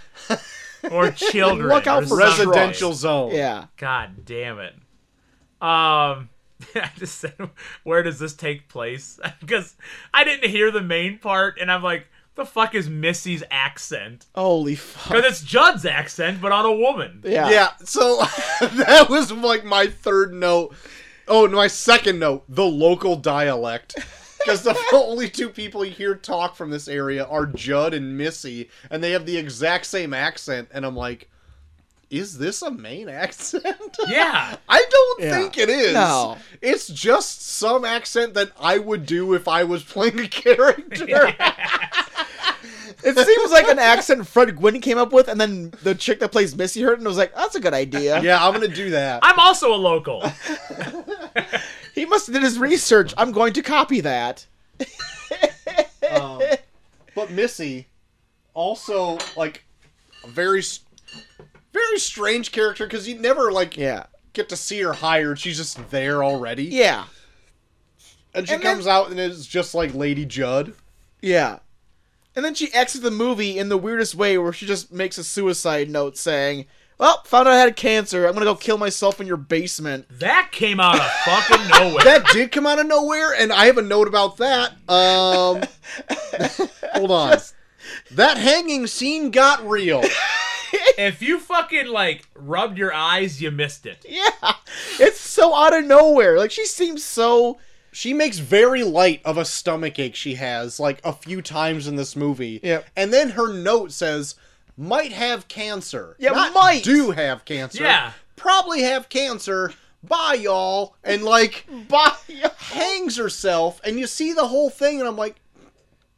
C: Or children.
A: Look out
C: or
A: for
C: something.
B: Residential zone.
A: yeah.
C: God damn it. Um, I just said, where does this take place? Because I didn't hear the main part, and I'm like, the fuck is Missy's accent?
A: Holy fuck.
C: Because it's Judd's accent, but on a woman.
A: Yeah.
B: Yeah. So that was like my third note. Oh, my second note, the local dialect. Because the only two people you hear talk from this area are Judd and Missy, and they have the exact same accent. And I'm like, is this a Maine accent?
C: Yeah.
B: I don't
A: Yeah.
B: think it is.
A: No.
B: It's just some accent that I would do if I was playing a character.
A: It seems like an accent Fred Gwynn came up with, and then the chick that plays Missy heard it and was like, "That's a good idea."
B: yeah, I'm gonna do that.
C: I'm also a local.
A: He must have did his research. I'm going to copy that.
B: Um, but Missy, also like a very, s- very strange character because you never like
A: Yeah.
B: get to see her hired. She's just there already.
A: Yeah.
B: and she
A: and then-
B: comes out and is just like Lady Judd.
A: Yeah. And then she exits the movie in the weirdest way where she just makes a suicide note saying, Well, found out I had cancer. I'm going to go kill myself in your basement.
C: that came out of fucking nowhere.
B: That did come out of nowhere, and I have a note about that. Um, hold on. That hanging scene got real.
C: If you fucking like rubbed your eyes, you missed it.
A: Yeah, it's so out of nowhere. Like she seems so.
B: she makes very light of a stomach ache she has like a few times in this movie.
A: Yep.
B: And then her note says might have cancer.
A: Yeah,
B: Not
A: might.
B: do have cancer.
C: Yeah.
B: Probably have cancer. Bye y'all. And like
A: Bye.
B: hangs herself and you see the whole thing and I'm like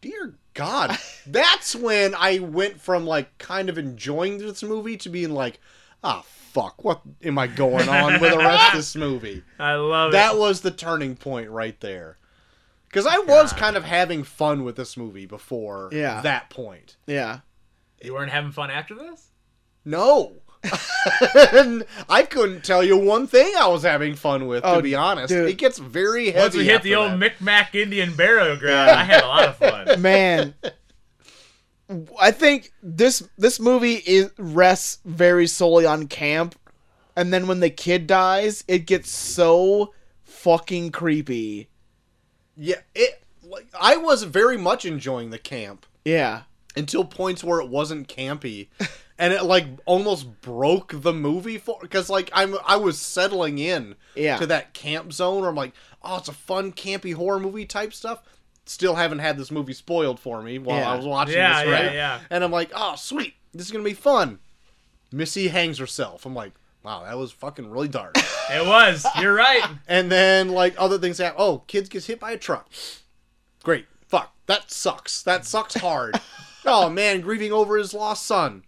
B: dear god. That's when I went from like kind of enjoying this movie to being like ah fuck what am I going on with the rest of this movie?
C: I love
B: that
C: it.
B: was the turning point right there. Because I was kind of having fun with this movie before
A: Yeah.
B: that point.
A: Yeah.
C: You weren't having fun after this?
B: No. And I couldn't tell you one thing I was having fun with,
A: Oh,
B: to be honest.
A: dude.
B: It gets very heavy.
C: Once we hit
B: after
C: the old
B: that.
C: Micmac Indian burial ground, I had a lot of fun.
A: man i think this this movie is rests very solely on camp and then when the kid dies it gets so fucking creepy
B: yeah, it. Like, I was very much enjoying the camp
A: yeah
B: until points where it wasn't campy, and it like almost broke the movie for because like I'm I was settling in
A: Yeah.
B: to that camp zone where I'm like, oh, it's a fun campy horror movie type stuff. Still haven't had this movie spoiled for me while
A: Yeah.
B: I was watching
C: Yeah,
B: this,
C: yeah,
B: right?
C: yeah.
B: And I'm like, oh, sweet, this is gonna be fun. Missy hangs herself. I'm like, wow, that was fucking really dark.
C: It was. You're right.
B: and then like other things happen. Oh, kids gets hit by a truck. Great. Fuck. That sucks. That sucks hard. oh man, grieving over his lost son.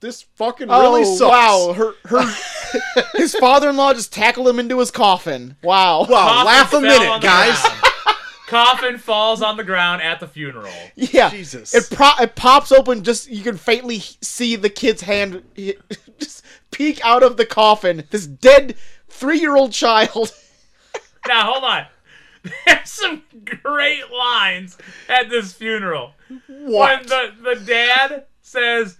B: This fucking really
A: oh
B: sucks.
A: wow her her his father-in-law just tackled him into his coffin wow
B: Wow,
C: Coffin
B: laugh a
C: fell
B: minute,
C: on the
B: guys.
C: ground. Coffin falls on the ground at the funeral.
A: yeah
B: Jesus.
A: it, pro- it pops open just you can faintly he- see the kid's hand he- just peek out of the coffin this dead three-year-old child
C: Now hold on. There's some great lines at this funeral.
B: What?
C: When the, the dad says,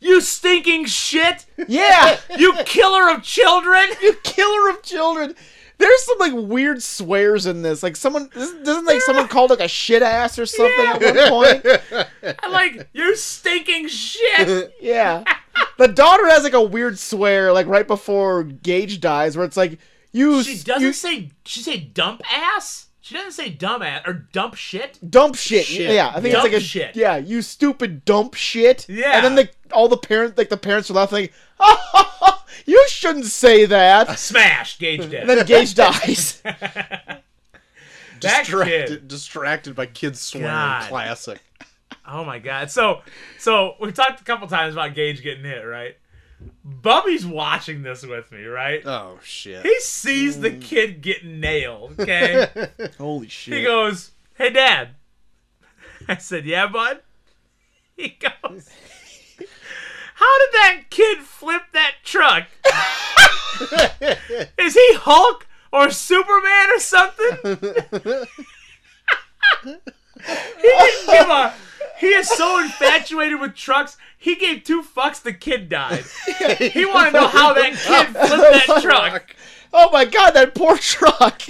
C: You stinking shit!
A: yeah
C: You killer of children!
A: killer of children. There's some like weird swears in this. Like someone doesn't doesn't, like someone called like a shit ass or something at one point.
C: I'm like, You stinking shit!
A: Yeah. The daughter has like a weird swear like right before Gage dies where it's like you
C: She
A: s-
C: doesn't
A: you
C: say, she say dump ass? She doesn't say dumb ass or dump shit.
A: dump shit.
B: Shit.
A: Yeah, I think
C: Dump
A: it's like a
C: shit.
A: Yeah, you stupid dump shit.
C: Yeah.
A: And then the all the parents like the parents are laughing like, oh, you shouldn't say that.
C: Smash, Gage did.
A: And then Gage dies.
C: That
B: distracted,
C: kid.
B: distracted by kids swearing.
C: God.
B: Classic.
C: Oh my god. So so we've talked a couple times about Gage getting hit, right? Bubby's watching this with me, right?
B: Oh shit.
C: He sees the kid getting nailed, okay?
A: Holy
C: he
A: shit.
C: goes, Hey dad. I said, Yeah, bud. He goes How did that kid flip that truck? Is he Hulk or Superman or something? he didn't give a he is so infatuated with trucks, he gave two fucks the kid died. He wanna know how that kid flipped that truck.
A: Oh my god, that poor truck.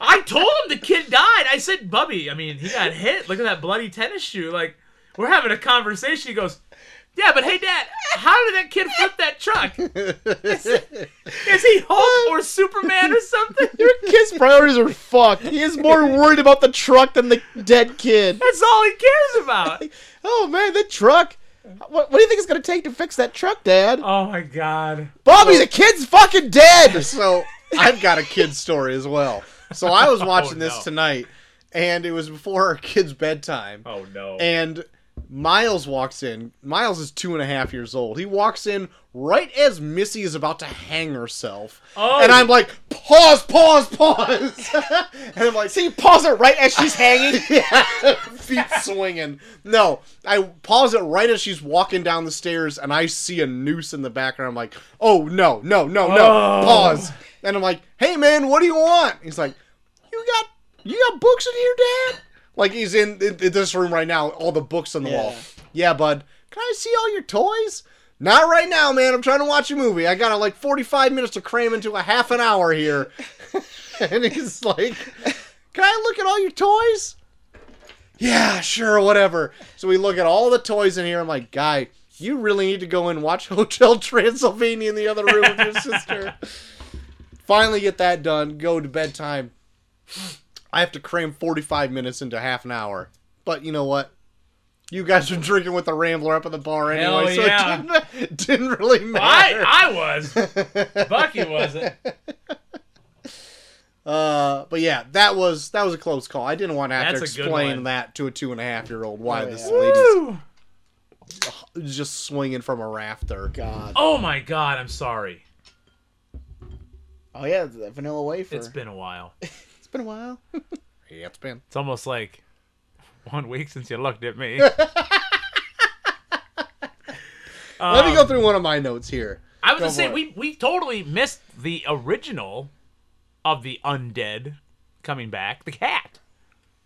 C: I told him the kid died. I said, Bubby, I mean, he got hit. Look at that bloody tennis shoe. Like, we're having a conversation. He goes, Yeah, but hey, Dad, how did that kid flip that truck? Is, is he Hulk or Superman or something?
A: Your kid's priorities are fucked. He is more worried about the truck than the dead kid.
C: That's all he cares about.
A: Oh man, that truck. What, what do you think it's gonna take to fix that truck, Dad?
C: Oh, my God.
A: Bobby, the kid's fucking dead.
B: so I've got a kid's story as well. So I
A: Oh,
B: was watching this
C: no.
B: tonight, and it was before our kids' bedtime.
C: Oh, no.
B: And Miles walks in. Miles is two and a half years old. He walks in right as Missy is about to hang herself.
C: Oh.
B: And I'm like, pause, pause, pause. and I'm like,
A: So you pause it right as she's hanging.
B: feet swinging. No, I pause it right as she's walking down the stairs, and I see a noose in the background. I'm like, oh no, no, no, no,
C: Oh.
B: pause. And I'm like, hey man, what do you want? He's like, you got you got books in here, Dad? Like he's in, in, in this room right now, all the books on the wall.
A: Yeah.
B: Yeah, bud. Can I see all your toys? Not right now, man. I'm trying to watch a movie. I got uh, like 45 minutes to cram into a half an hour here. and he's like, Can I look at all your toys? yeah, sure, whatever. So we look at all the toys in here. I'm like, guy, you really need to go and watch Hotel Transylvania in the other room with your sister. Finally, get that done. Go to bedtime. I have to cram 45 minutes into half an hour. But you know what? You guys were drinking with the Rambler up at the bar
C: Hell
B: anyway, so
C: yeah.
B: it didn't, didn't really matter.
C: I I was. Bucky wasn't.
B: Uh, but yeah, that was that was a close call. I didn't want to have
C: That's a
B: to
C: good
B: explain
C: one.
B: that to a two and a half year old why
A: Oh,
B: this
A: yeah.
C: Woo!
B: lady's just swinging from a rafter.
A: God.
C: Oh my god, I'm sorry.
A: Oh yeah, the vanilla wafer.
C: It's been a while.
A: it's been a while.
B: Yeah, it's been.
C: It's almost like one week since you looked at me.
B: Let me go through one of my notes here.
C: I was
B: Go
C: gonna say
B: for it.
C: we we totally missed the original of the undead coming back, the cat.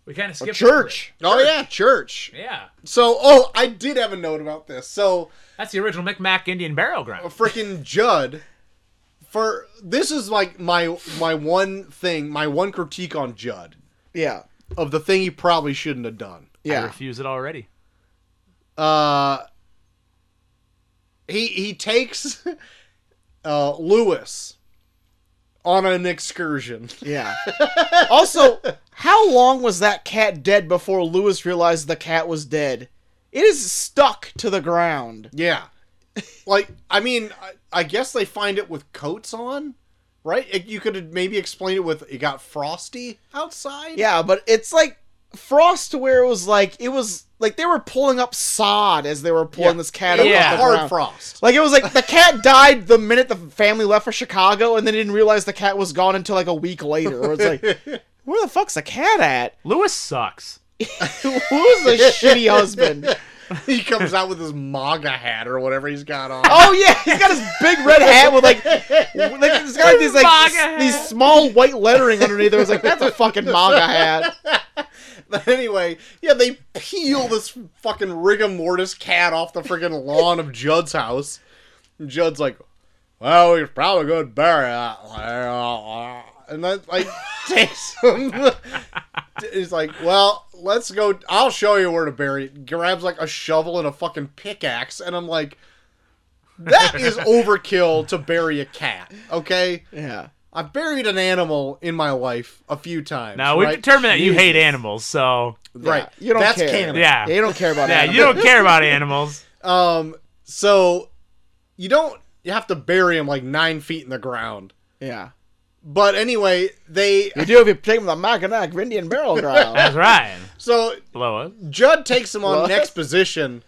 C: We kind of skipped over
A: Church.
B: Oh yeah, church.
C: it. Yeah,
B: So, oh, I did have a note about this. So,
C: that's the original Micmac Indian burial
B: a
C: ground.
B: freaking Judd. For this is like my my one thing, my one critique on Judd
A: Yeah.
B: of the thing he probably shouldn't have done.
C: I
A: Yeah.
C: refuse it already.
B: uh he he takes uh Lewis on an excursion.
A: Yeah. also, how long was that cat dead before Lewis realized the cat was dead? It is stuck to the ground.
B: Yeah. Like I mean, I, I guess they find it with coats on, right? It- you could maybe explain it with it got frosty outside.
A: Yeah, but it's like frost to where it was like it was like they were pulling up sod as they were pulling
B: Yeah.
A: this cat
B: It
A: up
B: was
C: Yeah.
A: off the
B: hard
A: ground.
B: frost.
A: Like it was like the cat died the minute the family left for Chicago, and they didn't realize the cat was gone until like a week later. Or it's like, where the fuck's the cat at?
C: Lewis sucks.
A: Who's a shitty husband?
B: he comes out with his MAGA hat or whatever he's got on.
A: Oh yeah, he's got his big red hat with like, like he's got like, these like
C: MAGA
A: s-
C: hat.
A: these small white lettering underneath. It was like that's a fucking MAGA hat.
B: But anyway, yeah, they peel this fucking rigor mortis cat off the friggin' lawn of Judd's house. And Judd's like, well, we could probably go and bury that. And that, like, takes him. He's like, well, let's go. I'll show you where to bury it. Grabs, like, a shovel and a fucking pickaxe. And I'm like, that is overkill to bury a cat, okay?
A: Yeah,
B: I've buried an animal in my life a few times.
C: Now we've
B: right?
C: determined that you hate animals, so
B: Right.
A: Yeah, you don't
B: That's
A: care.
B: canon.
C: yeah,
A: yeah you don't care about
C: yeah,
A: that.
C: you don't care about animals.
B: Um, so you don't you have to bury him like nine feet in the ground.
A: Yeah,
B: But anyway, they
A: you do if you take him to Mackinac Indian Barrel Ground.
C: That's Ryan.
B: so
C: Lewis.
B: Judd takes him on
A: What?
B: an exposition,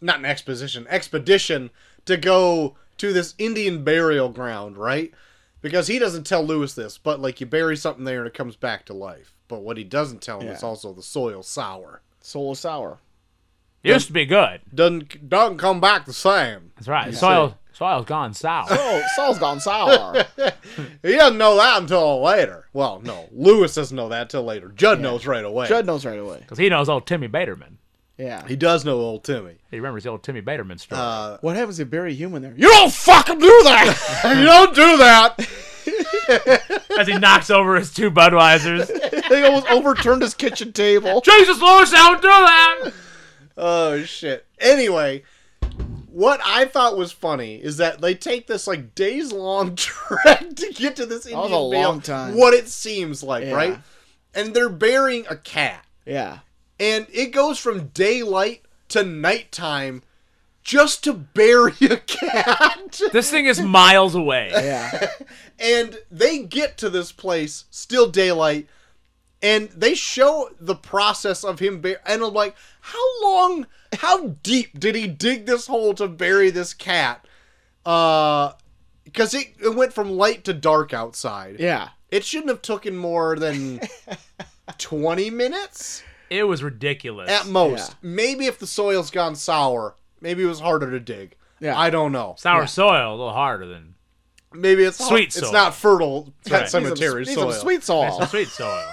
B: not an exposition, expedition to go to this Indian burial ground, right? Because he doesn't tell Lewis this, but like you bury something there and it comes back to life. But what he doesn't tell him is
A: Yeah.
B: also the soil sour.
A: Soul is sour.
C: Used to be good.
B: Doesn't doesn't come back the same.
C: That's right. Soil soil's gone south.
A: Oh, soul's gone sour.
B: He doesn't know that until later. Well, no, Lewis doesn't know that till later. Judd knows right away.
A: Judd knows right away.
C: Because he knows old Timmy Baderman.
A: Yeah.
B: He does know old Timmy.
C: He remembers the old Timmy Baderman story.
A: What happens if you bury a human there?
B: You don't fucking do that. you don't do that. Uh.
C: As he knocks over his two Budweisers.
A: They almost overturned his kitchen table.
C: Jesus, Lewis, don't do that!
B: Oh shit. Anyway, what I thought was funny is that they take this like days long trek to get to this Indian
A: was a
B: burial,
A: long time.
B: What it seems like,
A: Yeah.
B: right? And they're burying a cat,
A: Yeah.
B: and it goes from daylight to nighttime just to bury a cat.
C: This thing is miles away.
A: Yeah.
B: and they get to this place still daylight and they show the process of him bur- and i'm like how long how deep did he dig this hole to bury this cat uh because it, it went from light to dark outside
A: Yeah.
B: it shouldn't have taken more than 20 minutes
C: It was ridiculous.
B: at most maybe if the soil's gone sour maybe it was harder to dig
A: Yeah.
B: i don't know
C: Sour soil, a little harder than
B: maybe it's
C: Sweet
B: it's
C: soil.
B: not fertile pet
C: right.
B: cemetery
A: Need
B: soil
A: some sweet
C: That's
A: soul.
C: some sweet soil.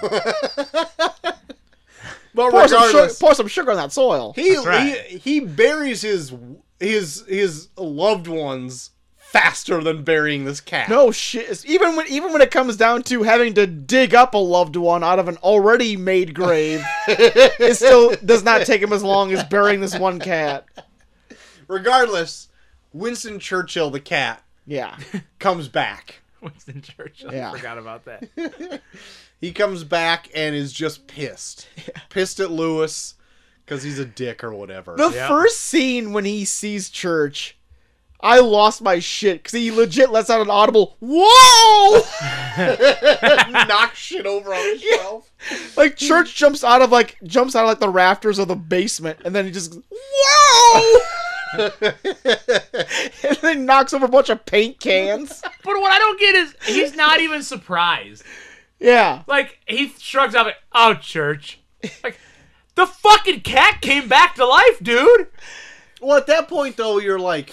B: but
A: Pour some, sugar,
B: regardless
A: pour some sugar on that soil.
B: He,
C: That's right.
B: he he buries his his his loved ones faster than burying this cat.
A: No shit. it's- Even when even when it comes down to having to dig up a loved one out of an already made grave, it still does not take him as long as burying this one cat.
B: Regardless, Winston Churchill the cat
A: Yeah.
B: comes back.
C: Winston Churchill.
A: Yeah.
C: Forgot about that.
B: He comes back and is just pissed. Pissed at Lewis because he's a dick or whatever.
A: The
C: Yeah.
A: first scene when he sees Church, I lost my shit because he legit lets out an audible "Whoa!"
B: Knocks shit over on his shelf.
A: like
B: Hmm.
A: Church jumps out of like jumps out of like the rafters of the basement, and then he just "Whoa!" and then knocks over a bunch of paint cans.
C: But what I don't get is he's not even surprised.
A: Yeah.
C: Like he shrugs off it. Oh, church. Like the fucking cat came back to life, dude.
B: Well, at that point, though, you're like,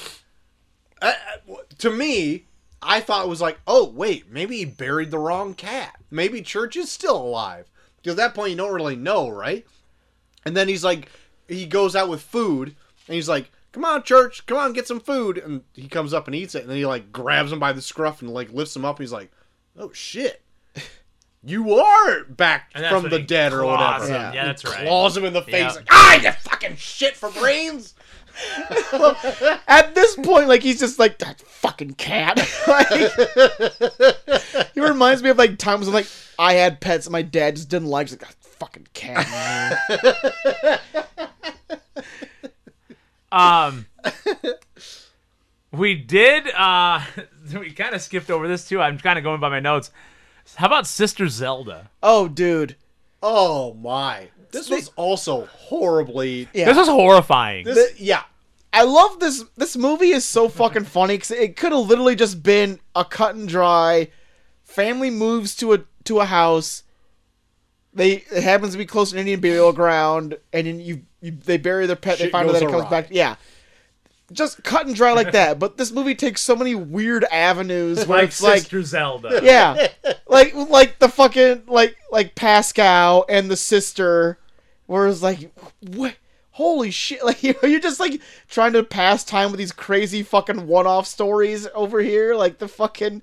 B: I- I- to me, I thought it was like, oh wait, maybe he buried the wrong cat. Maybe Church is still alive. Because at that point, you don't really know, right? And then he's like, he goes out with food, and he's like, come on, Church, come on, get some food. And he comes up and eats it, and then he like grabs him by the scruff and like lifts him up. And he's like, oh shit. You are back
C: And that's
B: from
C: when
B: the
C: he
B: dead or
C: claws
B: whatever.
C: him. Yeah,
B: He
C: that's right.
B: Claws him in the face.
C: Yeah.
B: Like, ah, you fucking shit for brains.
A: At this point, like he's just like that fucking cat. like, he reminds me of like times when like I had pets and my dad just didn't like. He's like that fucking cat. man."
C: Um, we did. Uh, we kind of skipped over this too. I'm kind of going by my notes. How about Sister Zelda?
A: oh, dude.
B: Oh my! This was also horribly.
A: Yeah.
C: This is horrifying.
B: This, yeah.
A: I love this. This movie is so fucking funny because it could have literally just been a cut and dry. Family moves to a to a house. They it happens to be close to an Indian burial ground, and then you, you they bury their pet. they
B: Shit
A: find out that
B: goes
A: it comes
B: awry.
A: back. Yeah, just cut and dry like that. But this movie takes so many weird avenues where
C: like
A: it's like
C: Sister Zelda.
A: yeah, like like the fucking like like Pascal and the sister, where it's like, what? Holy shit! Like you know, you're just like trying to pass time with these crazy fucking one-off stories over here, like the fucking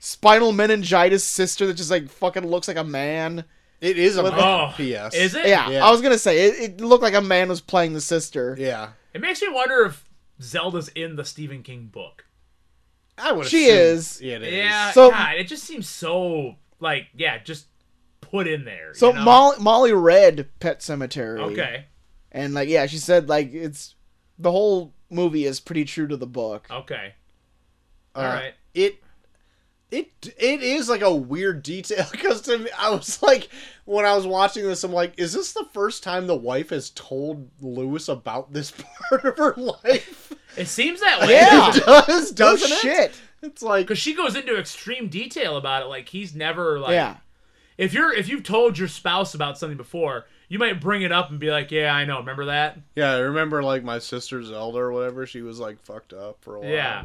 A: spinal meningitis sister that just like fucking looks like a man.
B: It is a
C: Oh,
B: bad PS.
C: is it?
A: Yeah,
B: Yeah.
A: I was gonna say it, it looked like a man was playing the sister.
B: Yeah.
C: It makes me wonder if Zelda's in the Stephen King book.
B: I would.
A: She
B: assume
A: is.
B: It is.
C: Yeah,
A: So-
C: God, it just seems so like yeah, just put in there.
A: So
C: you know?
A: Molly, Molly read Pet Cemetery.
C: Okay.
A: and like yeah, she said like it's the whole movie is pretty true to the book.
C: Okay.
B: Uh,
C: All right.
B: It. It it is like a weird detail because to me I was like when I was watching this I'm like is this the first time the wife has told Lewis about this part of her life?
C: It seems that way.
A: Yeah.
B: It does
A: No
B: doesn't it?
A: Oh, shit.
B: It's like
C: Because she goes into extreme detail about it. Like he's never like
A: yeah.
C: if you're if you've told your spouse about something before, you might bring it up and be like, Yeah, I know, remember that?
B: yeah I remember like my sister Zelda or whatever she was like fucked up for a while.
C: Yeah.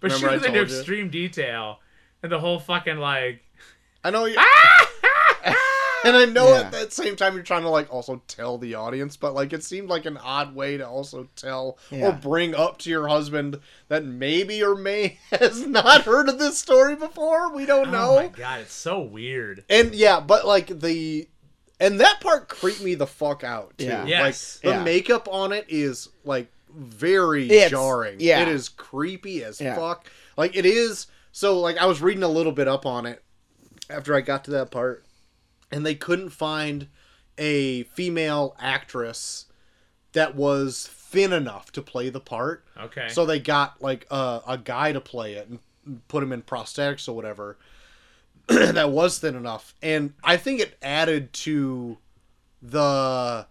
C: But
B: Remember I
C: she goes into
B: told you?
C: extreme detail and the whole fucking like
B: I know. You- and I know at
A: Yeah.
B: that same time you're trying to like also tell the audience, but like it seemed like an odd way to also tell
A: Yeah.
B: or bring up to your husband that maybe or may has not heard of this story before. We don't
C: Oh my
B: know.
C: god, it's so weird.
B: And yeah, but like the and that part creeped me the fuck out too.
A: Yeah.
C: Yes.
B: Like the
A: Yeah.
B: makeup on it is like very
A: It's-
B: jarring.
A: yeah.
B: It is creepy as
A: Yeah.
B: fuck. Like it is so like I was reading a little bit up on it after I got to that part and they couldn't find a female actress that was thin enough to play the part.
C: Okay.
B: So they got like a, a guy to play it and put him in prosthetics or whatever. that was thin enough, and I think it added to the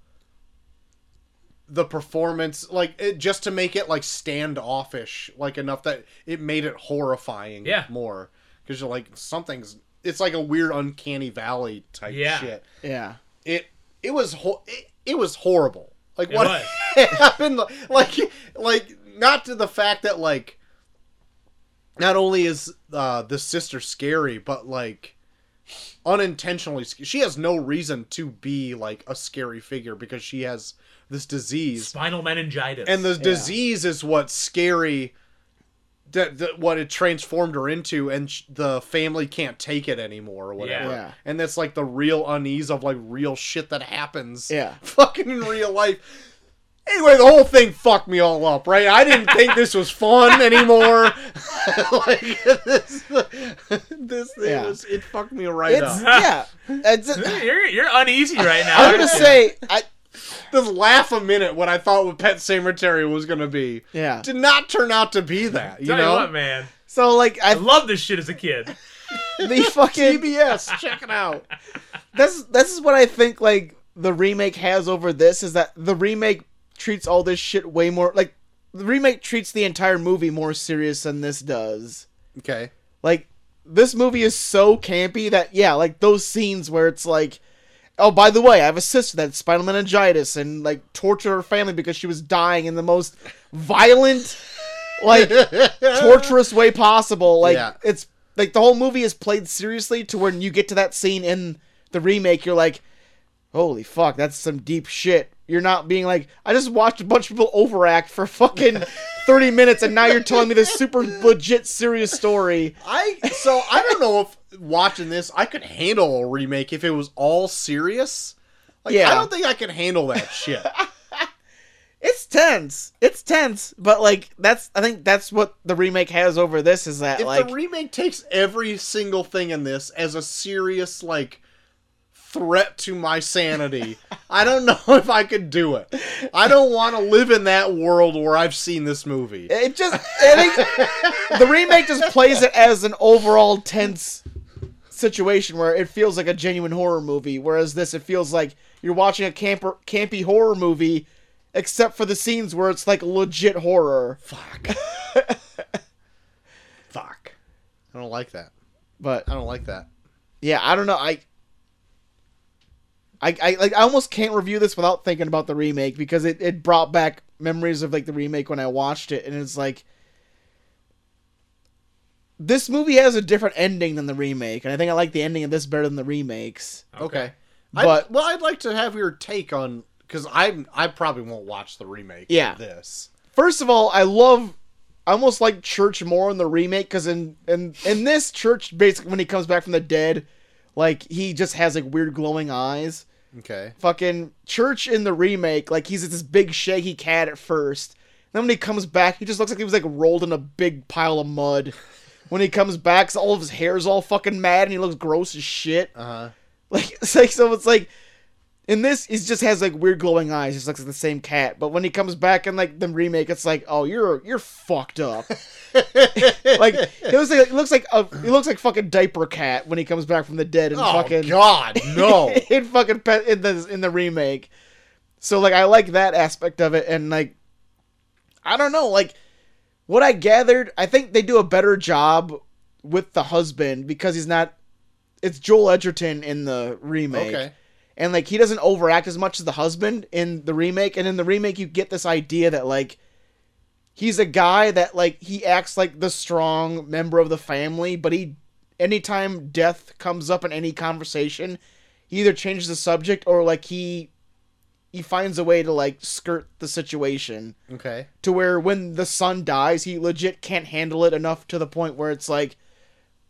B: the performance, like it, just to make it like standoffish, like enough that it made it horrifying.
C: Yeah.
B: More because you're like something's. It's like a weird uncanny valley type
C: Yeah.
B: shit.
A: Yeah.
B: It it was ho- it, it was horrible. Like
C: It
B: what
C: was.
B: happened like like not to the fact that like not only is uh the sister scary but like unintentionally sc- she has no reason to be like a scary figure because she has this disease
C: Spinal meningitis.
B: and the disease is what's scary that, that what it transformed her into, and sh- the family can't take it anymore or whatever.
A: Yeah.
B: And that's like the real unease of like real shit that happens.
A: Yeah.
B: Fucking in real life. Anyway, the whole thing fucked me all up, right? I didn't think this was fun anymore. like this, this thing
A: Yeah.
B: was it fucked me right
A: It's
B: up.
A: yeah. It's,
C: You're you're uneasy right now.
A: I'm gonna say I
B: The laugh a minute what I thought what Pet Cemetery was gonna be
A: yeah.
B: did not turn out to be that. You
C: Tell
B: know,
C: you what, man.
A: So like
C: I
A: I
C: love this shit as a kid.
A: the fucking
B: CBS, check it out.
A: this this is what I think like the remake has over this is that the remake treats all this shit way more like the remake treats the entire movie more serious than this does.
B: Okay.
A: Like this movie is so campy that yeah, like those scenes where it's like oh by the way, I have a sister that's spinal meningitis and like tortured her family because she was dying in the most violent like torturous way possible. Like
B: Yeah.
A: it's like the whole movie is played seriously to when you get to that scene in the remake, you're like, holy fuck, that's some deep shit. You're not being like, I just watched a bunch of people overact for fucking 30 minutes and now you're telling me this super legit serious story.
B: I so I don't know if watching this I could handle a remake if it was all serious. Like
A: Yeah.
B: I don't think I could handle that shit.
A: It's tense. It's tense, but like that's I think that's what the remake has over this is that
B: if
A: like
B: the remake takes every single thing in this as a serious like threat to my sanity, I don't know if I could do it. I don't want to live in that world where I've seen this movie.
A: It just I think the remake just plays it as an overall tense situation where it feels like a genuine horror movie, whereas this it feels like you're watching a camper campy horror movie, except for the scenes where it's like legit horror.
B: Fuck. Fuck. I don't like that.
A: But
B: I don't like that.
A: yeah, I don't know. I I, I like I almost can't review this without thinking about the remake because it, it brought back memories of like the remake when I watched it and it's like this movie has a different ending than the remake and I think I like the ending of this better than the remakes.
B: Okay.
A: But-
B: I'd, well, I'd like to have your take on because I I probably won't watch the remake.
A: Yeah.
B: Of this.
A: First of all, I love I almost like Church more in the remake because in in in this Church basically when he comes back from the dead, like he just has like weird glowing eyes.
B: Okay.
A: fucking church in the remake like he's this big shaggy cat at first then when he comes back he just looks like he was like rolled in a big pile of mud when he comes back so all of his hair's all fucking mad and he looks gross as shit
B: Uh huh.
A: like it's like so it's like in this he just has like weird glowing eyes just looks like the same cat but when he comes back in like the remake it's like oh you're you're fucked up like it was like it looks like a he looks like fucking diaper cat when he comes back from the dead and
B: Oh
A: fucking
B: God, no.
A: in fucking pe- in the in the remake. So like I like that aspect of it, and like I don't know, like what I gathered, I think they do a better job with the husband because he's not. It's Joel Edgerton in the remake,
B: okay.
A: and like he doesn't overact as much as the husband in the remake. And in the remake, you get this idea that like he's a guy that like he acts like the strong member of the family, but he anytime death comes up in any conversation, he either changes the subject or like he he finds a way to like skirt the situation
B: Okay.
A: to where when the son dies, he legit can't handle it enough to the point where it's like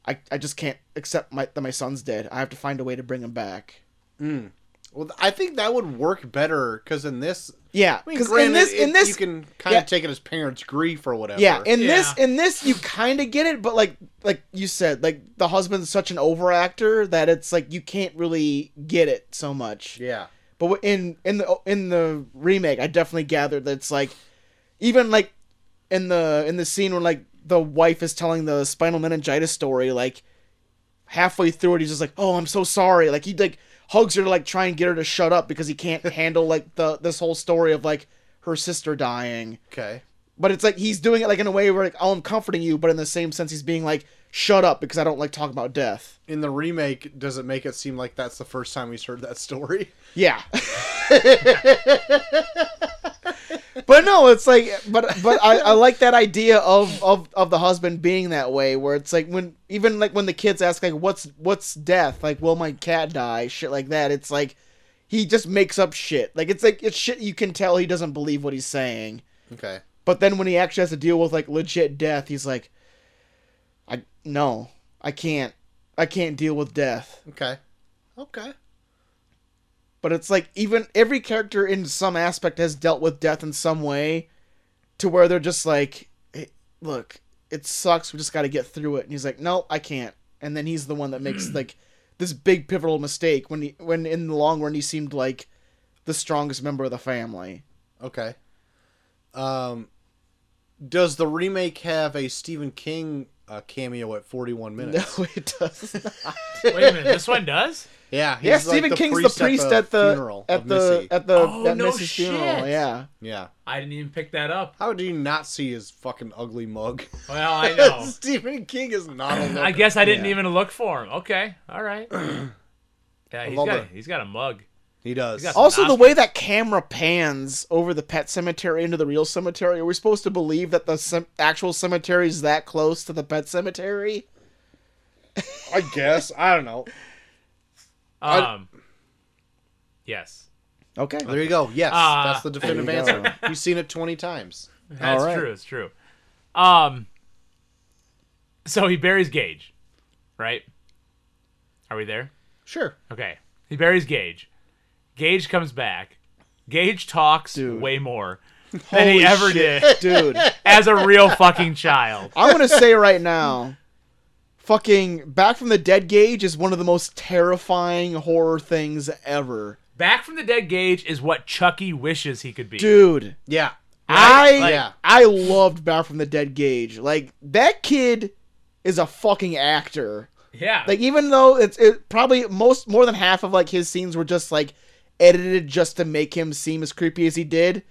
A: I, I just can't accept my that my son's dead. I have to find a way to bring him back.
B: Well, I think that would work better because in this,
A: Yeah,
B: I mean,
A: because in
B: granted,
A: this, in
B: it-
A: this,
B: you can kind
A: yeah.
B: of take it as parents' grief or whatever.
A: yeah, in this,
C: Yeah.
A: in this, you kind of get it, but like, like you said, like the husband's such an overactor that it's like you can't really get it so much.
B: yeah.
A: But wh- in in the in the remake, I definitely gathered that it's like, even like in the in the scene when like the wife is telling the spinal meningitis story, like halfway through it, he's just like, "Oh, I'm so sorry." Like he like hugs her to like try and get her to shut up because he can't handle like the this whole story of like her sister dying.
B: Okay.
A: But it's like he's doing it like in a way where like, "Oh, I'm comforting you," but in the same sense, he's being like, "Shut up," because I don't like talking about death.
B: In the remake, does it make it seem like that's the first time he's heard that story?
A: Yeah. but no, it's like but but I, I like that idea of, of of the husband being that way where it's like when even like when the kids ask like what's what's death? Like will my cat die? Shit like that. It's like he just makes up shit. Like it's like it's shit you can tell he doesn't believe what he's saying.
B: Okay.
A: But then when he actually has to deal with like legit death, he's like, I no, I can't, I can't deal with death.
B: Okay. Okay.
A: But it's like even every character in some aspect has dealt with death in some way, to where they're just like, hey, look, it sucks. We just got to get through it. And he's like, no, I can't. And then he's the one that makes like this big pivotal mistake when he when in the long run he seemed like the strongest member of the family.
B: Okay. Um, does the remake have a Stephen King uh, cameo at 41
A: No,
B: minutes?
A: it does. Not.
C: Wait a minute, this one does?
B: Yeah. he's
A: Yeah,
B: like
A: Stephen King's the priest
B: the
A: at the
B: funeral
A: at
B: of
A: the
B: Missy.
A: at the
C: Oh,
A: at
C: no
A: Missy's funeral.
C: shit.
A: Yeah.
B: yeah.
C: I didn't even pick that up.
B: How do you not see his fucking ugly mug?
C: Well, I know.
B: Stephen King is not a
C: I
B: looker.
C: guess I didn't
B: Yeah.
C: even look for him. Okay, all right. Yeah, he's
B: love
C: got a,
B: it.
C: he's got a mug.
B: He does.
C: got-
A: Also, the
C: Nostril.
A: way that camera pans over the pet cemetery into the real cemetery, are we supposed to believe that the cem- actual cemetery is that close to the pet cemetery? Oh,
B: I guess. I don't know. I-
C: Um, yes,
A: Okay.
B: There you go. Yes,
C: Ah.
B: that's the definitive
A: There you go.
B: answer. He's seen it 20 times.
C: that's
A: right.
C: true. It's true. Um, so he buries Gage, right? Are we there?
B: Sure.
C: Okay. He buries Gage. Gage comes back. Gage talks
A: Dude.
C: way more than he
A: Holy
C: ever
A: shit,
C: did
A: dude.
C: as a real fucking child.
A: I'm gonna say right now, fucking Back from the Dead Gage is one of the most terrifying horror things ever,
C: Back from the Dead Gage is what Chucky wishes he could be.
A: dude.
B: Yeah.
A: I
C: Like-
B: Yeah.
A: I loved Back from the Dead Gage. Like that kid is a fucking actor.
C: Yeah.
A: Like even though it's it probably most more than half of like his scenes were just like edited just to make him seem as creepy as he did.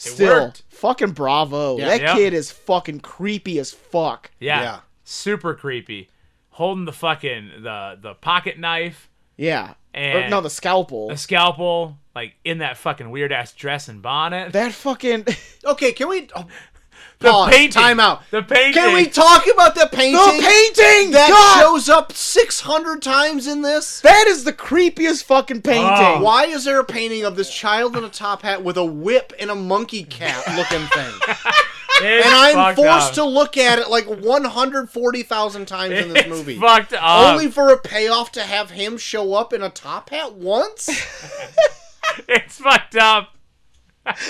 A: Still,
C: worked.
A: fucking bravo!
B: Yeah.
A: that
C: Yeah.
A: kid is fucking creepy as fuck.
C: yeah.
B: Yeah.
C: Super creepy. Holding the fucking the the pocket knife,
A: Yeah, or,
C: And-
A: no, the scalpel.
C: a scalpel, like in that fucking weird ass dress and bonnet.
A: That fucking
B: Okay, can we oh,
C: the
B: pause,
C: painting.
B: time out.
C: The painting.
B: Can we talk about the painting?
A: the painting
B: that
A: God!
B: shows up 600 times in this?
A: That is the creepiest fucking painting.
C: Oh.
B: Why is there a painting of this child in a top hat with a whip and a monkey cap looking thing?
C: It's
B: and I'm
C: fucked
B: forced
C: up.
B: to look at it like 140,000 times in this
C: It's
B: movie.
C: Fucked up.
B: Only for a payoff to have him show up in a top hat once?
C: It's fucked up.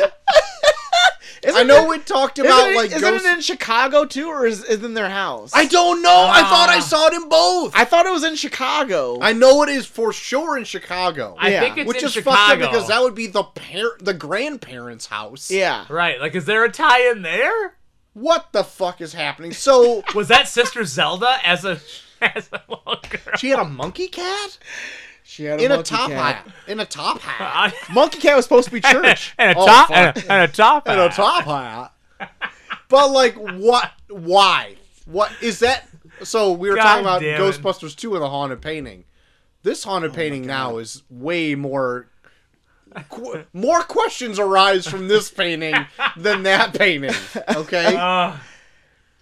A: Isn't
B: I know
A: it-
B: we talked
A: isn't
B: about
A: it-
B: like
A: isn't
B: ghost.
A: it in Chicago too, or is, is it in their house?
B: I don't know. I thought I
C: Ah.
B: saw it in both. I,
A: I thought it was in Chicago.
B: know it is for sure in Chicago.
C: I
A: Yeah.
C: think it's
B: which
C: in
B: is
C: Chicago.
B: fucked up because that would be the par- the grandparents' house.
A: yeah.
C: Right, like is there a tie in there?
B: What the fuck is happening? So
C: Was that Sister Zelda as a as a little girl?
B: she had a monkey cat
A: She had
B: in a
A: monkey
B: top
A: cat.
B: hat. In a top hat.
C: and
A: Monkey cat was supposed to be
C: a
A: church.
B: Oh,
C: top
B: fuck.
C: and a, and a top
B: In a
C: hat.
B: top hat. But like, what? Why? What is that? So we were
C: God
B: talking about
C: damn it.
B: Ghostbusters 2 and the haunted painting. This
A: Oh
B: haunted painting now is way more. qu- More questions arise from this painting than that painting.
A: Oh,
B: Okay.
C: Ugh.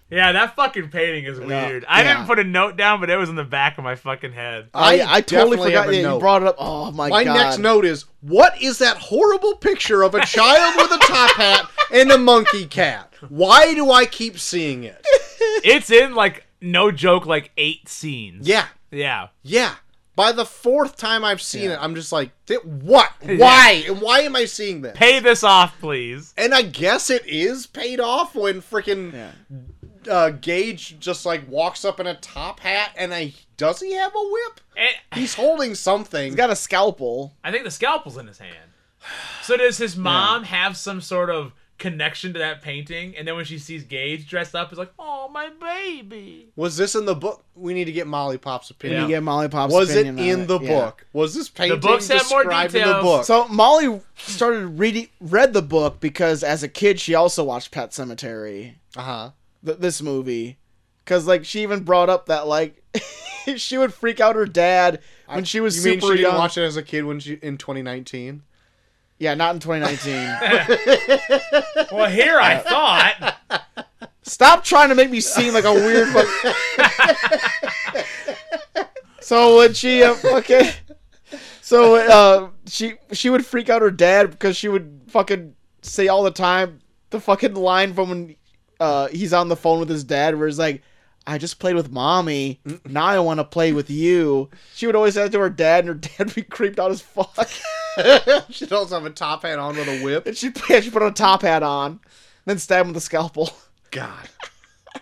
C: yeah, that fucking painting is weird. I
A: yeah.
C: didn't put a note down, but it was in the back of my fucking head.
B: Uh,
A: I, I totally
B: definitely have
A: forgot
B: a
A: that you
B: note.
A: brought it up. Oh my,
B: My
A: god.
B: next note is what is that horrible picture of a child with a top hat and a monkey cat? Why do I keep seeing it?
C: it's in like no joke, like eight scenes.
B: Yeah,
C: yeah.
B: yeah. By the fourth time I've seen
A: Yeah.
B: it, I'm just like, "Th- what? Why? And why am I seeing this?
C: Pay this off, please.
B: and I guess it is paid off when freaking
A: Yeah.
B: uh, Gage just like walks up in a top hat and I does he have a whip?
C: And-
B: He's holding something.
A: He's got a scalpel.
C: I think the scalpel's in his hand. So does his mom have some sort of connection to that painting? And then when she sees Gage dressed up, is like, "Oh, my baby."
B: Was this in the book? We need to get Molly Pop's opinion.
A: You get Molly Pop's
B: was it
A: opinion on
B: in the
A: Yeah.
B: book? Was this painting
C: book said more
B: described in the
C: details.
B: book?
A: So Molly started reading, read the book because as a kid she also watched Pet Cemetery,
B: uh huh.
A: th- this movie, because like she even brought up that like she would freak out her dad when she was
B: You mean
A: super
B: she didn't
A: young.
B: watch it as a kid when she in 2019?
A: yeah, not in 2019.
C: Well, here I thought.
A: Stop trying to make me seem like a weird. fuck- so when she uh, okay, so uh, she she would freak out her dad because she would fucking say all the time the fucking line from when uh, he's on the phone with his dad, where he's like, "I just played with mommy. Now I want to play with you." She would always say that to her dad, and her dad would be creeped out as fuck.
B: she does have a top hat on with a whip.
A: and she she put a top hat on, then stab him with a scalpel.
B: God.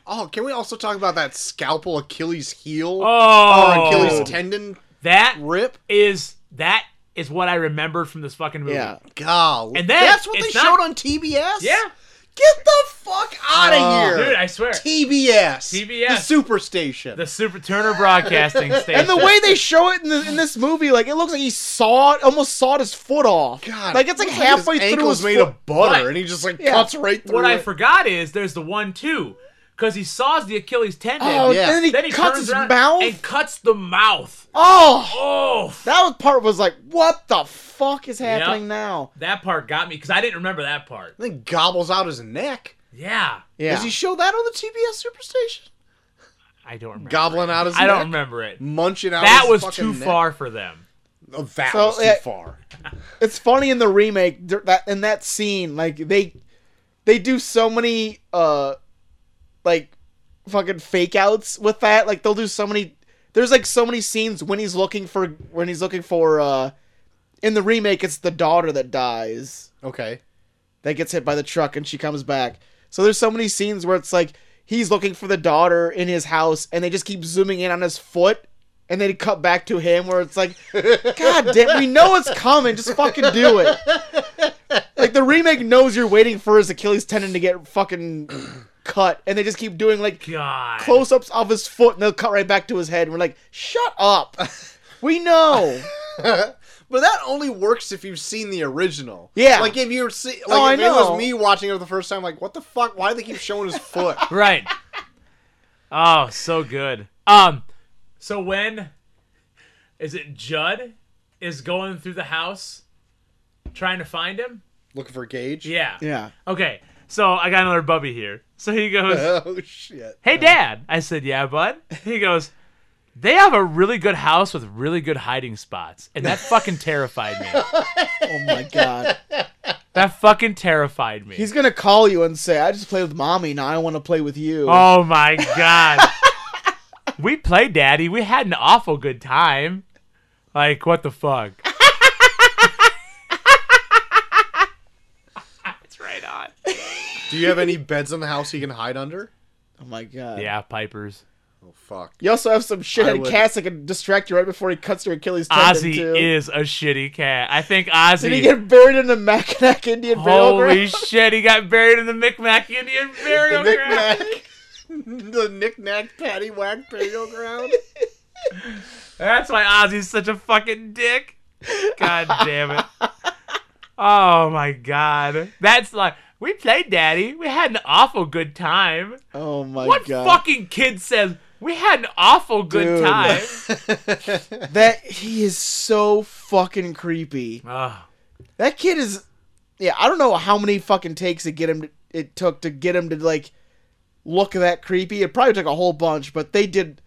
B: Oh, can we also talk about that scalpel Achilles heel
C: Oh.
B: or Achilles tendon
C: That
B: rip?
C: is that is what I remembered from this fucking movie.
A: Yeah,
B: Golly.
C: And then,
B: that's what they
C: it's not-
B: showed on TBS?
C: Yeah.
B: Get the fuck out of
A: Oh.
B: here.
C: Dude, I swear.
B: TBS.
C: TBS.
B: The superstation.
C: the Super Turner Broadcasting Station.
A: and the way they show it in, the, in this movie, like it looks like he sawed, almost sawed his foot off.
B: God.
A: like it's like
B: looks
A: halfway
B: his
A: through
B: ankle's
A: his
B: made
A: foot.
B: of butter
C: Right.
B: and he just like
A: Yeah.
B: cuts right through
C: what I
B: it.
C: forgot is there's the one two because he saws the Achilles tendon.
A: Oh,
B: Yeah.
A: and then he
C: Then he
A: cuts
C: turns
A: his
C: around
A: mouth.
C: and cuts the mouth.
A: oh,
C: Oh, f-
A: that was- part was like, what the fuck is happening now?
C: that part got me because I didn't remember that part.
B: and then gobbles out his neck.
C: Yeah,
A: Yeah,
B: Does he show that on the TBS superstation?
C: I don't remember.
B: Gobbling out his
C: I don't
B: neck?
C: remember it.
B: Munching out
C: That
B: his
C: was
B: fucking
C: too
B: neck?
C: far for them.
B: Oh, that
A: So,
B: was too
A: yeah.
B: far.
A: it's funny in the remake th- that in that scene, like they they do so many uh like fucking fake outs with that. Like they'll do so many. There's like so many scenes when he's looking for when he's looking for uh in the remake it's the daughter that dies.
B: Okay.
A: that gets hit by the truck and she comes back. So there's so many scenes where it's like he's looking for the daughter in his house and they just keep zooming in on his foot and then he cut back to him where it's like God damn, we know it's coming, just fucking do it. Like the remake knows you're waiting for his Achilles tendon to get fucking cut and they just keep doing like
C: God,
A: close ups of his foot and they'll cut right back to his head and we're like, Shut up. We know.
B: But that only works if you've seen the original.
A: Yeah.
B: Like if you're see, like
A: Oh,
B: if
A: I
B: it
A: know.
B: was me watching it the first time, like what the fuck? Why do they keep showing his foot?
C: right? Oh, so good. Um, so when is it? Judd is going through the house trying to find him.
B: Looking for Gage.
C: Yeah.
A: Yeah.
C: Okay, so I got another bubby here. So he goes,
B: Oh shit.
C: Hey, Dad. I said, Yeah, bud. He goes, They have a really good house with really good hiding spots. And that fucking terrified me.
A: Oh my god.
C: That fucking terrified me.
A: He's gonna call you and say, I just played with mommy, now I wanna play with you.
C: oh my God. we played Daddy. We had an awful good time. Like, what the fuck? it's right on.
B: Do you have any beds in the house he can hide under?
A: Oh my god.
C: Yeah, Pipers.
B: Oh fuck.
A: You also have some
B: I
A: shithead
B: would-
A: cats that can distract you right before he cuts your Achilles tendon
C: Ozzy
A: too.
C: is a shitty cat. I think
A: Did he
C: Ozzy.
A: get buried in the Mackinac Indian burial
C: Holy
A: ground?
C: shit, he got buried in the Micmac Indian
B: The
C: burial ground.
B: knickknack. the knickknack patty whack burial ground.
C: That's why Ozzy's such a fucking dick. God damn it. Oh my god. That's like we played daddy. We had an awful good time.
A: Oh my
C: What
A: god!
C: fucking kid says we had an awful good
A: Dude.
C: time?
A: That he is so fucking creepy.
C: oh,
A: That kid is. Yeah, I don't know how many fucking takes it get him. To, it took to get him to like look that creepy. It probably took a whole bunch, but they did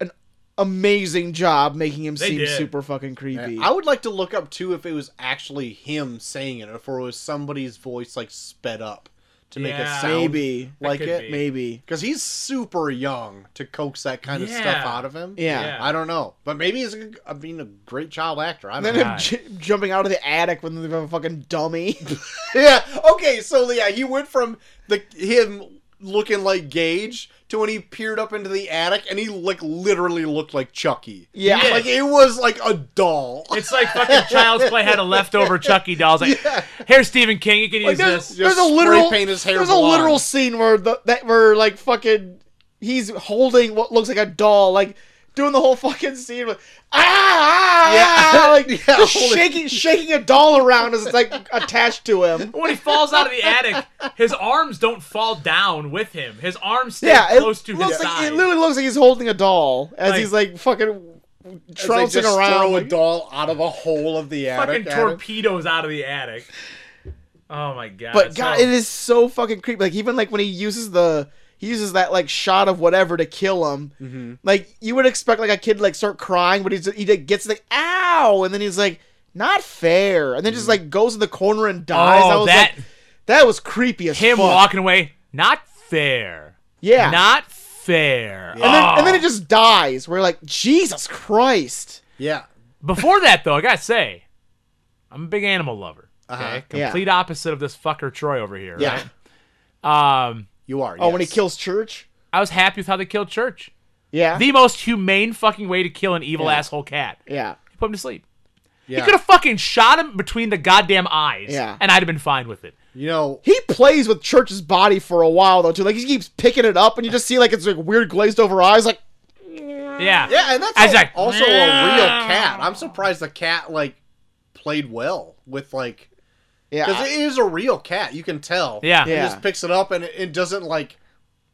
A: an amazing job making him
C: They
A: seem
C: did.
A: super fucking creepy.
B: I would like to look up too if it was actually him saying it, or if it was somebody's voice like sped up to make
C: Yeah.
B: it sound
A: maybe,
B: like
C: could
B: it.
C: be.
A: maybe.
B: Because he's super young to coax that kind of stuff
C: Yeah.
B: out of him.
A: Yeah.
C: Yeah.
B: I don't know. But maybe he's a, I mean, a great child actor. I
A: And
B: don't
A: then
B: know.
A: him j- jumping out of the attic when they have a fucking dummy.
B: yeah. Okay. So, yeah, he went from the him looking like Gage to when he peered up into the attic and he like literally looked like Chucky.
A: Yeah.
B: Like it was like a doll.
C: it's like fucking Child's Play had a leftover Chucky doll. It's like, here's Stephen King. You can
A: Like,
C: use
A: there's,
C: this.
B: Just
A: there's a literal
B: spray paint his hair
A: there's a
B: blonde.
A: literal scene where the that where like fucking he's holding what looks like a doll, like doing the whole fucking scene with ah, ah, ah,
B: Yeah.
A: like
B: Yeah,
A: just
B: holy-
A: shaking shaking a doll around as it's like attached to him.
C: When he falls out of the attic, his arms don't fall down with him. His arms stay
A: Yeah, it
C: close to his
A: looks like
C: side.
A: it literally looks like he's holding a doll as
C: Like-
A: he's like fucking
B: As they
A: trouncing
B: just
A: around.
B: Throw a
A: like-
B: doll out of a hole of the
C: fucking
B: attic. at him.
C: torpedoes out of the attic. Oh my god!
A: But God,
C: so-
A: it is so fucking creepy. Like even like when he uses the he uses that like shot of whatever to kill him.
C: Mm-hmm.
A: Like you would expect like a kid to, like start crying, but he's he like, gets like ow, and then he's like not fair, and then just like goes in the corner and dies. I
C: Mm-hmm. Oh,
A: was
C: that
A: like, That was creepy as
C: Him
A: fuck.
C: walking away, not fair.
A: yeah.
C: Not fair.
A: and, then, and then
C: Oh.
A: it just dies. We're like, Jesus Christ.
B: Yeah.
C: Before that, though, I gotta say, I'm a big animal lover. Okay,
A: Uh-huh. Yeah.
C: complete opposite of this fucker Troy over here.
B: Yeah.
C: Right? Um,
B: You are.
A: Oh, when he
B: yes.
A: kills Church.
C: I was happy with how they killed Church.
A: Yeah.
C: The most humane fucking way to kill an evil asshole cat.
A: yeah.
C: Put him to sleep.
B: Yeah.
C: You could have fucking shot him between the goddamn eyes.
A: Yeah.
C: And I'd have been fine with it.
B: You know.
A: He plays with Church's body for a while though too. Like he keeps picking it up, and you just see like it's like weird glazed over eyes. Like
C: Yeah.
B: Yeah, and that's
C: I was
B: al-
C: like,
B: also a real cat. I'm surprised the cat like played well with like
A: yeah,
B: because it is a real cat. You can tell.
C: Yeah.
B: It
A: Yeah.
B: just picks it up and it, it doesn't like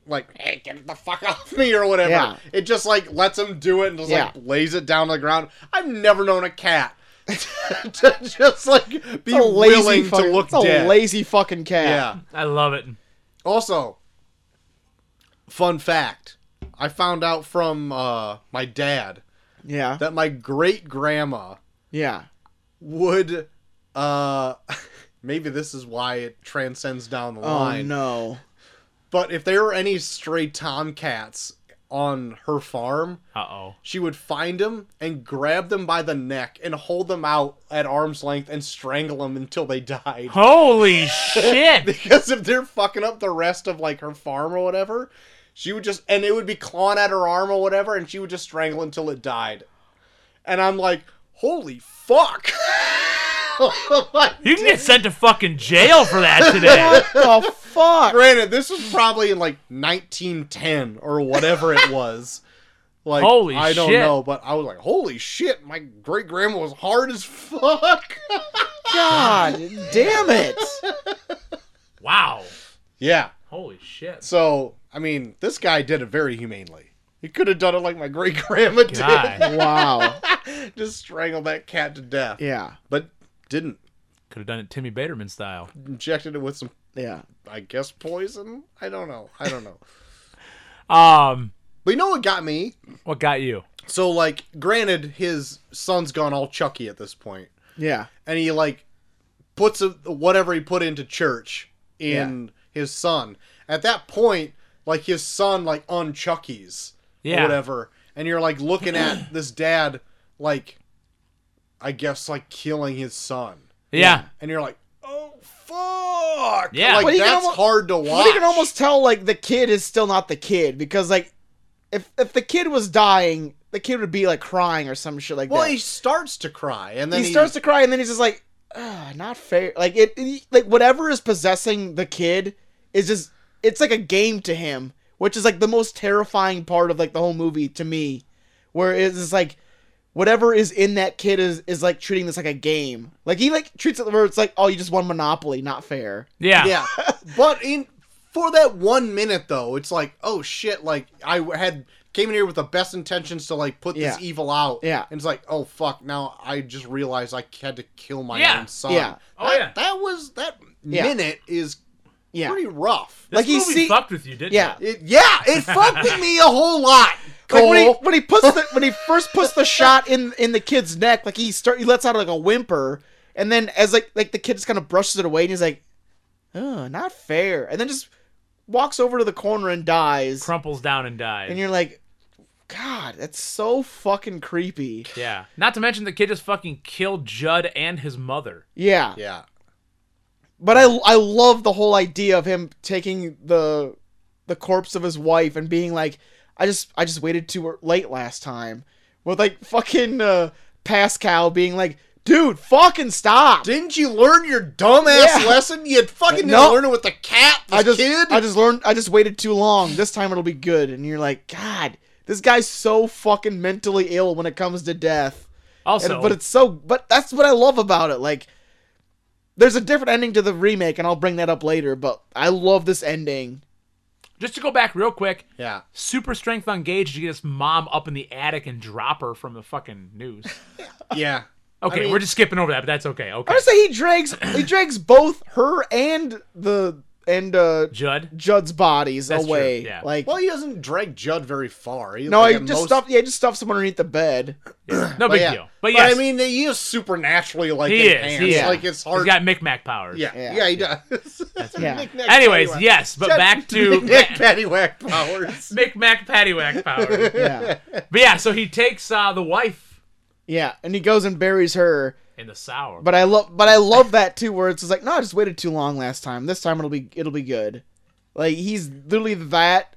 B: like hey get the fuck off me or whatever.
A: Yeah.
B: It just like lets him do it and just
A: Yeah.
B: like lays it down on the ground. I've never known a cat to just like be
A: It's a lazy
B: willing
A: fucking,
B: to look
A: it's
B: dead.
A: a lazy fucking cat.
B: yeah.
C: I love it.
B: Also, fun fact. I found out from uh, my dad
A: yeah,
B: that my great grandma
A: yeah.
B: would uh maybe this is why it transcends down the
A: Oh
B: line.
A: no.
B: But if there were any stray tomcats on her farm,
C: Uh oh.
B: she would find them and grab them by the neck and hold them out at arm's length and strangle them until they died.
C: Holy shit.
B: Because if they're fucking up the rest of like her farm or whatever, she would just and it would be clawing at her arm or whatever, and she would just strangle until it died. And I'm like, holy fuck! Like,
C: You can get sent to fucking jail for that today.
A: What the fuck?
B: granted, this was probably in like 1910 or whatever it was. Like,
C: Holy
B: I don't
C: shit.
B: know, but I was like, holy shit! My great grandma was hard as fuck.
A: God damn it.
C: wow.
B: yeah.
C: Holy shit.
B: So I mean, this guy did it very humanely. He could have done it like my great grandma did.
C: God.
A: Wow.
B: just strangle that cat to death.
A: Yeah.
B: But didn't.
C: Could have done it Timmy Baderman style.
B: Injected it with some,
A: Yeah.
B: I guess, poison? I don't know. I don't know.
C: Um,
B: but you know what got me?
C: what got you?
B: So, like, granted, his son's gone all Chucky at this point,
A: Yeah.
B: and he, like, puts a, whatever he put into church in his son. At that point, like, his son, like, unchuckies.
C: Yeah.
B: whatever. And you're like looking at this dad, like, I guess, like killing his son.
C: Yeah.
B: And you're like, oh, fuck.
C: Yeah.
B: Like,
A: But you can
B: that's
A: almo-
B: hard to watch.
A: But you can almost tell like the kid is still not the kid because like if if the kid was dying, the kid would be like crying or some shit like
B: Well,
A: that.
B: he starts to cry, and then
A: he starts to cry and then he's just like "Ugh, not fair like it, it- like whatever is possessing the kid is just it's like a game to him which is like the most terrifying part of like the whole movie to me where it's just like whatever is in that kid is is like treating this like a game like he like treats it where it's like oh you just won monopoly not fair
C: Yeah.
B: Yeah. but in for that one minute though, it's like, oh shit! Like I had came in here with the best intentions to like put
A: Yeah.
B: this evil out.
A: Yeah.
B: And it's like, oh fuck! Now I just realized I had to kill my
C: Yeah.
B: own son.
A: Yeah.
C: Oh,
B: That-
C: yeah.
B: That was that
A: Yeah.
B: minute is
A: yeah
B: pretty rough.
C: This
A: Like, you
C: movie
A: see-
C: fucked with you, didn't
A: yeah
B: It, yeah, it fucked with me a whole lot.
A: like
B: Cole.
A: when he, when he puts the when he first puts the shot in in the kid's neck, like he start he lets out like a whimper, and then as like like the kid just kind of brushes it away, and he's like, "Oh, not fair," and then just walks over to the corner and dies,
C: you? Crumples down and dies.
A: and you're like, "God, that's so fucking creepy."
C: Yeah. Not to mention the kid just fucking killed Judd and his mother.
A: Yeah,
B: yeah,
A: but I I love the whole idea of him taking the the corpse of his wife and being like, "I just I just waited too er, late last time," with like fucking uh, Pascal being like. Dude, fucking stop!
B: didn't you learn your dumbass
A: Yeah.
B: lesson? You fucking didn't
A: No.
B: learn it with the cat, the
A: I just
B: kid.
A: I just learned I just waited too long. This time it'll be good. And you're like, God, this guy's so fucking mentally ill when it comes to death. And-
C: Also,
A: but it's so but that's what I love about it. Like there's a different ending to the remake and I'll bring that up later, but I love this ending.
C: just to go back real quick,
B: yeah,
C: super strength on Gage to get his mom up in the attic and drop her from the fucking news.
B: yeah.
C: Okay,
B: mean-
C: we're just skipping over that, but that's okay.
A: I
C: Okay.
A: would say he drags he drags both her and the and uh,
C: Judd.
A: Judd's bodies
C: That's
A: away.
C: true, yeah.
A: Like
B: Well, he doesn't drag Judd very far. He,
A: no,
B: like,
A: he
B: at
A: just
B: most-
A: stuffed. Yeah, he just stuffs him underneath the bed.
C: No big
B: yeah.
C: deal. But yes,
B: I mean, he is supernaturally like
C: He is,
B: enhanced.
C: he
A: is.
B: Like it's hard.
C: he's got Micmac powers.
B: yeah,
A: Yeah.
B: yeah, he does.
A: Yeah.
B: Knick-knack,
C: Anyways,
B: paddywhack.
C: yes, but
B: Judd-
C: back to
B: knick paddywhack powers.
C: Micmac Paddywhack powers.
A: Yeah,
C: But yeah, so he takes uh, the wife
A: yeah, and he goes and buries her.
C: in the sour.
A: But I love, but I love that too, where it's just like, no, I just waited too long last time. This time it'll be, it'll be good. Like he's literally that.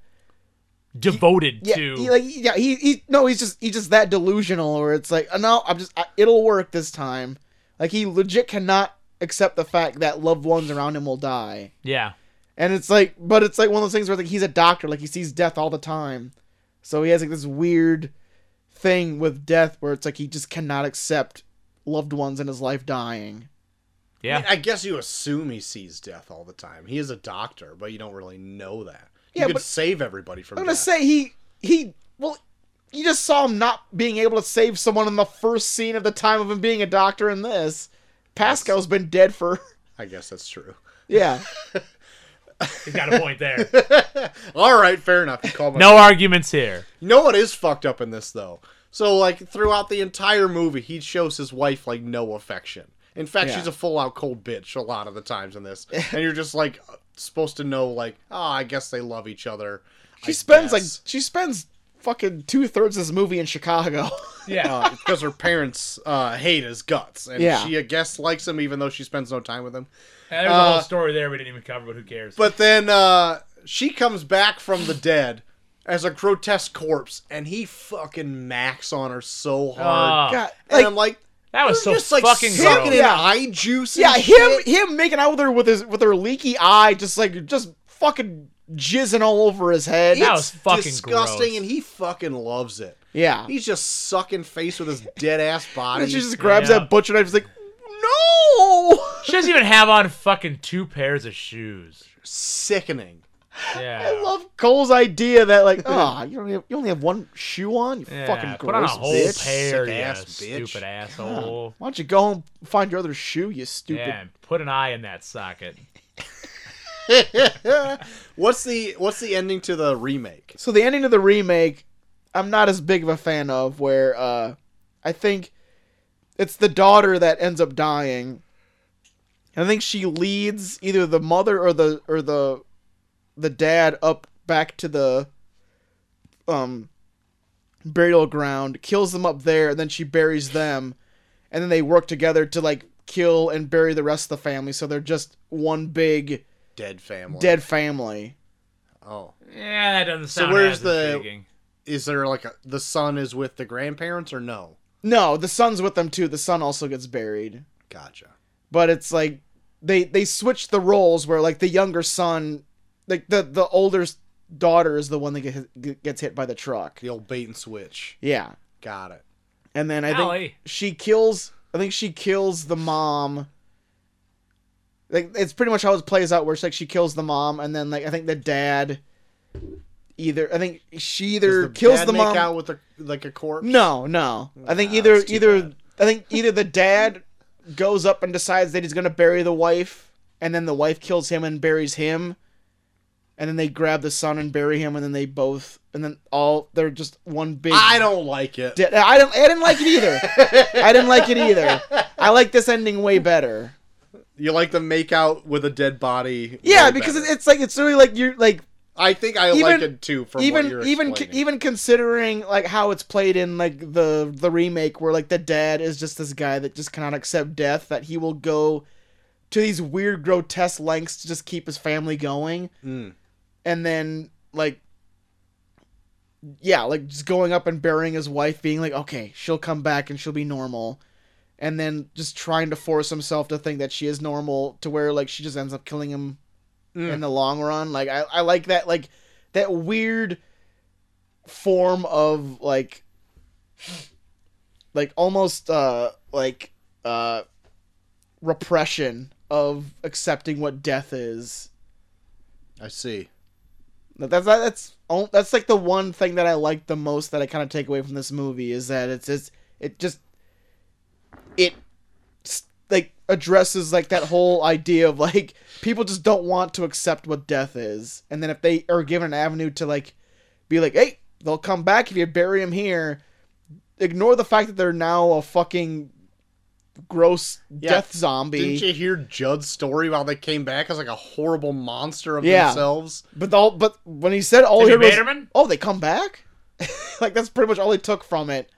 C: devoted
A: Yeah,
C: to
A: he, like yeah, he, he no, he's just he's just that delusional, where it's like, oh, no, I'm just, I, it'll work this time. Like he legit cannot accept the fact that loved ones around him will die.
C: yeah.
A: And it's like, but it's like one of those things where like he's a doctor, like he sees death all the time, so he has like this weird thing with death where it's like he just cannot accept loved ones in his life dying.
C: Yeah.
B: I guess you assume he sees death all the time. He is a doctor, but you don't really know that. You
A: Yeah,
B: could
A: but-
B: save everybody from
A: I'm gonna
B: death.
A: say he he well, you just saw him not being able to save someone in the first scene of the time of him being a doctor in this. Pascal's been dead for
B: I guess that's true.
A: yeah
C: He's got a point there.
B: All right, fair enough. You call my
C: No arguments here.
B: You know what is fucked up in this though? So like throughout the entire movie, he shows his wife like no affection. In fact,
A: Yeah.
B: she's a full out cold bitch a lot of the times in this, and you're just like supposed to know like, oh, I guess they love each other.
A: she spends like she spends fucking two thirds of this movie in Chicago.
C: Yeah.
B: because her parents uh, hate his guts, and
A: Yeah.
B: she I guess likes him even though she spends no time with him.
C: And there's a whole story there we didn't even cover, uh, but who cares?
B: But then uh, she comes back from the dead as a grotesque corpse, and he fucking macks on her so hard.
C: Ah.
A: God,
B: and
A: like
B: I'm like,
C: that was so
B: They're just like
C: fucking
B: sucking
C: gross.
B: in
A: Yeah.
B: eye juice. and
A: Yeah, him
B: shit.
A: him making out with her with his with her leaky eye, just like just fucking jizzing all over his head.
C: That
A: Yeah,
C: was
B: It's
C: fucking
B: disgusting,
C: gross.
B: and he fucking loves it.
A: yeah.
B: He's just sucking face with his dead ass body.
A: And she just grabs
C: Yeah.
A: that butcher knife. She's like, no.
C: She doesn't even have on fucking two pairs of shoes.
B: sickening.
C: Yeah.
A: I love Cole's idea that like, ah, you don't have, you only have one shoe on. You
C: Yeah,
A: fucking
C: put on a
A: gross
C: whole
A: bitch.
C: pair,
B: Sick
C: you
B: ass bitch.
C: stupid asshole.
A: Why don't you go home and find your other shoe, you stupid?
C: Yeah, and put an eye in that socket.
B: What's the What's the ending to the remake?
A: So the ending of the remake, I'm not as big of a fan of. Where uh, I think it's the daughter that ends up dying. I think she leads either the mother or the or the the dad up back to the um burial ground, kills them up there, and then she buries them, and then they work together to like kill and bury the rest of the family. So they're just one big
B: Dead family.
A: dead family.
B: Oh,
C: Yeah, that doesn't sound
B: where's
C: as
B: the-
C: intriguing.
B: is there like a the son is with the grandparents or no?
A: No, the son's with them too. The son also gets buried.
B: Gotcha.
A: but it's like they they switched the roles where like the younger son like the the older s- daughter is the one that get, gets hit by the truck
B: The old bait and switch.
A: yeah
B: Got it.
A: and then i think
C: Allie.
A: she kills i think she kills the mom like it's pretty much how it plays out where it's like she kills the mom and then like i think the dad either i think she
B: Does
A: either
B: the
A: kills
B: dad
A: the
B: make
A: mom
B: out with a, like a corpse.
A: no, no. I think
B: Nah,
A: either
B: that's too
A: either
B: bad.
A: I think either the dad goes up and decides that he's gonna bury the wife, and then the wife kills him and buries him, and then they grab the son and bury him, and then they both and then all they're just one big.
B: I don't like it.
A: de- I don't. I didn't like it either. I didn't like it either. I like this ending way better.
B: You like the make out with a dead body?
A: Yeah,
B: way
A: because
B: better.
A: it's like it's really like you're like
B: I think I
A: Even-
B: like it too. From what you're
A: even even
B: explaining.
A: even considering like how it's played in like the the remake where like the dad is just this guy that just cannot accept death that he will go to these weird grotesque lengths to just keep his family going
B: Mm.
A: and then like yeah like just going up and burying his wife being like okay she'll come back and she'll be normal and then just trying to force himself to think that she is normal to where like she just ends up killing him
B: Mm.
A: in the long run like I, I like that like that weird form of like like almost uh like uh repression of accepting what death is
B: I see.
A: that- That's that- that's all- that's like the one thing that I like the most that I kind of take away from this movie is that it's it's it just it s- like addresses like that whole idea of like people just don't want to accept what death is, and then if they are given an avenue to like be like, hey, they'll come back if you bury him here. Ignore the fact that they're now a fucking gross death zombie.
B: Didn't you hear Judd's story about they came back as like a horrible monster of
A: Yeah.
B: themselves?
A: But all, but when he said all he
C: Did
A: heard
C: he
A: was,
C: bait him in?
A: "Oh, they come back," like that's pretty much all he took from it,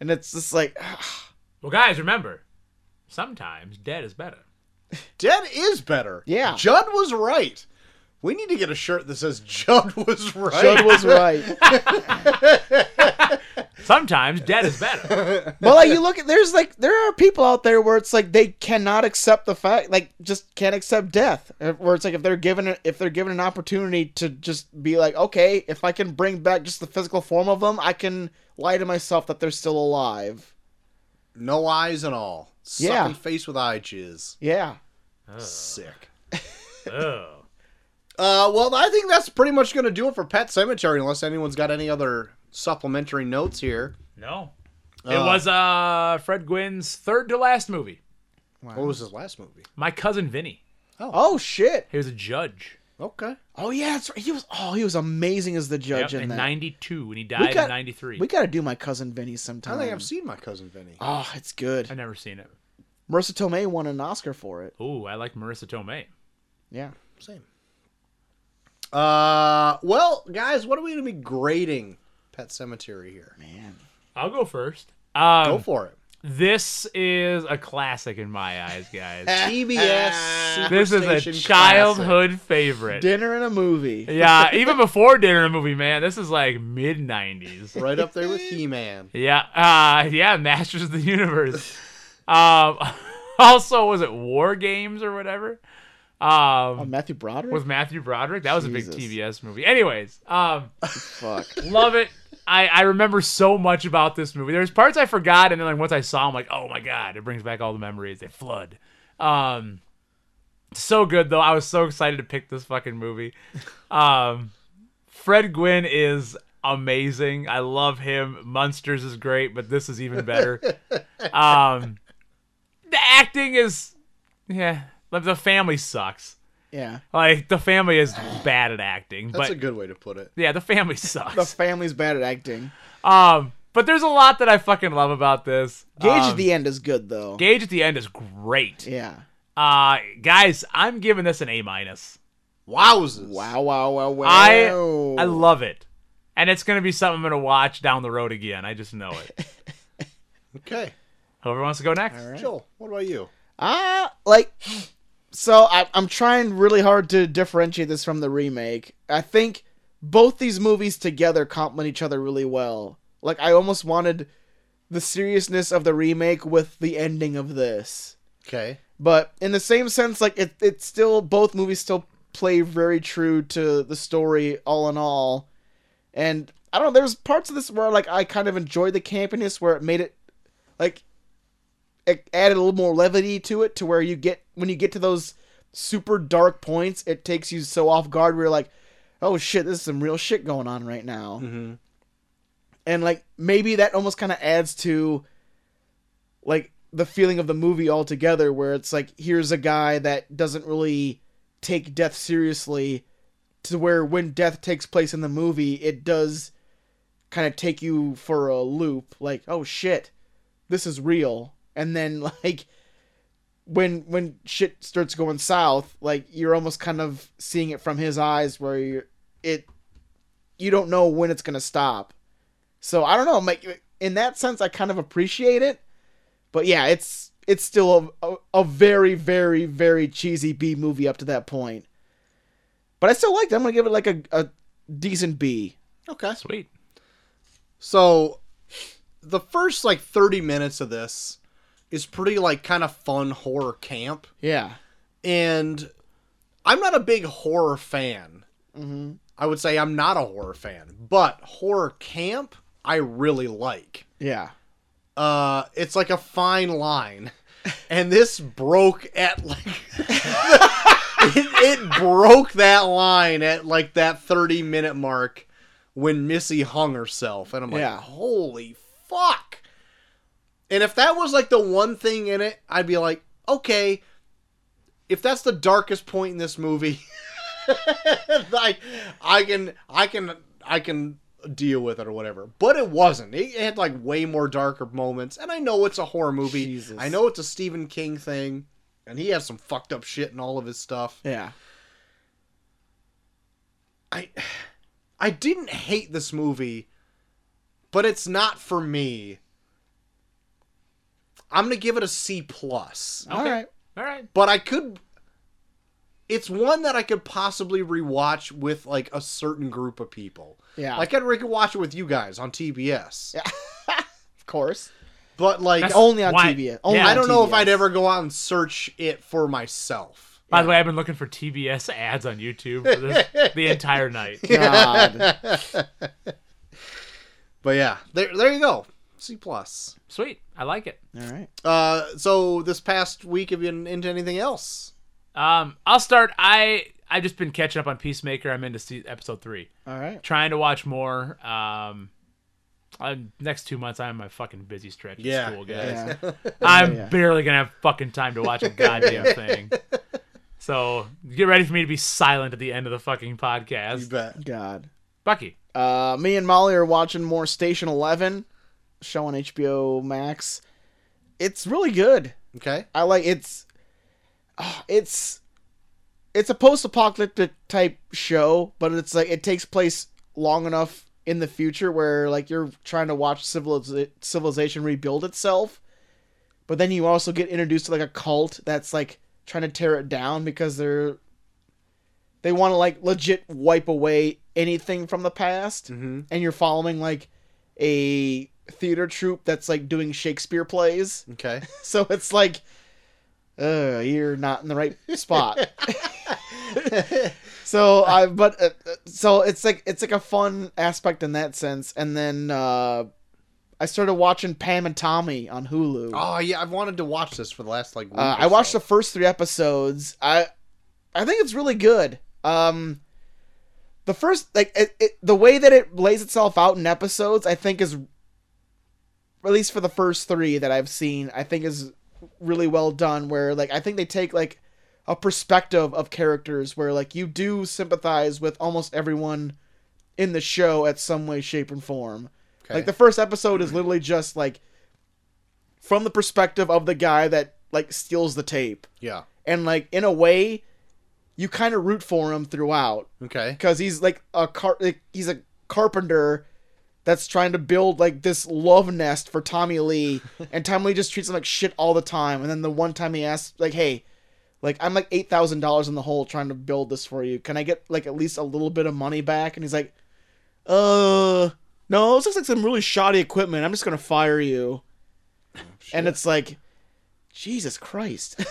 A: and it's just like,
C: Well, guys, remember, sometimes dead is better.
B: Dead is better.
A: Yeah.
B: Judd was right. We need to get a shirt that says Judd was right.
A: Judd was right.
C: Sometimes dead is better.
A: but like you look at there's like there are people out there where it's like they cannot accept the fact like just can't accept death Uh, where it's like if they're given if they're given an opportunity to just be like okay if i can bring back just the physical form of them i can lie to myself that they're still alive
B: no eyes and all.
A: Yeah.
B: Sucking face with eye jizz.
A: yeah
B: Sick.
C: Oh,
B: Uh, well, I think that's pretty much going to do it for Pet Cemetery, unless anyone's got any other supplementary notes here.
C: no. It was uh Fred Gwynn's third to last movie.
B: What was his last movie?
C: My cousin Vinny.
A: oh shit
C: He was a judge.
B: Okay.
A: oh yeah that's right. he was oh he was amazing as the
C: Yep,
A: judge in
C: in
A: that
C: '92, and he died
A: got-
C: in '93.
A: we gotta do my cousin vinny sometime
B: I think I've seen my cousin Vinny.
A: oh it's
C: I've
A: good
C: never seen it.
A: marissa tomei won an oscar for it
C: Ooh, I like Marissa Tomei.
A: yeah
B: Same. Uh, well, guys, what are we going to be grading Pet Cemetery here?
C: I'll go first. Um,
B: Go for it.
C: This is a classic in my eyes, guys.
B: TBS.
C: this is a
B: Superstation
C: childhood favorite.
A: dinner and a movie
C: yeah, even before dinner and movie, man. This is like mid '90s.
B: classic. Right up there with He Man.
C: Yeah, uh, yeah, Masters of the Universe. um, also, was it War Games or whatever?
A: oh,
C: Um,
A: matthew broderick
C: with Matthew Broderick. That was
A: Jesus.
C: a big TBS movie. Anyways, um,
A: fuck
C: love it. I, I remember so much about this movie. There's parts I forgot, and then like once I saw, them, like, oh my god, it brings back all the memories. They flood. Um, so good though. I was so excited to pick this fucking movie. Um, Fred Gwynn is amazing. I love him. Munsters is great, but this is even better. um, the acting is, yeah. like, The family sucks.
A: yeah
C: Like the family is bad at acting,
B: That's
C: but
B: a good way to put it.
C: yeah, the family sucks.
A: the family's bad at acting.
C: Um, but there's a lot that I fucking love about this.
A: Gage
C: Um,
A: at the end is good though.
C: Gage at the end is great.
A: yeah.
C: Uh, guys, I'm giving this an A minus.
B: Wowzers.
A: Wow, wow, wow, wow.
C: I
A: Oh.
C: I love it, and it's gonna be something I'm gonna watch down the road again. I just know it.
B: Okay.
C: Whoever wants to go next.
B: Joel, what about you?
A: Ah, like, so I, I'm trying really hard to differentiate this from the remake. I think both these movies together complement each other really well. Like, I almost wanted the seriousness of the remake with the ending of this.
B: Okay.
A: but in the same sense like it it's still both movies still play very true to the story all in all and i don't know there's parts of this where like i kind of enjoyed the campiness where it made it like it added a little more levity to it to where you get when you get to those super dark points it takes you so off guard where you're like oh shit this is some real shit going on right now and like maybe that almost kind of adds to like the feeling of the movie altogether where it's like here's a guy that doesn't really take death seriously to where when death takes place in the movie it does kind of take you for a loop like oh shit this is real and then like when when shit starts going south like you're almost kind of seeing it from his eyes where you it you don't know when it's going to stop so I don't know. Like in that sense, I kind of appreciate it. But yeah, it's it's still a, a, a very very very cheesy B movie up to that point. But I still liked it. I'm gonna give it like a, a decent B.
B: Okay.
C: Sweet.
B: So the first like 30 minutes of this is pretty like kind of fun horror camp.
A: Yeah.
B: And I'm not a big horror fan. I would say I'm not a horror fan, but horror camp I really like.
A: Yeah.
B: Uh, it's like a fine line. And this broke at like it, it broke that line at like that 30 minute mark when Missy hung herself. And I'm like,
A: Yeah.
B: holy fuck. And if that was like the one thing in it, I'd be like, okay, if that's the darkest point in this movie, like I can I can I can deal with it or whatever. But it wasn't. It, it had like way more darker moments. And I know it's a horror movie.
A: Jesus.
B: I know it's a Stephen King thing, and he has some fucked up shit in all of his stuff.
A: Yeah.
B: I I didn't hate this movie, but it's not for me. I'm gonna give it a C plus.
A: All right.
C: All right.
B: But I could it's one that I could possibly rewatch with like a certain group of people.
A: Yeah.
B: Like I'd rewatch it with you guys on TBS.
A: Of course.
B: But like
C: That's-
A: Only on
C: Why-
A: TV. Only
C: Yeah.
A: on
B: I don't know if
A: TBS.
B: I'd ever go out and search it for myself.
C: By the way, I've been looking for TBS ads on YouTube for this, the entire night.
A: God.
B: But yeah, there there you go. C plus.
C: Sweet. I like it.
A: All right.
B: Uh so this past week have you been into anything else?
C: Um, I'll start. I I've just been catching up on Peacemaker. I'm into se- episode three.
A: All right.
C: Trying to watch more. Um, I'm, next two months I'm on my fucking busy stretch. at
B: Yeah,
C: school, guys.
A: Yeah.
C: I'm
A: yeah.
C: barely gonna have fucking time to watch a goddamn thing. So get ready for me to be silent at the end of the fucking podcast.
B: You bet.
A: God.
C: Bucky.
A: Uh, me and Molly are watching more Station Eleven, show on HBO Max. It's really good.
B: Okay.
A: I like it's. ah, it's, it's a post-apocalyptic type show, but it's like it takes place long enough in the future where like you're trying to watch civiliz- civilization rebuild itself, but then you also get introduced to like a cult that's like trying to tear it down because they're they want to like legit wipe away anything from the past
B: Mm-hmm.
A: and you're following like a theater troupe that's like doing shakespeare plays
B: Okay.
A: so it's like uh you're not in the right spot so i but uh, uh, so it's like it's like a fun aspect in that sense and then uh i started watching pam and tommy on hulu
B: Oh yeah, I've wanted to watch this for the last like. Week
A: uh,
B: or
A: I watched
B: so.
A: the first three episodes. I I think it's really good. Um, the first like it, it, the way that it lays itself out in episodes, I think is at least for the first three that I've seen, I think is really well done. Where like I think they take like a perspective of characters where like you do sympathize with almost everyone in the show at some way, shape, and form.
B: Okay.
A: Like the first episode is literally just like from the perspective of the guy that like steals the tape.
B: yeah.
A: And like in a way you kind of root for him throughout
B: Okay.
A: cuz he's like a car like, he's a carpenter that's trying to build like this love nest for Tommy Lee and Tommy Lee just treats him like shit all the time and then the one time he asks like hey like I'm like $8,000 in the hole trying to build this for you. Can I get like at least a little bit of money back? And he's like uh no, this looks like some really shoddy equipment. I'm just going to fire you and it's like jesus christ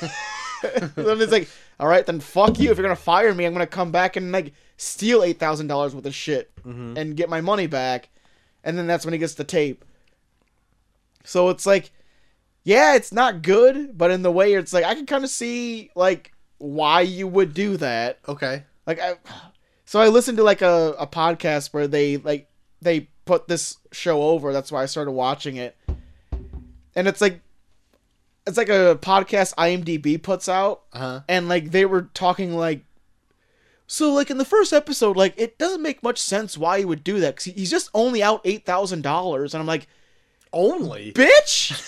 A: then it's like all right then fuck you if you're gonna fire me i'm gonna come back and like steal $8000 worth of shit and get my money back and then that's when he gets the tape so it's like yeah it's not good but in the way it's like i can kind of see like why you would do that
B: Okay.
A: like I, so I listened to like a, a podcast where they like they put this show over. That's why I started watching it, and it's like it's like a podcast IMDb puts out,
B: Uh huh.
A: and like they were talking like. So like in the first episode, like it doesn't make much sense why he would do that because he's just only out eight thousand dollars, and I'm like,
B: Only.
A: bitch,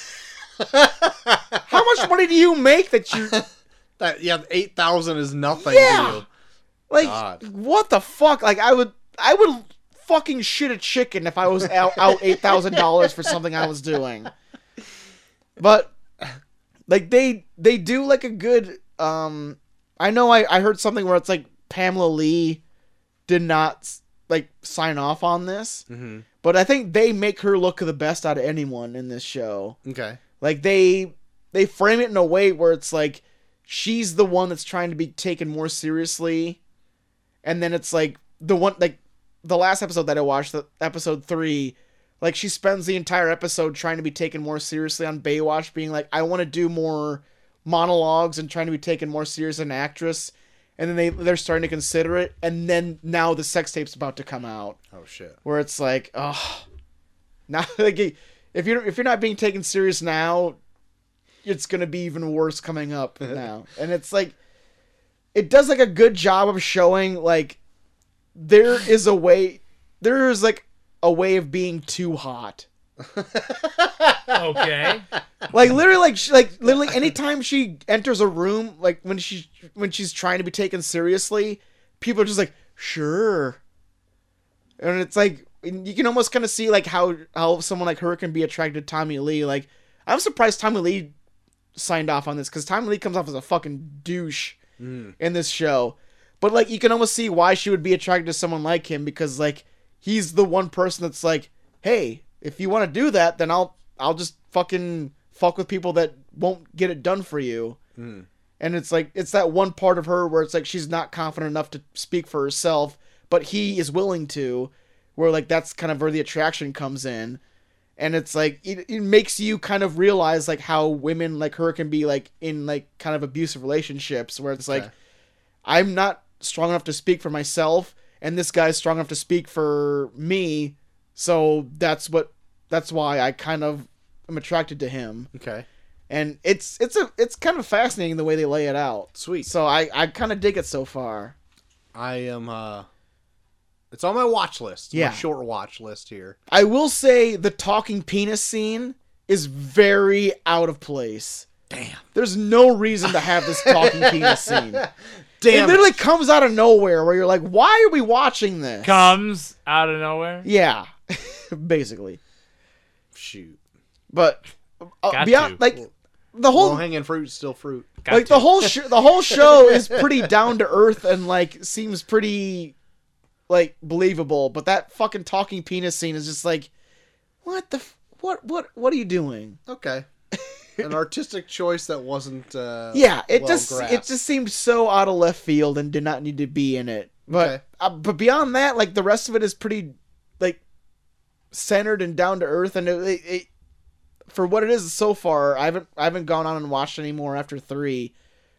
A: how much money do you make that you
B: That yeah, eight thousand is nothing
A: Yeah.
B: to you.
A: Like
B: God.
A: what the fuck? Like I would I would fucking shit a chicken if I was out, out eight thousand dollars for something I was doing. But like they they do like a good um I know I, I heard something where it's like Pamela Lee did not like sign off on this.
B: Mm-hmm.
A: But I think they make her look the best out of anyone in this show
B: Okay.
A: like they they frame it in a way where it's like she's the one that's trying to be taken more seriously and then it's like the one like the last episode that i watched the episode three like she spends the entire episode trying to be taken more seriously on baywatch being like i want to do more monologues and trying to be taken more serious as an actress and then they they're starting to consider it and then now the sex tape's about to come out
B: Oh shit.
A: where it's like, oh, now like if you're if you're not being taken serious now, it's gonna be even worse coming up now. And it's like it does like a good job of showing like there is a way there is like a way of being too hot.
C: Okay.
A: Like literally like she, like literally anytime she enters a room like when she when she's trying to be taken seriously, people are just like sure. And it's like and you can almost kind of see like how how someone like her can be attracted to Tommy Lee like I'm surprised Tommy Lee signed off on this because Tommy Lee comes off as a fucking douche in this show. But like you can almost see why she would be attracted to someone like him because like he's the one person that's like, hey, if you want to do that, then I'll I'll just fucking fuck with people that won't get it done for you. And it's like it's that one part of her where it's like she's not confident enough to speak for herself, but he is willing to. Where like that's kind of where the attraction comes in and it's like it, it makes you kind of realize like how women like her can be like in like kind of abusive relationships where it's like i'm not strong enough to speak for myself and this guy's strong enough to speak for me so that's what that's why i kind of am attracted to him
B: Okay.
A: and it's it's a it's kind of fascinating the way they lay it out
B: Sweet.
A: so i i kind of dig it so far
B: I am. uh It's on my watch list.
A: Yeah.
B: My short watch list here.
A: i will say the talking penis scene is very out of place
B: Damn.
A: There's no reason to have this talking penis scene. it
B: Damn.
A: literally comes out of nowhere where you're like, why are we watching this?
C: Comes out of nowhere.
A: Yeah, basically.
B: Shoot.
A: But uh,
C: Got
A: beyond,
C: to.
A: like the
B: Low
A: whole
B: hanging fruit, still fruit.
C: Got
A: like
C: to.
A: the whole sh- the whole show is pretty down to earth and like seems pretty like believable. But that fucking talking penis scene is just like, what the f- what what what are you doing?
B: Okay. An artistic choice that wasn't. uh
A: Yeah, it
B: well
A: just it
B: grasped.
A: just seemed so out of left field and did not need to be in it. But
B: Okay.
A: uh, but beyond that, like the rest of it is pretty like centered and down to earth, and it, it, it for what it is so far, I haven't I haven't gone on and watched any more after three.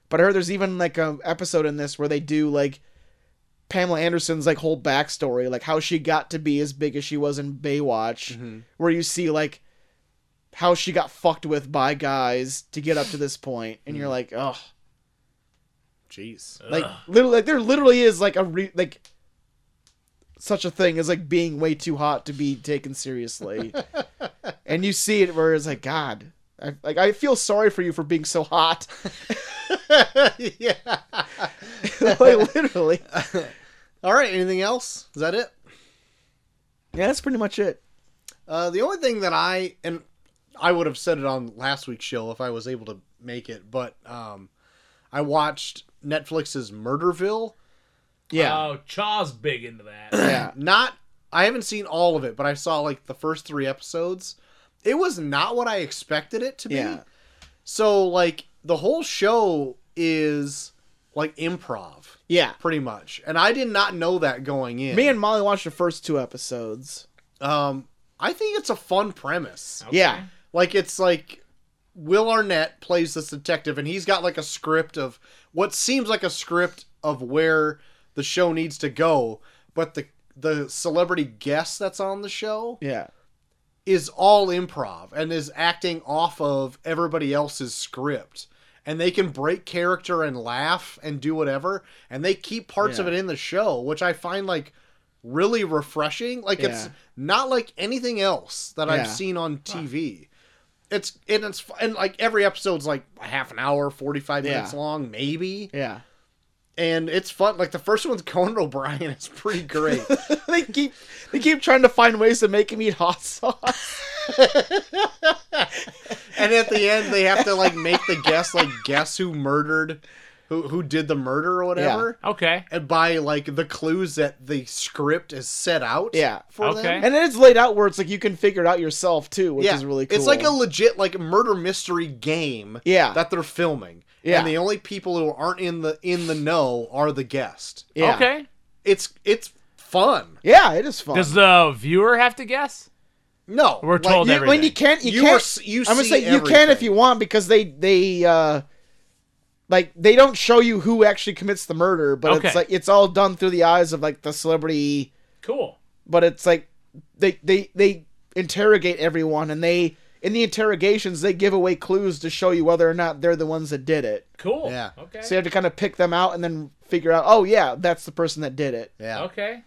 A: But I heard there's even like a episode in this where they do like Pamela Anderson's like whole backstory, like how she got to be as big as she was in
B: Mm-hmm.
A: Baywatch, where you see like how she got fucked with by guys to get up to this point, and you're like, oh,
B: Jeez.
A: like literally, like there literally is like a re- like such a thing as like being way too hot to be taken seriously, and you see it where it's like, God, I, like I feel sorry for you for being so hot,
B: yeah.
A: like literally.
B: All right. Anything else? Is that it?
A: Yeah, that's pretty much it.
B: Uh, the only thing that I and I would have said it on last week's show if I was able to make it, but um, I watched Netflix's Murderville.
A: Yeah,
C: Oh, Chaw's big into that.
A: yeah,
B: Not I haven't seen all of it, but I saw like the first three episodes. It was not what I expected it to be.
A: yeah,
B: So like the whole show is like improv,
A: yeah.
B: pretty much, and I did not know that going in.
A: Me and Molly watched the first two episodes.
B: um, I think it's a fun premise.
A: Yeah,
B: Like it's like Will Arnett plays this detective and he's got like a script of what seems like a script of where the show needs to go, but the the celebrity guest that's on the show
A: yeah,
B: is all improv and is acting off of everybody else's script. And they can break character and laugh and do whatever. And they keep parts of
A: Yeah.
B: it in the show, which I find like really refreshing. Like it's
A: Yeah.
B: not like anything else that I've
A: Yeah.
B: seen on TV. It's and it's and like every episode's like a half an hour, forty five minutes
A: Yeah.
B: long, maybe.
A: yeah.
B: And it's fun. Like the first one's Conan O'Brien. It's pretty great.
A: they keep they keep trying to find ways to make him eat hot sauce.
B: and at the end they have to like make the guess like guess who murdered who who did the murder or whatever
C: Okay.
B: and by like the clues that the script is set out
A: Yeah.
B: for
C: Okay.
B: them
A: And then it's laid out where it's like you can figure it out yourself too, which is really cool.
B: it's like a legit like murder mystery game
A: Yeah.
B: that they're filming
A: Yeah.
B: and the only people who aren't in the in the know are the guest Oh,
A: yeah.
C: Okay.
B: it's it's fun
A: Yeah, it is fun.
C: Does the viewer have to guess?
B: no
C: We're told
A: you,
C: everything.
A: when you can't you,
B: You
A: can't
B: are s- you
A: I'm gonna
B: see
A: say you can if
B: everything.
A: you want because they they uh like they don't show you who actually commits the murder, but
C: Okay.
A: it's like it's all done through the eyes of like the celebrity
C: Cool.
A: but it's like they they they interrogate everyone and they in the interrogations, they give away clues to show you whether or not they're the ones that did it.
C: Cool.
B: Yeah.
C: Okay.
A: So you have to kind of pick them out and then figure out, oh yeah, that's the person that did it.
B: Yeah.
C: Okay.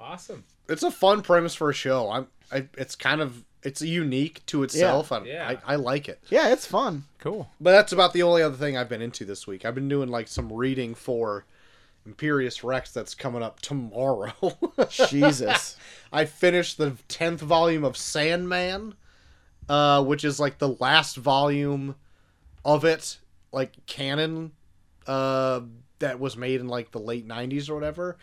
C: Awesome.
B: It's a fun premise for a show. I'm. I, it's kind of it's unique to itself. I,
C: Yeah.
B: I, I like it.
A: Yeah, it's fun.
C: Cool.
B: But that's about the only other thing I've been into this week. I've been doing like some reading for Imperious Rex that's coming up tomorrow.
A: Jesus.
B: I finished the tenth volume of Sandman, uh, which is like the last volume of it, like canon, uh, that was made in like the late '90s or whatever.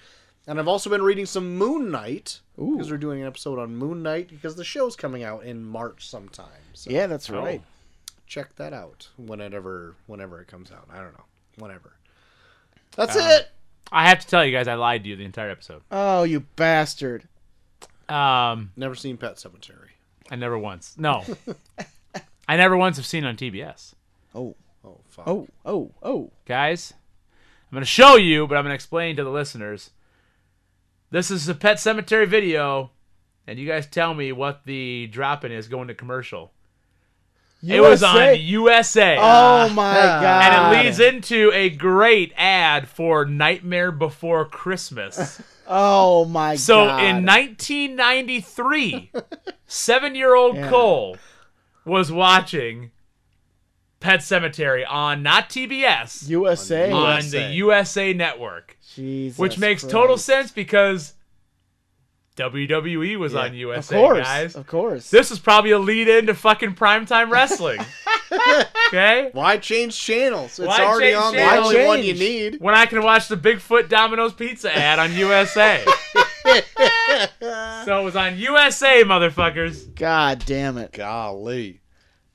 B: And I've also been reading some Moon Knight because we're doing an episode on Moon Knight because the show's coming out in March sometime. So
A: Yeah, that's right.
B: check that out whenever whenever it comes out. I don't know, whenever.
A: Um,
B: That's it.
C: I have to tell you guys, I lied to you the entire episode.
A: Oh, you bastard.
C: Um,
B: Never seen Pet Cemetery.
C: I never once. No. I never once have seen it on TBS.
A: Oh,
B: Oh fuck.
A: oh, oh, oh.
C: guys. I'm gonna show you, but I'm gonna explain to the listeners. This is a Pet Cemetery video, and you guys tell me what the drop in is going to commercial. It was on USA.
A: Oh my god.
C: and it leads into a great ad for Nightmare Before Christmas.
A: Oh my
C: So
A: god.
C: in 1993, seven year old
A: Yeah.
C: Cole was watching Pet Cemetery on not TBS,
A: USA.
C: on
B: USA.
C: the USA network.
A: Jesus.
C: Which makes
A: Christ.
C: total sense because WWE was on
A: Of
C: USA,
A: course.
C: guys.
A: Of course.
C: This is probably a lead in to fucking primetime wrestling. okay?
B: Why change channels? It's
C: Why
B: already
C: change
B: on the
C: channels?
B: only
A: Why
B: one you
A: change?
B: need.
C: When I can watch the Bigfoot Domino's Pizza ad on USA. so it was on USA, motherfuckers.
A: God damn it.
B: Golly.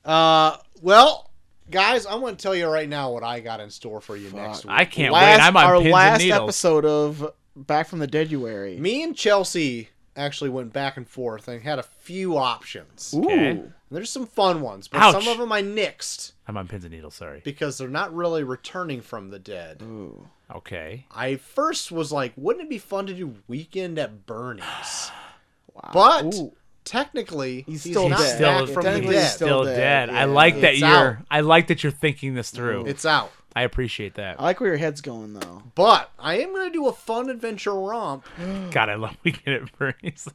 B: Uh, well, guys, I'm going to tell you right now what I got in store for you next week.
C: I can't
A: last,
C: wait. I'm on
A: our
C: pins
A: last
C: and needles.
A: episode of Back from the Deaduary.
B: Me and Chelsea actually went back and forth and had a few options.
A: Ooh.
C: Okay.
B: There's some fun ones, but
C: Ouch.
B: some of them I nixed
C: I'm on pins and needles, sorry.
B: because they're not really returning from the dead.
A: Ooh.
C: Okay.
B: I first was like, wouldn't it be fun to do Weekend at Bernie's? But
A: Ooh.
B: technically,
A: He's still
B: not
A: dead.
B: back
C: Still
A: Yeah,
C: from
B: from the
A: technically
C: he's
B: dead.
C: still
A: dead,
C: dead.
A: yeah.
C: I like that
B: It's
C: you're
B: out.
C: I like that you're thinking this through.
B: It's out.
C: I appreciate that.
A: I like where your head's going though.
B: But I am going to do a fun adventure romp
C: God, I love Weekend at Bernie's.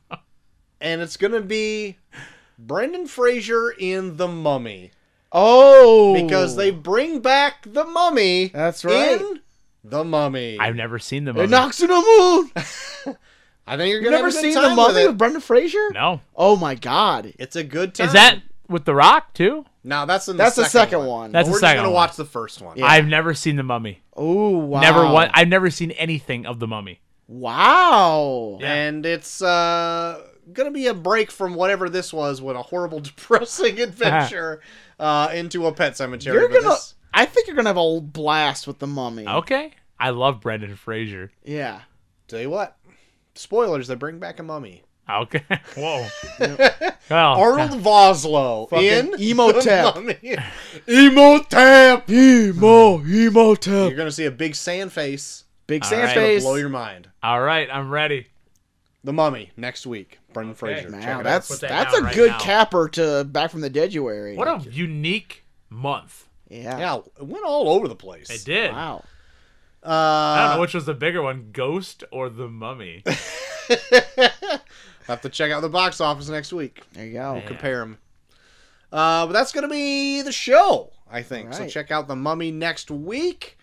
B: and it's gonna be Brendan Fraser in The Mummy
A: Oh.
B: because they bring back The Mummy.
A: That's right.
B: In The Mummy.
C: I've never seen the
A: It
C: movie.
A: knocks to the moon.
B: I think you're
A: You've
B: gonna
A: never
B: have a
A: seen
B: good time
A: the mummy
B: With
A: with,
B: it.
A: Brendan Fraser?
C: No.
A: Oh my god.
B: It's a good time.
C: Is that with The Rock too?
B: no? That's in the
A: That's
B: second
A: the second
B: one.
A: one.
B: But
C: That's- the
B: we're just
C: second
B: gonna
C: one.
B: watch the first one.
A: Yeah.
C: I've never seen The Mummy.
A: oh wow.
C: Never one. I've never seen anything of The Mummy.
A: Wow.
C: Yeah.
B: And it's uh, gonna be a break from whatever this was, when a horrible, depressing adventure uh, into a pet cemetery.
A: You're
B: but
A: gonna.
B: this-
A: I think you're gonna have a old blast with the mummy.
C: Okay. I love Brendan Fraser.
A: Yeah.
B: tell you what, spoilers. They bring back a mummy.
C: Okay. Whoa. well,
B: Arnold Voslo
A: Fucking
B: in
A: Emotep.
B: The Mummy. Emotep.
A: Emo, emo tap.
B: You're gonna see a big sand face.
A: Big
C: All
A: sand
C: right.
B: It'll
A: face.
B: blow your mind.
C: all right. I'm ready.
B: The Mummy next week. Brendan Fraser.
A: Wow,
B: Check it out.
A: that's
C: Put that
A: that's
C: down
A: a
C: right
A: good
C: now.
A: capper to back from the deaduary.
C: What a unique month.
A: yeah.
B: yeah. It went all over the place.
C: It did.
A: Wow.
B: Uh,
C: I don't
B: I
C: know which was the bigger one, Ghost or The Mummy.
B: have to check out the box office next week.
A: There you go.
C: Yeah.
B: Compare them. Uh, but that's gonna be the show. I think so.
A: Alright.
B: Check out the Mummy next week.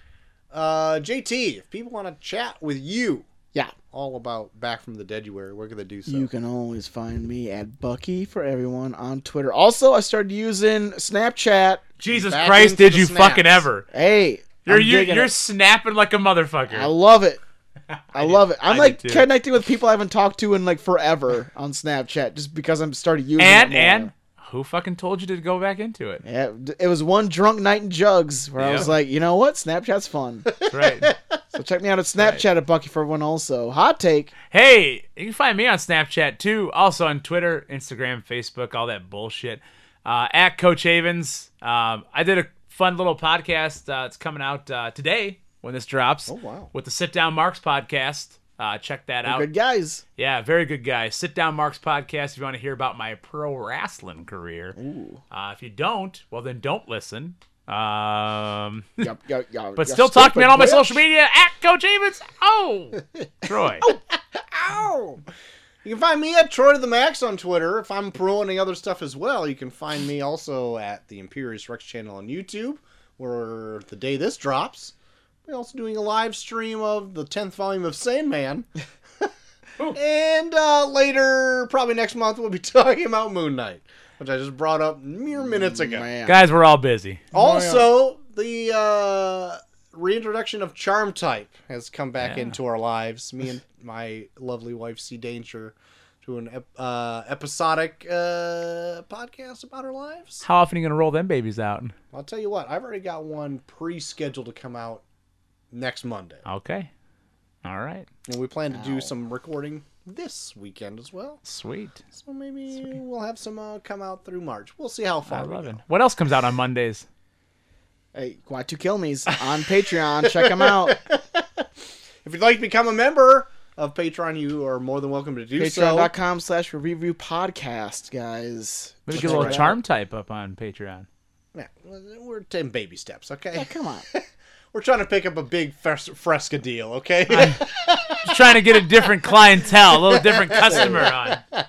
B: Uh, JT, if people want to chat with you
A: Yeah.
B: all about Back from the Deaduary, where can they do so? Oh,
A: You can always find me at Bucky for everyone on Twitter. Also, I started using Snapchat.
C: Jesus
B: Back
C: Christ,
B: into
C: did
B: the
C: you
B: snaps.
C: fucking ever?
A: Hey,
C: You're
A: I'm
C: you,
A: digging
C: you're
A: it.
C: snapping like a
A: I
C: motherfucker.
A: love it. I love it. I'm
C: I
A: like
C: do too.
A: connecting with people I haven't talked to in like forever on Snapchat just because I'm started using
C: And
A: it more.
C: and who fucking told you to go back into it?
A: Yeah, d- it was one drunk night in Jugs where I
C: Yeah.
A: was like, you know what, Snapchat's fun.
C: That's right.
A: so check me out at Snapchat at Bucky for everyone. Also, hot take.
C: Hey, you can find me on Snapchat too. Also on Twitter, Instagram, Facebook, all that bullshit. Uh, at Coach Havens. Um, I did a fun little podcast. Uh, it's coming out uh, today when this drops. Oh,
B: wow.
C: With the Sit Down Marks podcast. Uh, check that out.
A: Good guys.
C: Yeah, very good guy. Sit down, Mark's podcast. If you want to hear about my pro wrestling career, Uh, if you don't, well then don't listen. Um,
A: Yup, yup, yup,
C: but
A: yup,
C: still talk to me on all my
A: stupid
C: social media at Coach Evans. Oh, Troy.
A: Oh.
B: You can find me at Troy to the Max on Twitter. If I'm pro any other stuff as well, you can find me also at the Imperious Rex channel on YouTube, where the day this drops, we're also doing a live stream of the 10th volume of Sandman. and uh, later, probably next month, we'll be talking about Moon Knight, which I just brought up mere minutes ago.
A: Man.
C: Guys, we're all busy.
B: Also, the uh, reintroduction of Charm Type has come back
C: Yeah.
B: into our lives. Me and my lovely wife, See Danger, do an ep- uh, episodic uh, podcast about our lives.
C: How often are you gonna roll them babies out?
B: I'll tell you what, I've already got one pre scheduled to come out next Monday.
C: Okay. All right.
B: And we plan to do some recording this weekend as well.
C: Sweet.
B: So maybe we'll have some uh, come out through March. We'll see how far.
C: I
B: we
C: love
B: go.
C: it. What else comes out on Mondays?
A: Hey, why two kill me's on Patreon? Check them out.
B: If you'd like to become a member of Patreon, you are more than welcome to do so.
A: Patreon.com slash review podcast, guys.
C: Maybe
A: Check
C: get a little
A: it out.
C: charm type up on Patreon.
B: Yeah, we're taking baby steps, okay?
A: Come on.
B: We're trying to pick up a big fres- fresca deal, okay?
C: Just trying to get a different clientele, a little different customer on.
B: but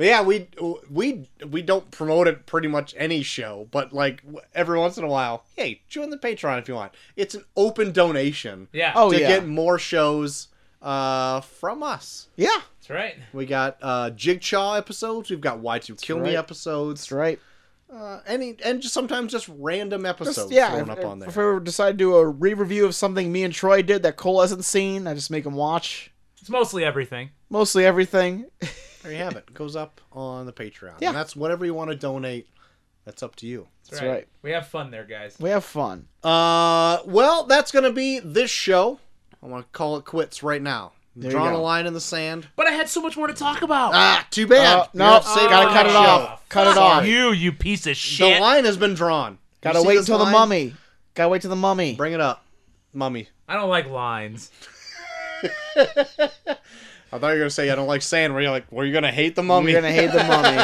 B: yeah, we we we don't promote it pretty much any show, but like w- every once in a while, hey, join the Patreon if you want. It's an open donation
C: Yeah.
A: Oh,
B: to
A: yeah.
B: get more shows uh, from us.
A: Yeah,
C: that's right.
B: We got uh, Jigchaw episodes. We've got Why to Kill Me
A: right.
B: episodes.
A: that's right.
B: Uh, any and just sometimes just random episodes
A: Just, yeah,
B: thrown
A: if,
B: up on there.
A: if we decide to do a re-review of something me and Troy did that Cole hasn't seen, I just make him watch
C: It's mostly everything.
A: mostly everything.
B: There you have it. Goes up on the Patreon.
A: Yeah.
B: And that's whatever you want to donate. That's up to you.
C: That's
A: right. right.
C: We have fun there, guys.
A: We have fun.
B: Uh, well, that's gonna be this show. I want to call it quits right now.
A: you
B: Drawing a
A: go.
B: line in the sand.
C: But I had so much more to talk about.
B: Ah, too bad.
A: Uh,
B: You're gonna
A: no,
B: have to save
A: gotta
B: for
A: cut
B: the
A: it
B: show.
A: off. Cut it off.
C: You, you piece of
B: The
C: shit.
B: line has been drawn.
A: Gotta
B: You see
A: wait
B: this
A: until the
B: line?
A: mummy. Gotta wait till the mummy.
B: Bring it up, mummy.
C: I don't like lines.
B: I thought you were gonna say I don't like sand. Were you like, were you gonna hate the mummy?
A: We're gonna hate the mummy.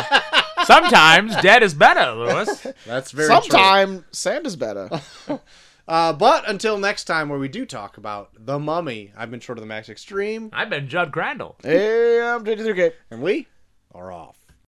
C: Sometimes dead is better, Lewis.
B: That's very true.
A: Sometime sand is better.
B: Uh, but until next time, where we do talk about the mummy, I've been short of the max extreme,
C: I've been Judd Crandall.
A: hey, I'm JD3K.
B: and we are off.